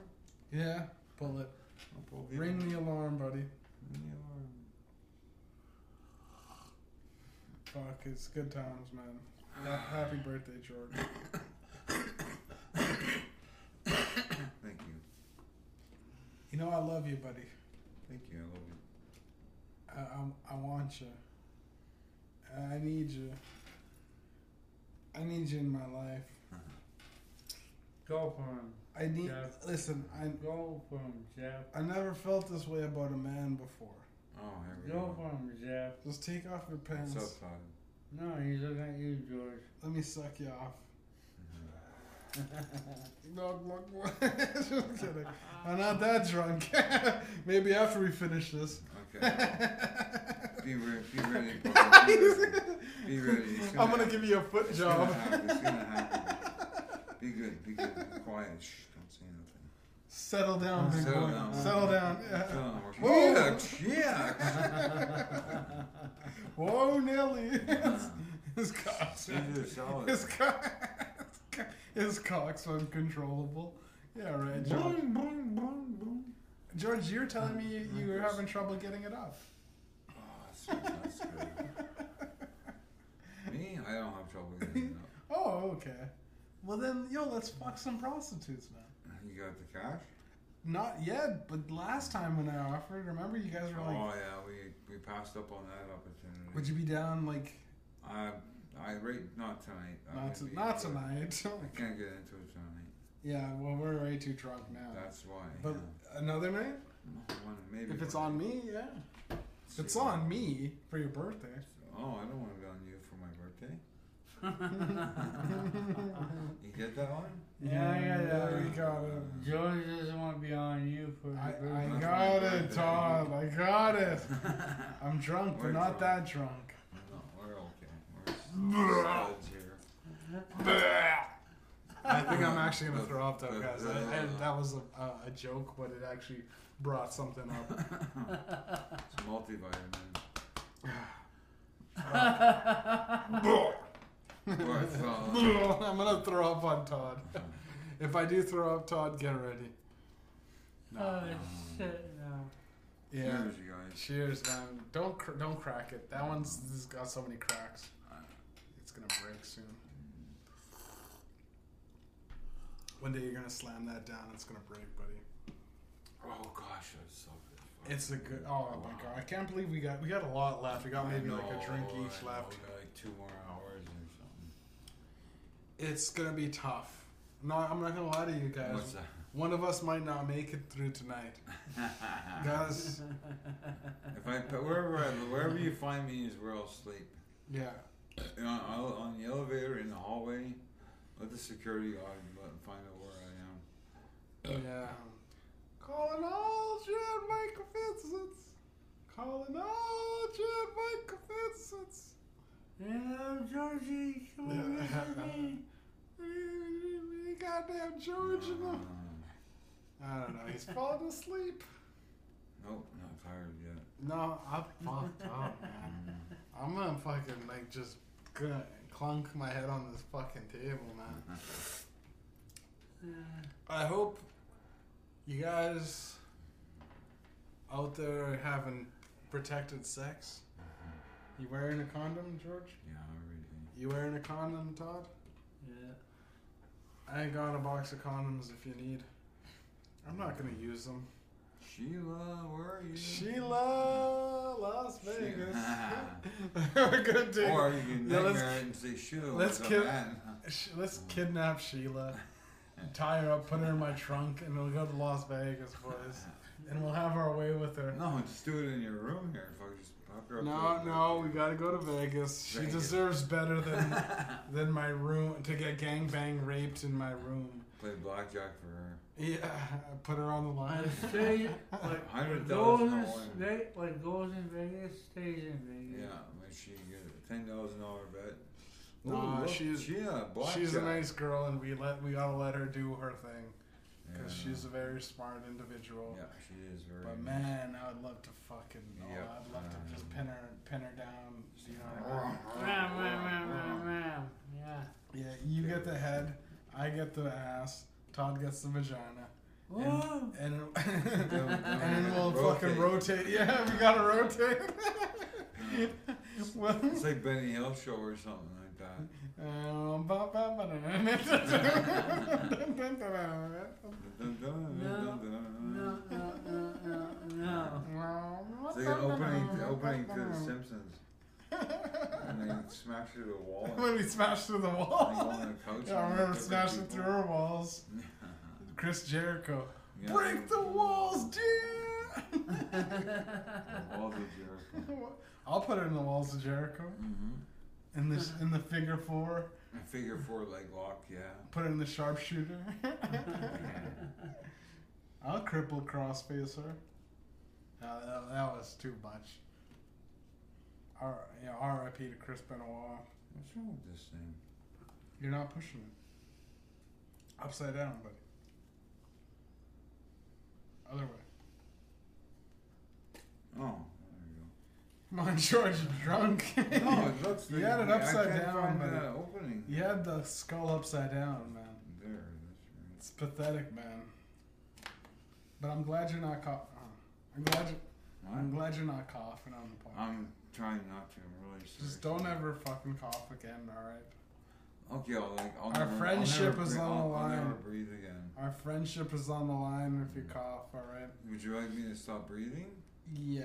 Yeah, pull it. I'll pull the Ring the alarm, buddy. Ring the alarm. Fuck, it's good times, man. Yeah, Happy birthday, George. Thank you. You know I love you, buddy. Thank you. I love you. I, I, I want you. I need you. I need you in my life. Go for I need. Yeah. Listen, I him. Go for him, Jeff. I never felt this way about a man before. Oh, here we Go go. for him, Jeff. Just take off your pants. What's up, Todd? No, he's looking at you, George. Let me suck you off. No, look, what? just kidding. I'm not that drunk. Maybe after we finish this. Mm-hmm. Okay. be, re- be ready. Be ready. Be ready. It's I'm gonna happen. give you a foot It's job. gonna happen. It's gonna happen. Be good. Be good. Be quiet. Shh. Don't say nothing. Settle down, big Settle boy. down. Settle down. Yeah. Oh, Whoa. Chillax, chillax. Whoa, Nelly. His cock. Caesar salad. His cock. His cock's uncontrollable. Yeah, right, George. Boom, boom, boom, boom. George, you're telling me you, you were having trouble getting it off. Oh, that's good. That's good. Me, I don't have trouble getting it up. Oh, okay. Well then, yo, let's fuck some prostitutes, man. You got the cash? Not yet, but last time when I offered, remember you guys were like, Oh yeah, we we passed up on that opportunity. "Would you be down like I I rate not tonight. I not might to, be not into it. tonight?" I can't get into it tonight. yeah, well, we're way too drunk now. That's why. But yeah. another night, One, maybe If it's one. on me, yeah. If See it's what- on me for your birthday. Oh, I don't want to be on you for my birthday. You get that one? Yeah, yeah, yeah. There Mm, we got it. George doesn't want to be on you for I, his I That's birthday. got my it, birthday. Todd. I got it. I'm drunk, but We're not drunk. that drunk. No, we're okay. We're studs here. I think I'm actually gonna throw up though, Uh, guys. I, I, that was a, a, a joke, but it actually brought something up. It's a multivitamin. But, uh, I'm gonna throw up on Todd. If I do throw up, Todd, get ready. Oh, No. shit, no. Yeah. Cheers, you guys. Cheers, man. Don't cr- don't crack it. That one's this has got so many cracks. It's gonna break soon. One day you're gonna slam that down. It's gonna break, buddy. Oh gosh, that's so good. It's a good. Oh my god, I can't believe we got we got a lot left. We got maybe like a drink each left. like two more hours or something. It's gonna be tough. No, I'm not gonna lie to you guys. What's that? One of us might not make it through tonight, Ah. guys. If I wherever I, wherever you find me is where I'll sleep. Yeah, You know, I'll, on the elevator in the hallway, let the security guard let him find out where I am. yeah. Calling all Chad Michael Vincents. Calling all Chad Michael Vincents. Yeah, Georgie, come on Yeah. with me. Goddamn George. you know. Uh, I don't know. He's falling asleep. nope, not tired yet. No, I'm fucked up, man. I'm gonna fucking like just gonna clunk my head on this fucking table, man. I hope you guys out there are having protected sex. You wearing a condom, George? Mm-hmm. Yeah, everything. You wearing a condom, Todd? Yeah. I got a box of condoms if you need. I'm not gonna use them. Sheila, where are you? Sheila, Las Sheila. Vegas. We're gonna take. Or you can Yeah, yeah, let's- nightmare it and say, Sheila, let's what's up, kill- man? Sh- Let's kidnap Sheila, tie her up, put her in my trunk, and we'll go to Las Vegas, boys. And we'll have our way with her. No, just do it in your room here. Fuck, just pop her up. No, to the- no, we gotta go to Vegas. She Vegas. deserves better than than my room to get gangbang raped in my room. Play blackjack for her. Yeah, I put her on the line. I stay, like, $100 goes no in, one. Ve- what goes in Vegas stays in Vegas. Yeah, when she get a ten thousand dollar bet. Nah, look, she's- Sheila, blackjack. She's a nice girl, and we let we gotta let her do her thing yeah. because she's a very smart individual. Yeah, she is very. But nice. man, I would love to fucking. oh, Yep. Mm. I'd love to just pin her, pin her down. You know. What I mean? Ram, ram, ram, ram, ram. Yeah. Yeah, you get the head, I get the ass, Todd gets the vagina, Whoa. and and then then we'll rotate. fucking rotate. Yeah, we gotta rotate. well, It's like Benny Hill show or something like that. um, ba- ba- ba- da- Dun, dun, dun, dun, dun, dun. No, no, no, no, no. It's like an opening, opening to The Simpsons, and they smash through the wall. And when we smashed through the they go wall. on the couch. Yeah, I and remember different smashing people- through our walls. Chris Jericho. Yeah. Break the walls, dear. The walls of Jericho. I'll put it in the walls of Jericho. Mhm. In the in the figure four. I figure four leg lock. Yeah. Put it in the sharpshooter. I'll cripple crossfacer. Uh, that, that was too much. R, yeah, R.I.P. to Chris Benoit. What's wrong with this thing? You're not pushing it. Upside down, buddy. Other way. Oh, there you go. Come on, George, you're drunk. No, it looks You had it upside I can't down, Find but- that uh, opening. You had the skull upside down, man. There, that's It's pathetic, man. But I'm glad you're not cough. uh, I'm glad you- right. I'm I'm, glad you're not coughing on the podcast. I'm trying not to. I'm really sorry. Just don't ever fucking cough again, all right? Okay, I'll like. I'll Our never, friendship I'll never is breathe- on the I'll, I'll never line. breathe again. Our friendship is on the line if you cough, all right? Would you like me to stop breathing? Yeah.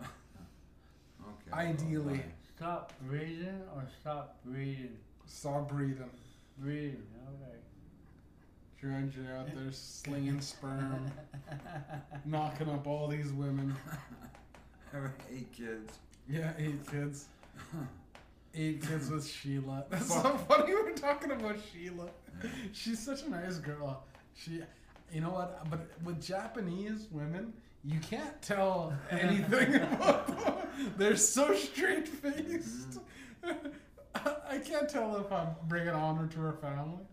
Okay. Ideally. Stop breathing or stop breathing? Stop breathing. Breathing, okay. Georgia out there slinging sperm, knocking up all these women. Having eight kids. Yeah, eight kids. Eight kids with Sheila. That's Fuck. so funny. We're talking about Sheila. She's such a nice girl. She, you know what? But with Japanese women, you can't tell anything about them. They're so straight faced. I I can't tell if I'm bringing honor to her family.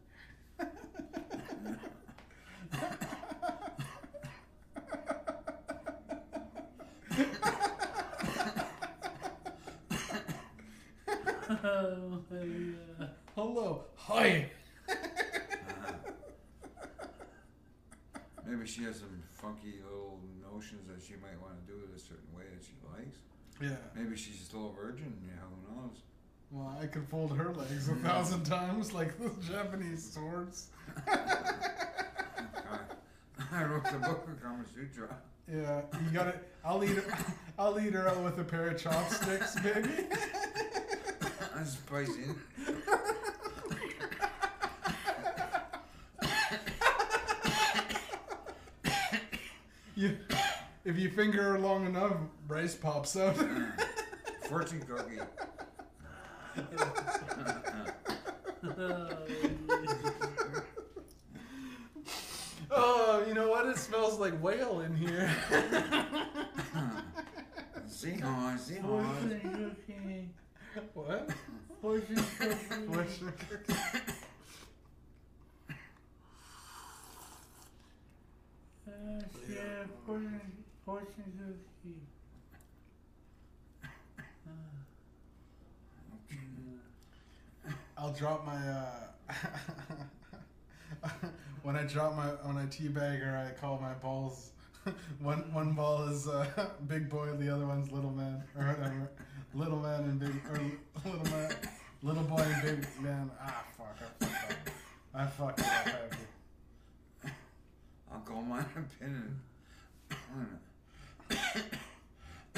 Oh, yeah. Hello. Hi. Maybe she has some funky little notions that she might want to do it a certain way that she likes. Yeah. Maybe she's still a virgin. Yeah, who knows? Well, I could fold her legs a thousand times like those Japanese swords. I, I wrote the book of Kama Sutra. Yeah, you got to I'll lead. I'll lead her out with a pair of chopsticks, baby. I'm spicy. You, if you finger her long enough, Bryce pops out. Fortune cookie. oh, you know what? It smells like whale in here. Seahorse, seahorse. Fortune cookie. what? Fortune cookie. Fortune cookie. Yes, yeah, fortune, fortune cookie. Ah. I'll drop my. uh When I drop my when I teabag her, I call my balls. one one ball is uh, big boy, the other one's little man or whatever. little man and big or little man, little boy and big man. Ah fuck! I fucked up. I fucked it up. Happy. I'll call mine a pin and I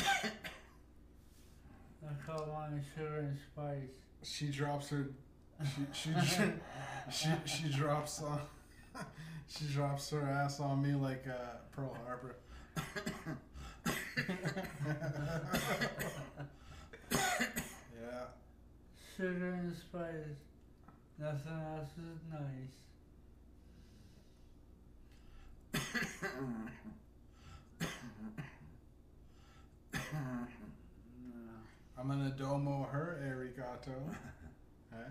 call mine sugar and spice. She drops her. She she she, she drops on. She drops her ass on me like uh, Pearl Harbor. yeah. Sugar and spice. Nothing else is nice. No. I'm gonna domo her arigato. Okay,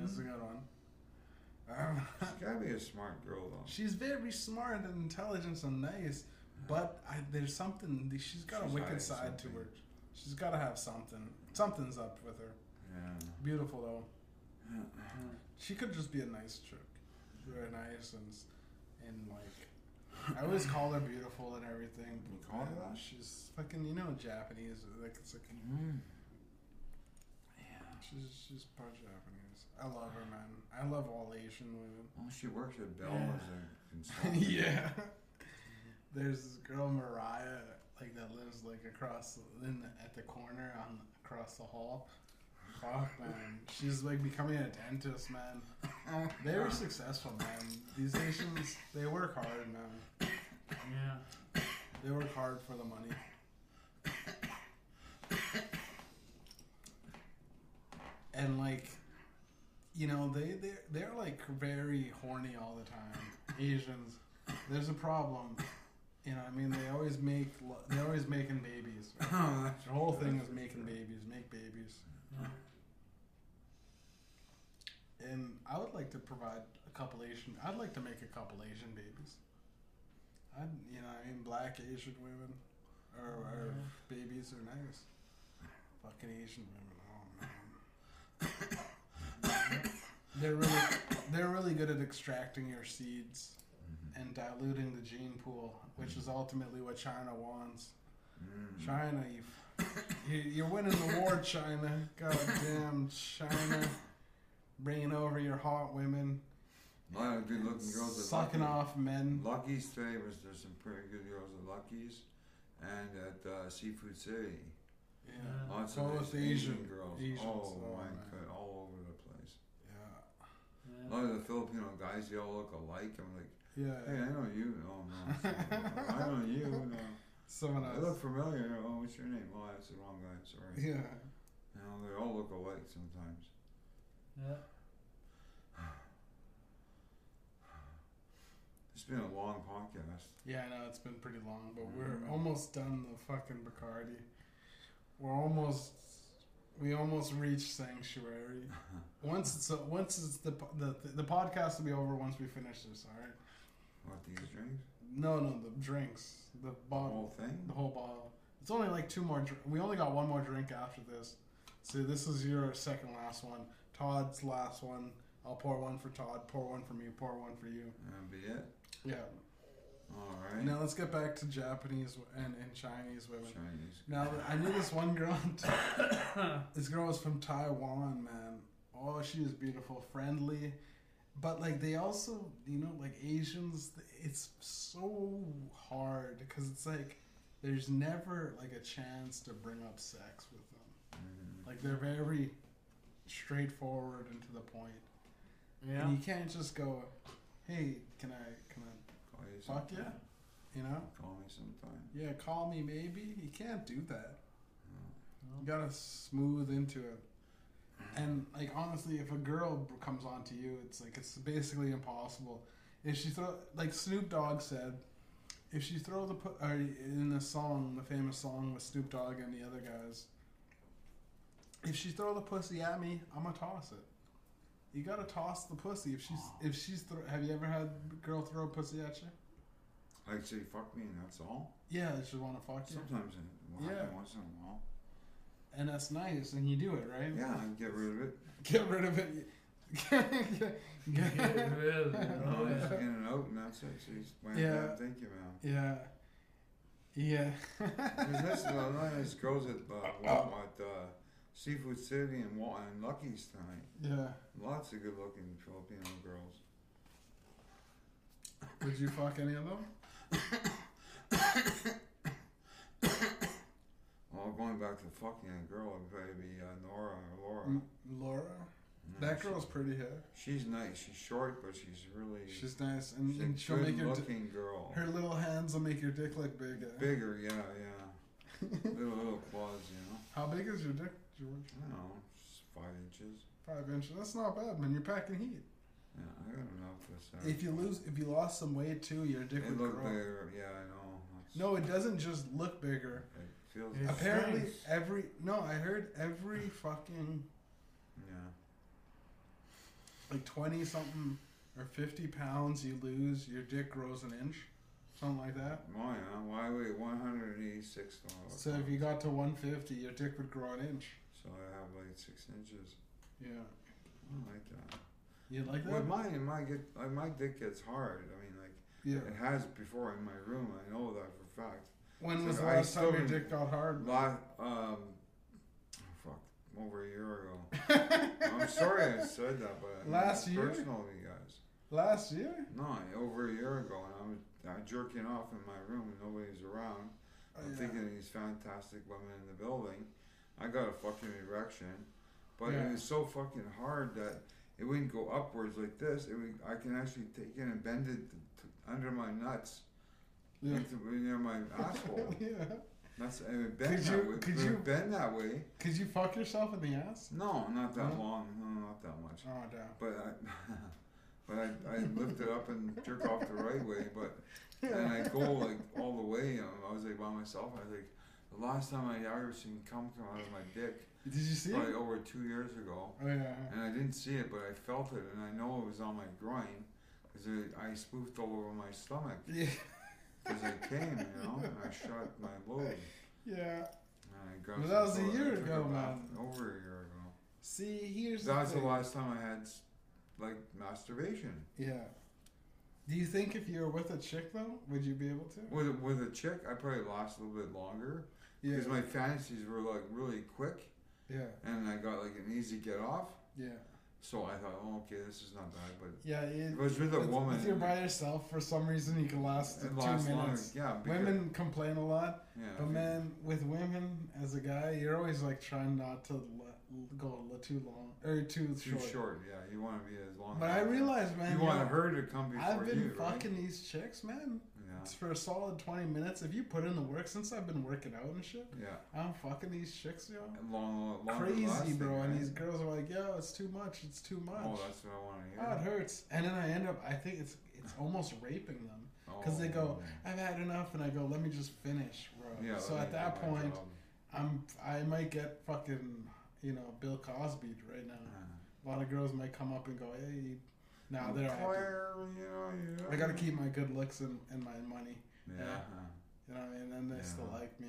this is a good one. Um, She's gotta be a smart girl though. she's very smart and intelligent and nice, but I, there's something. She's got a She's wicked hiding side to something. her. She's got to have something. Something's up with her. Yeah. Beautiful though. She could just be a nice chick. Very nice and s- and like I always call her beautiful and everything. You but, call her uh, that? She's fucking you know Japanese. Like it's like Mm. she's she's part Japanese. I love her man. I love all Asian women. Well, she works at Bell Yeah. as a consultant. yeah. There's this girl Mariah like that lives like across the- in the, at the corner on across the hall. Fuck man, she's like becoming a dentist man. Oh, They were successful, man. These Asians, they work hard, man. Yeah. They work hard for the money. And like, you know, they they they're like very horny all the time. Asians, there's a problem. You know, what I mean, they always make lo- they're always making babies. Oh, The whole thing is making babies, make babies. And I would like to provide a couple Asian. I'd like to make a couple Asian babies. I, would you know, I mean, black Asian women, or, or babies are nice. Fucking Asian women, oh man. they're really, they're really good at extracting your seeds and diluting the gene pool, which is ultimately what China wants. Mm. China, you, you you're winning the war, China. Goddamn China, bringing over your hot women, A lot of good looking girls at sucking Lucky. off men. Lucky's today was there's some pretty good girls at Lucky's and at uh, Seafood City. Yeah, Lots Both of nice Asian, Asian- girls. Asians, oh oh, my man. god, all over the place. yeah. A lot of the Filipino guys, they all look alike. I'm like, hey, I know you. Oh no, I know you. No. Someone I else. look familiar. Oh, what's your name? Oh, that's the wrong guy. Sorry. Yeah. You know, they all look alike sometimes. Yeah. It's been a long podcast. Yeah, I know it's been pretty long, but we're Mm-hmm. almost done the fucking Bacardi. We're almost, we almost reached sanctuary. Once it's once it's the the the podcast will be over once we finish this. All right. What these drinks? No, no, the drinks, the The bottle, whole thing. the whole bottle. It's only like two more. Dr- we only got one more drink after this, so this is your second last one. Todd's last one. I'll pour one for Todd. Pour one for me. Pour one for you. That'll be it. Yeah. All right. Now let's get back to Japanese and, and Chinese women. Chinese. Now I knew this one girl. in Ti- this girl was from Taiwan, man. Oh, she was beautiful, friendly, but like they also, you know, like Asians, it's so hard because it's like there's never like a chance to bring up sex with them. Mm. Like they're very straightforward and to the point. Yeah. And you can't just go, "Hey, can I can I Call you fuck sometime. ya?" You know? Call me sometime. Yeah, call me maybe. You can't do that. You No. gotta smooth into it. And like honestly, if a girl b- comes on to you, it's like it's basically impossible. If she throw like Snoop Dogg said, if she throw the pu- or in the song, the famous song with Snoop Dogg and the other guys, if she throw the pussy at me, I'ma toss it. You gotta toss the pussy. If she's if she's throw, have you ever had a girl throw a pussy at you? Like say fuck me and that's all. Yeah, she wanna fuck you, Sometimes uh, it will happen Yeah. once in a while. and that's nice, and you do it right. Yeah, and get rid of it. Get rid of it. Get rid of it. No, just in and out, and that's it. She's wham, Yeah. bam, thank you, ma'am. yeah. Yeah. 'Cause that's a lot of these girls at uh, Walmart, uh, Seafood City, and Wal- and Lucky's tonight. yeah. Lots of good-looking Filipino girls. Would you fuck any of them? Well, going back to fucking a girl, it'd probably be uh, Nora or Laura. M- Laura? Yeah, Mm. That she- girl's pretty here. She's nice. She's short, but she's really. She's, She's nice, and, and a she'll make your di- good-looking girl. her little hands will make your dick look bigger. Bigger, yeah, yeah. little little claws, you know. How big is your dick, George? I don't know, s- five inches. Five inches. That's not bad, man. You're packing heat. Yeah, I got enough this. out. If you lose, if you lost some weight too, your dick it would looked grow. bigger. Yeah, I know. It's- No, it doesn't just look bigger. It feels. It's- Apparently, nice. every no, I heard every fucking Yeah. like 20 something or 50 pounds you lose, your dick grows an inch, something like that. Why? Huh? Why wait? One hundred eighty-six dollars. So if you got to 150, your dick would grow an inch. So I have like six inches. Yeah. I like that. You like that? With mine, it might get like my dick gets hard. I mean, like yeah. it has before in my room. I know that for a fact. When was So the I last time your still- dick got hard? Lot. Um. Fuck. Over a year ago. I'm sorry I said that, but I mean, Last it's year? personal to you guys. Last year? No, over a year ago, and I was uh, jerking off in my room and nobody's around. Oh, I'm yeah. thinking of these fantastic women in the building. I got a fucking erection, but Yeah. it was so fucking hard that it wouldn't go upwards like this. It would, I can actually take it and bend it t- t- under my nuts, Yeah. into, near my asshole. yeah. That's it would bend Could that you- way. could it would you- bend that way? Could you fuck yourself in the ass? No, not that No? long. No, not that much. Oh, damn. But I, but I, I lift it up and jerk off the right way, but. and I go like all the way. um, I was like by myself. I was like, the last time I ever seen cum come out of my dick, Did you see it? probably over two years ago, Oh, yeah. and I didn't see it, but I felt it, and I know it was on my groin because I spoofed all over my stomach Yeah. because I came, you know, and I shot my load. Yeah. And I got But some that was a soda, I year took ago, bath man. Over a year ago. See, here's That was the the thing. last time I had s- like masturbation Yeah. Do you think if you were with a chick though, would you be able to? with with a chick. I probably lost a little bit longer Yeah. because my fantasies were like really quick. yeah. and I got like an easy get off. Yeah. So I thought, oh, okay, this is not bad, but Yeah, it, If I was with a if- woman- If you're by yourself, for some reason, you can last it two lasts longer. minutes. Yeah, because, Women complain a lot, Yeah, but man, with women as a guy, you're always like trying not to let, go a little too long or too, too short. short. Yeah, you want to be as long. But as I you can. realized, man, you yo, want her to come before I've been you, fucking these chicks, man, right? for a solid 20 minutes. If you put in the work since I've been working out and shit, Yeah, yeah. I'm fucking these chicks, yo. And long, long Crazy, lasting, bro. Right? And these girls are like, yo, it's too much. It's too much. Oh, that's what I want to hear. Oh, it hurts. And then I end up, I think it's it's almost raping them. Because they go, I've had enough, and I go, let me just finish, bro. Oh. Yeah. so let at me that do my point, job. I'm I might get fucking you know Bill Cosby right now. uh, A lot of girls might come up and go, hey, now they're happy. Claire, you know, you I gotta keep my good looks and, and my money, Yeah. Yeah. you know. what I mean? And then they still Yeah. like me.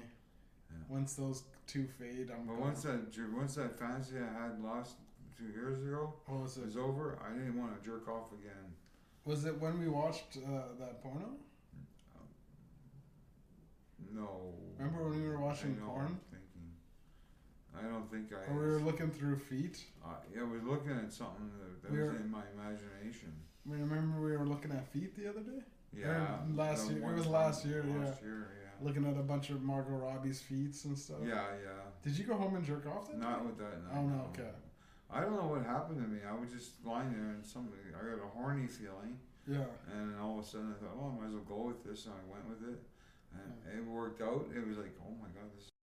Yeah. Once those two fade, I'm. But gone. once that jer- once that fantasy I had lost two years ago what was it? was over, I didn't want to jerk off again. Was it when we watched uh, that porno? No. Remember when we were I watching know what porn? I'm thinking. I don't think I. Or we were looking through feet. I, yeah, I was looking at something that, that We was were- in my imagination. We remember we were looking at feet the other day, Yeah. last the year- it one was time- last year, Last year, yeah. looking at a bunch of Margot Robbie's feet and stuff. Yeah, yeah. Did you go home and jerk off that? Not night? with that. Oh, no, no, no. okay. I don't know what happened to me. I was just lying there and somebody, I got a horny feeling. Yeah. And then all of a sudden, I thought, oh, I might as well go with this, and I went with it, and it worked out. It was like, oh my god, this is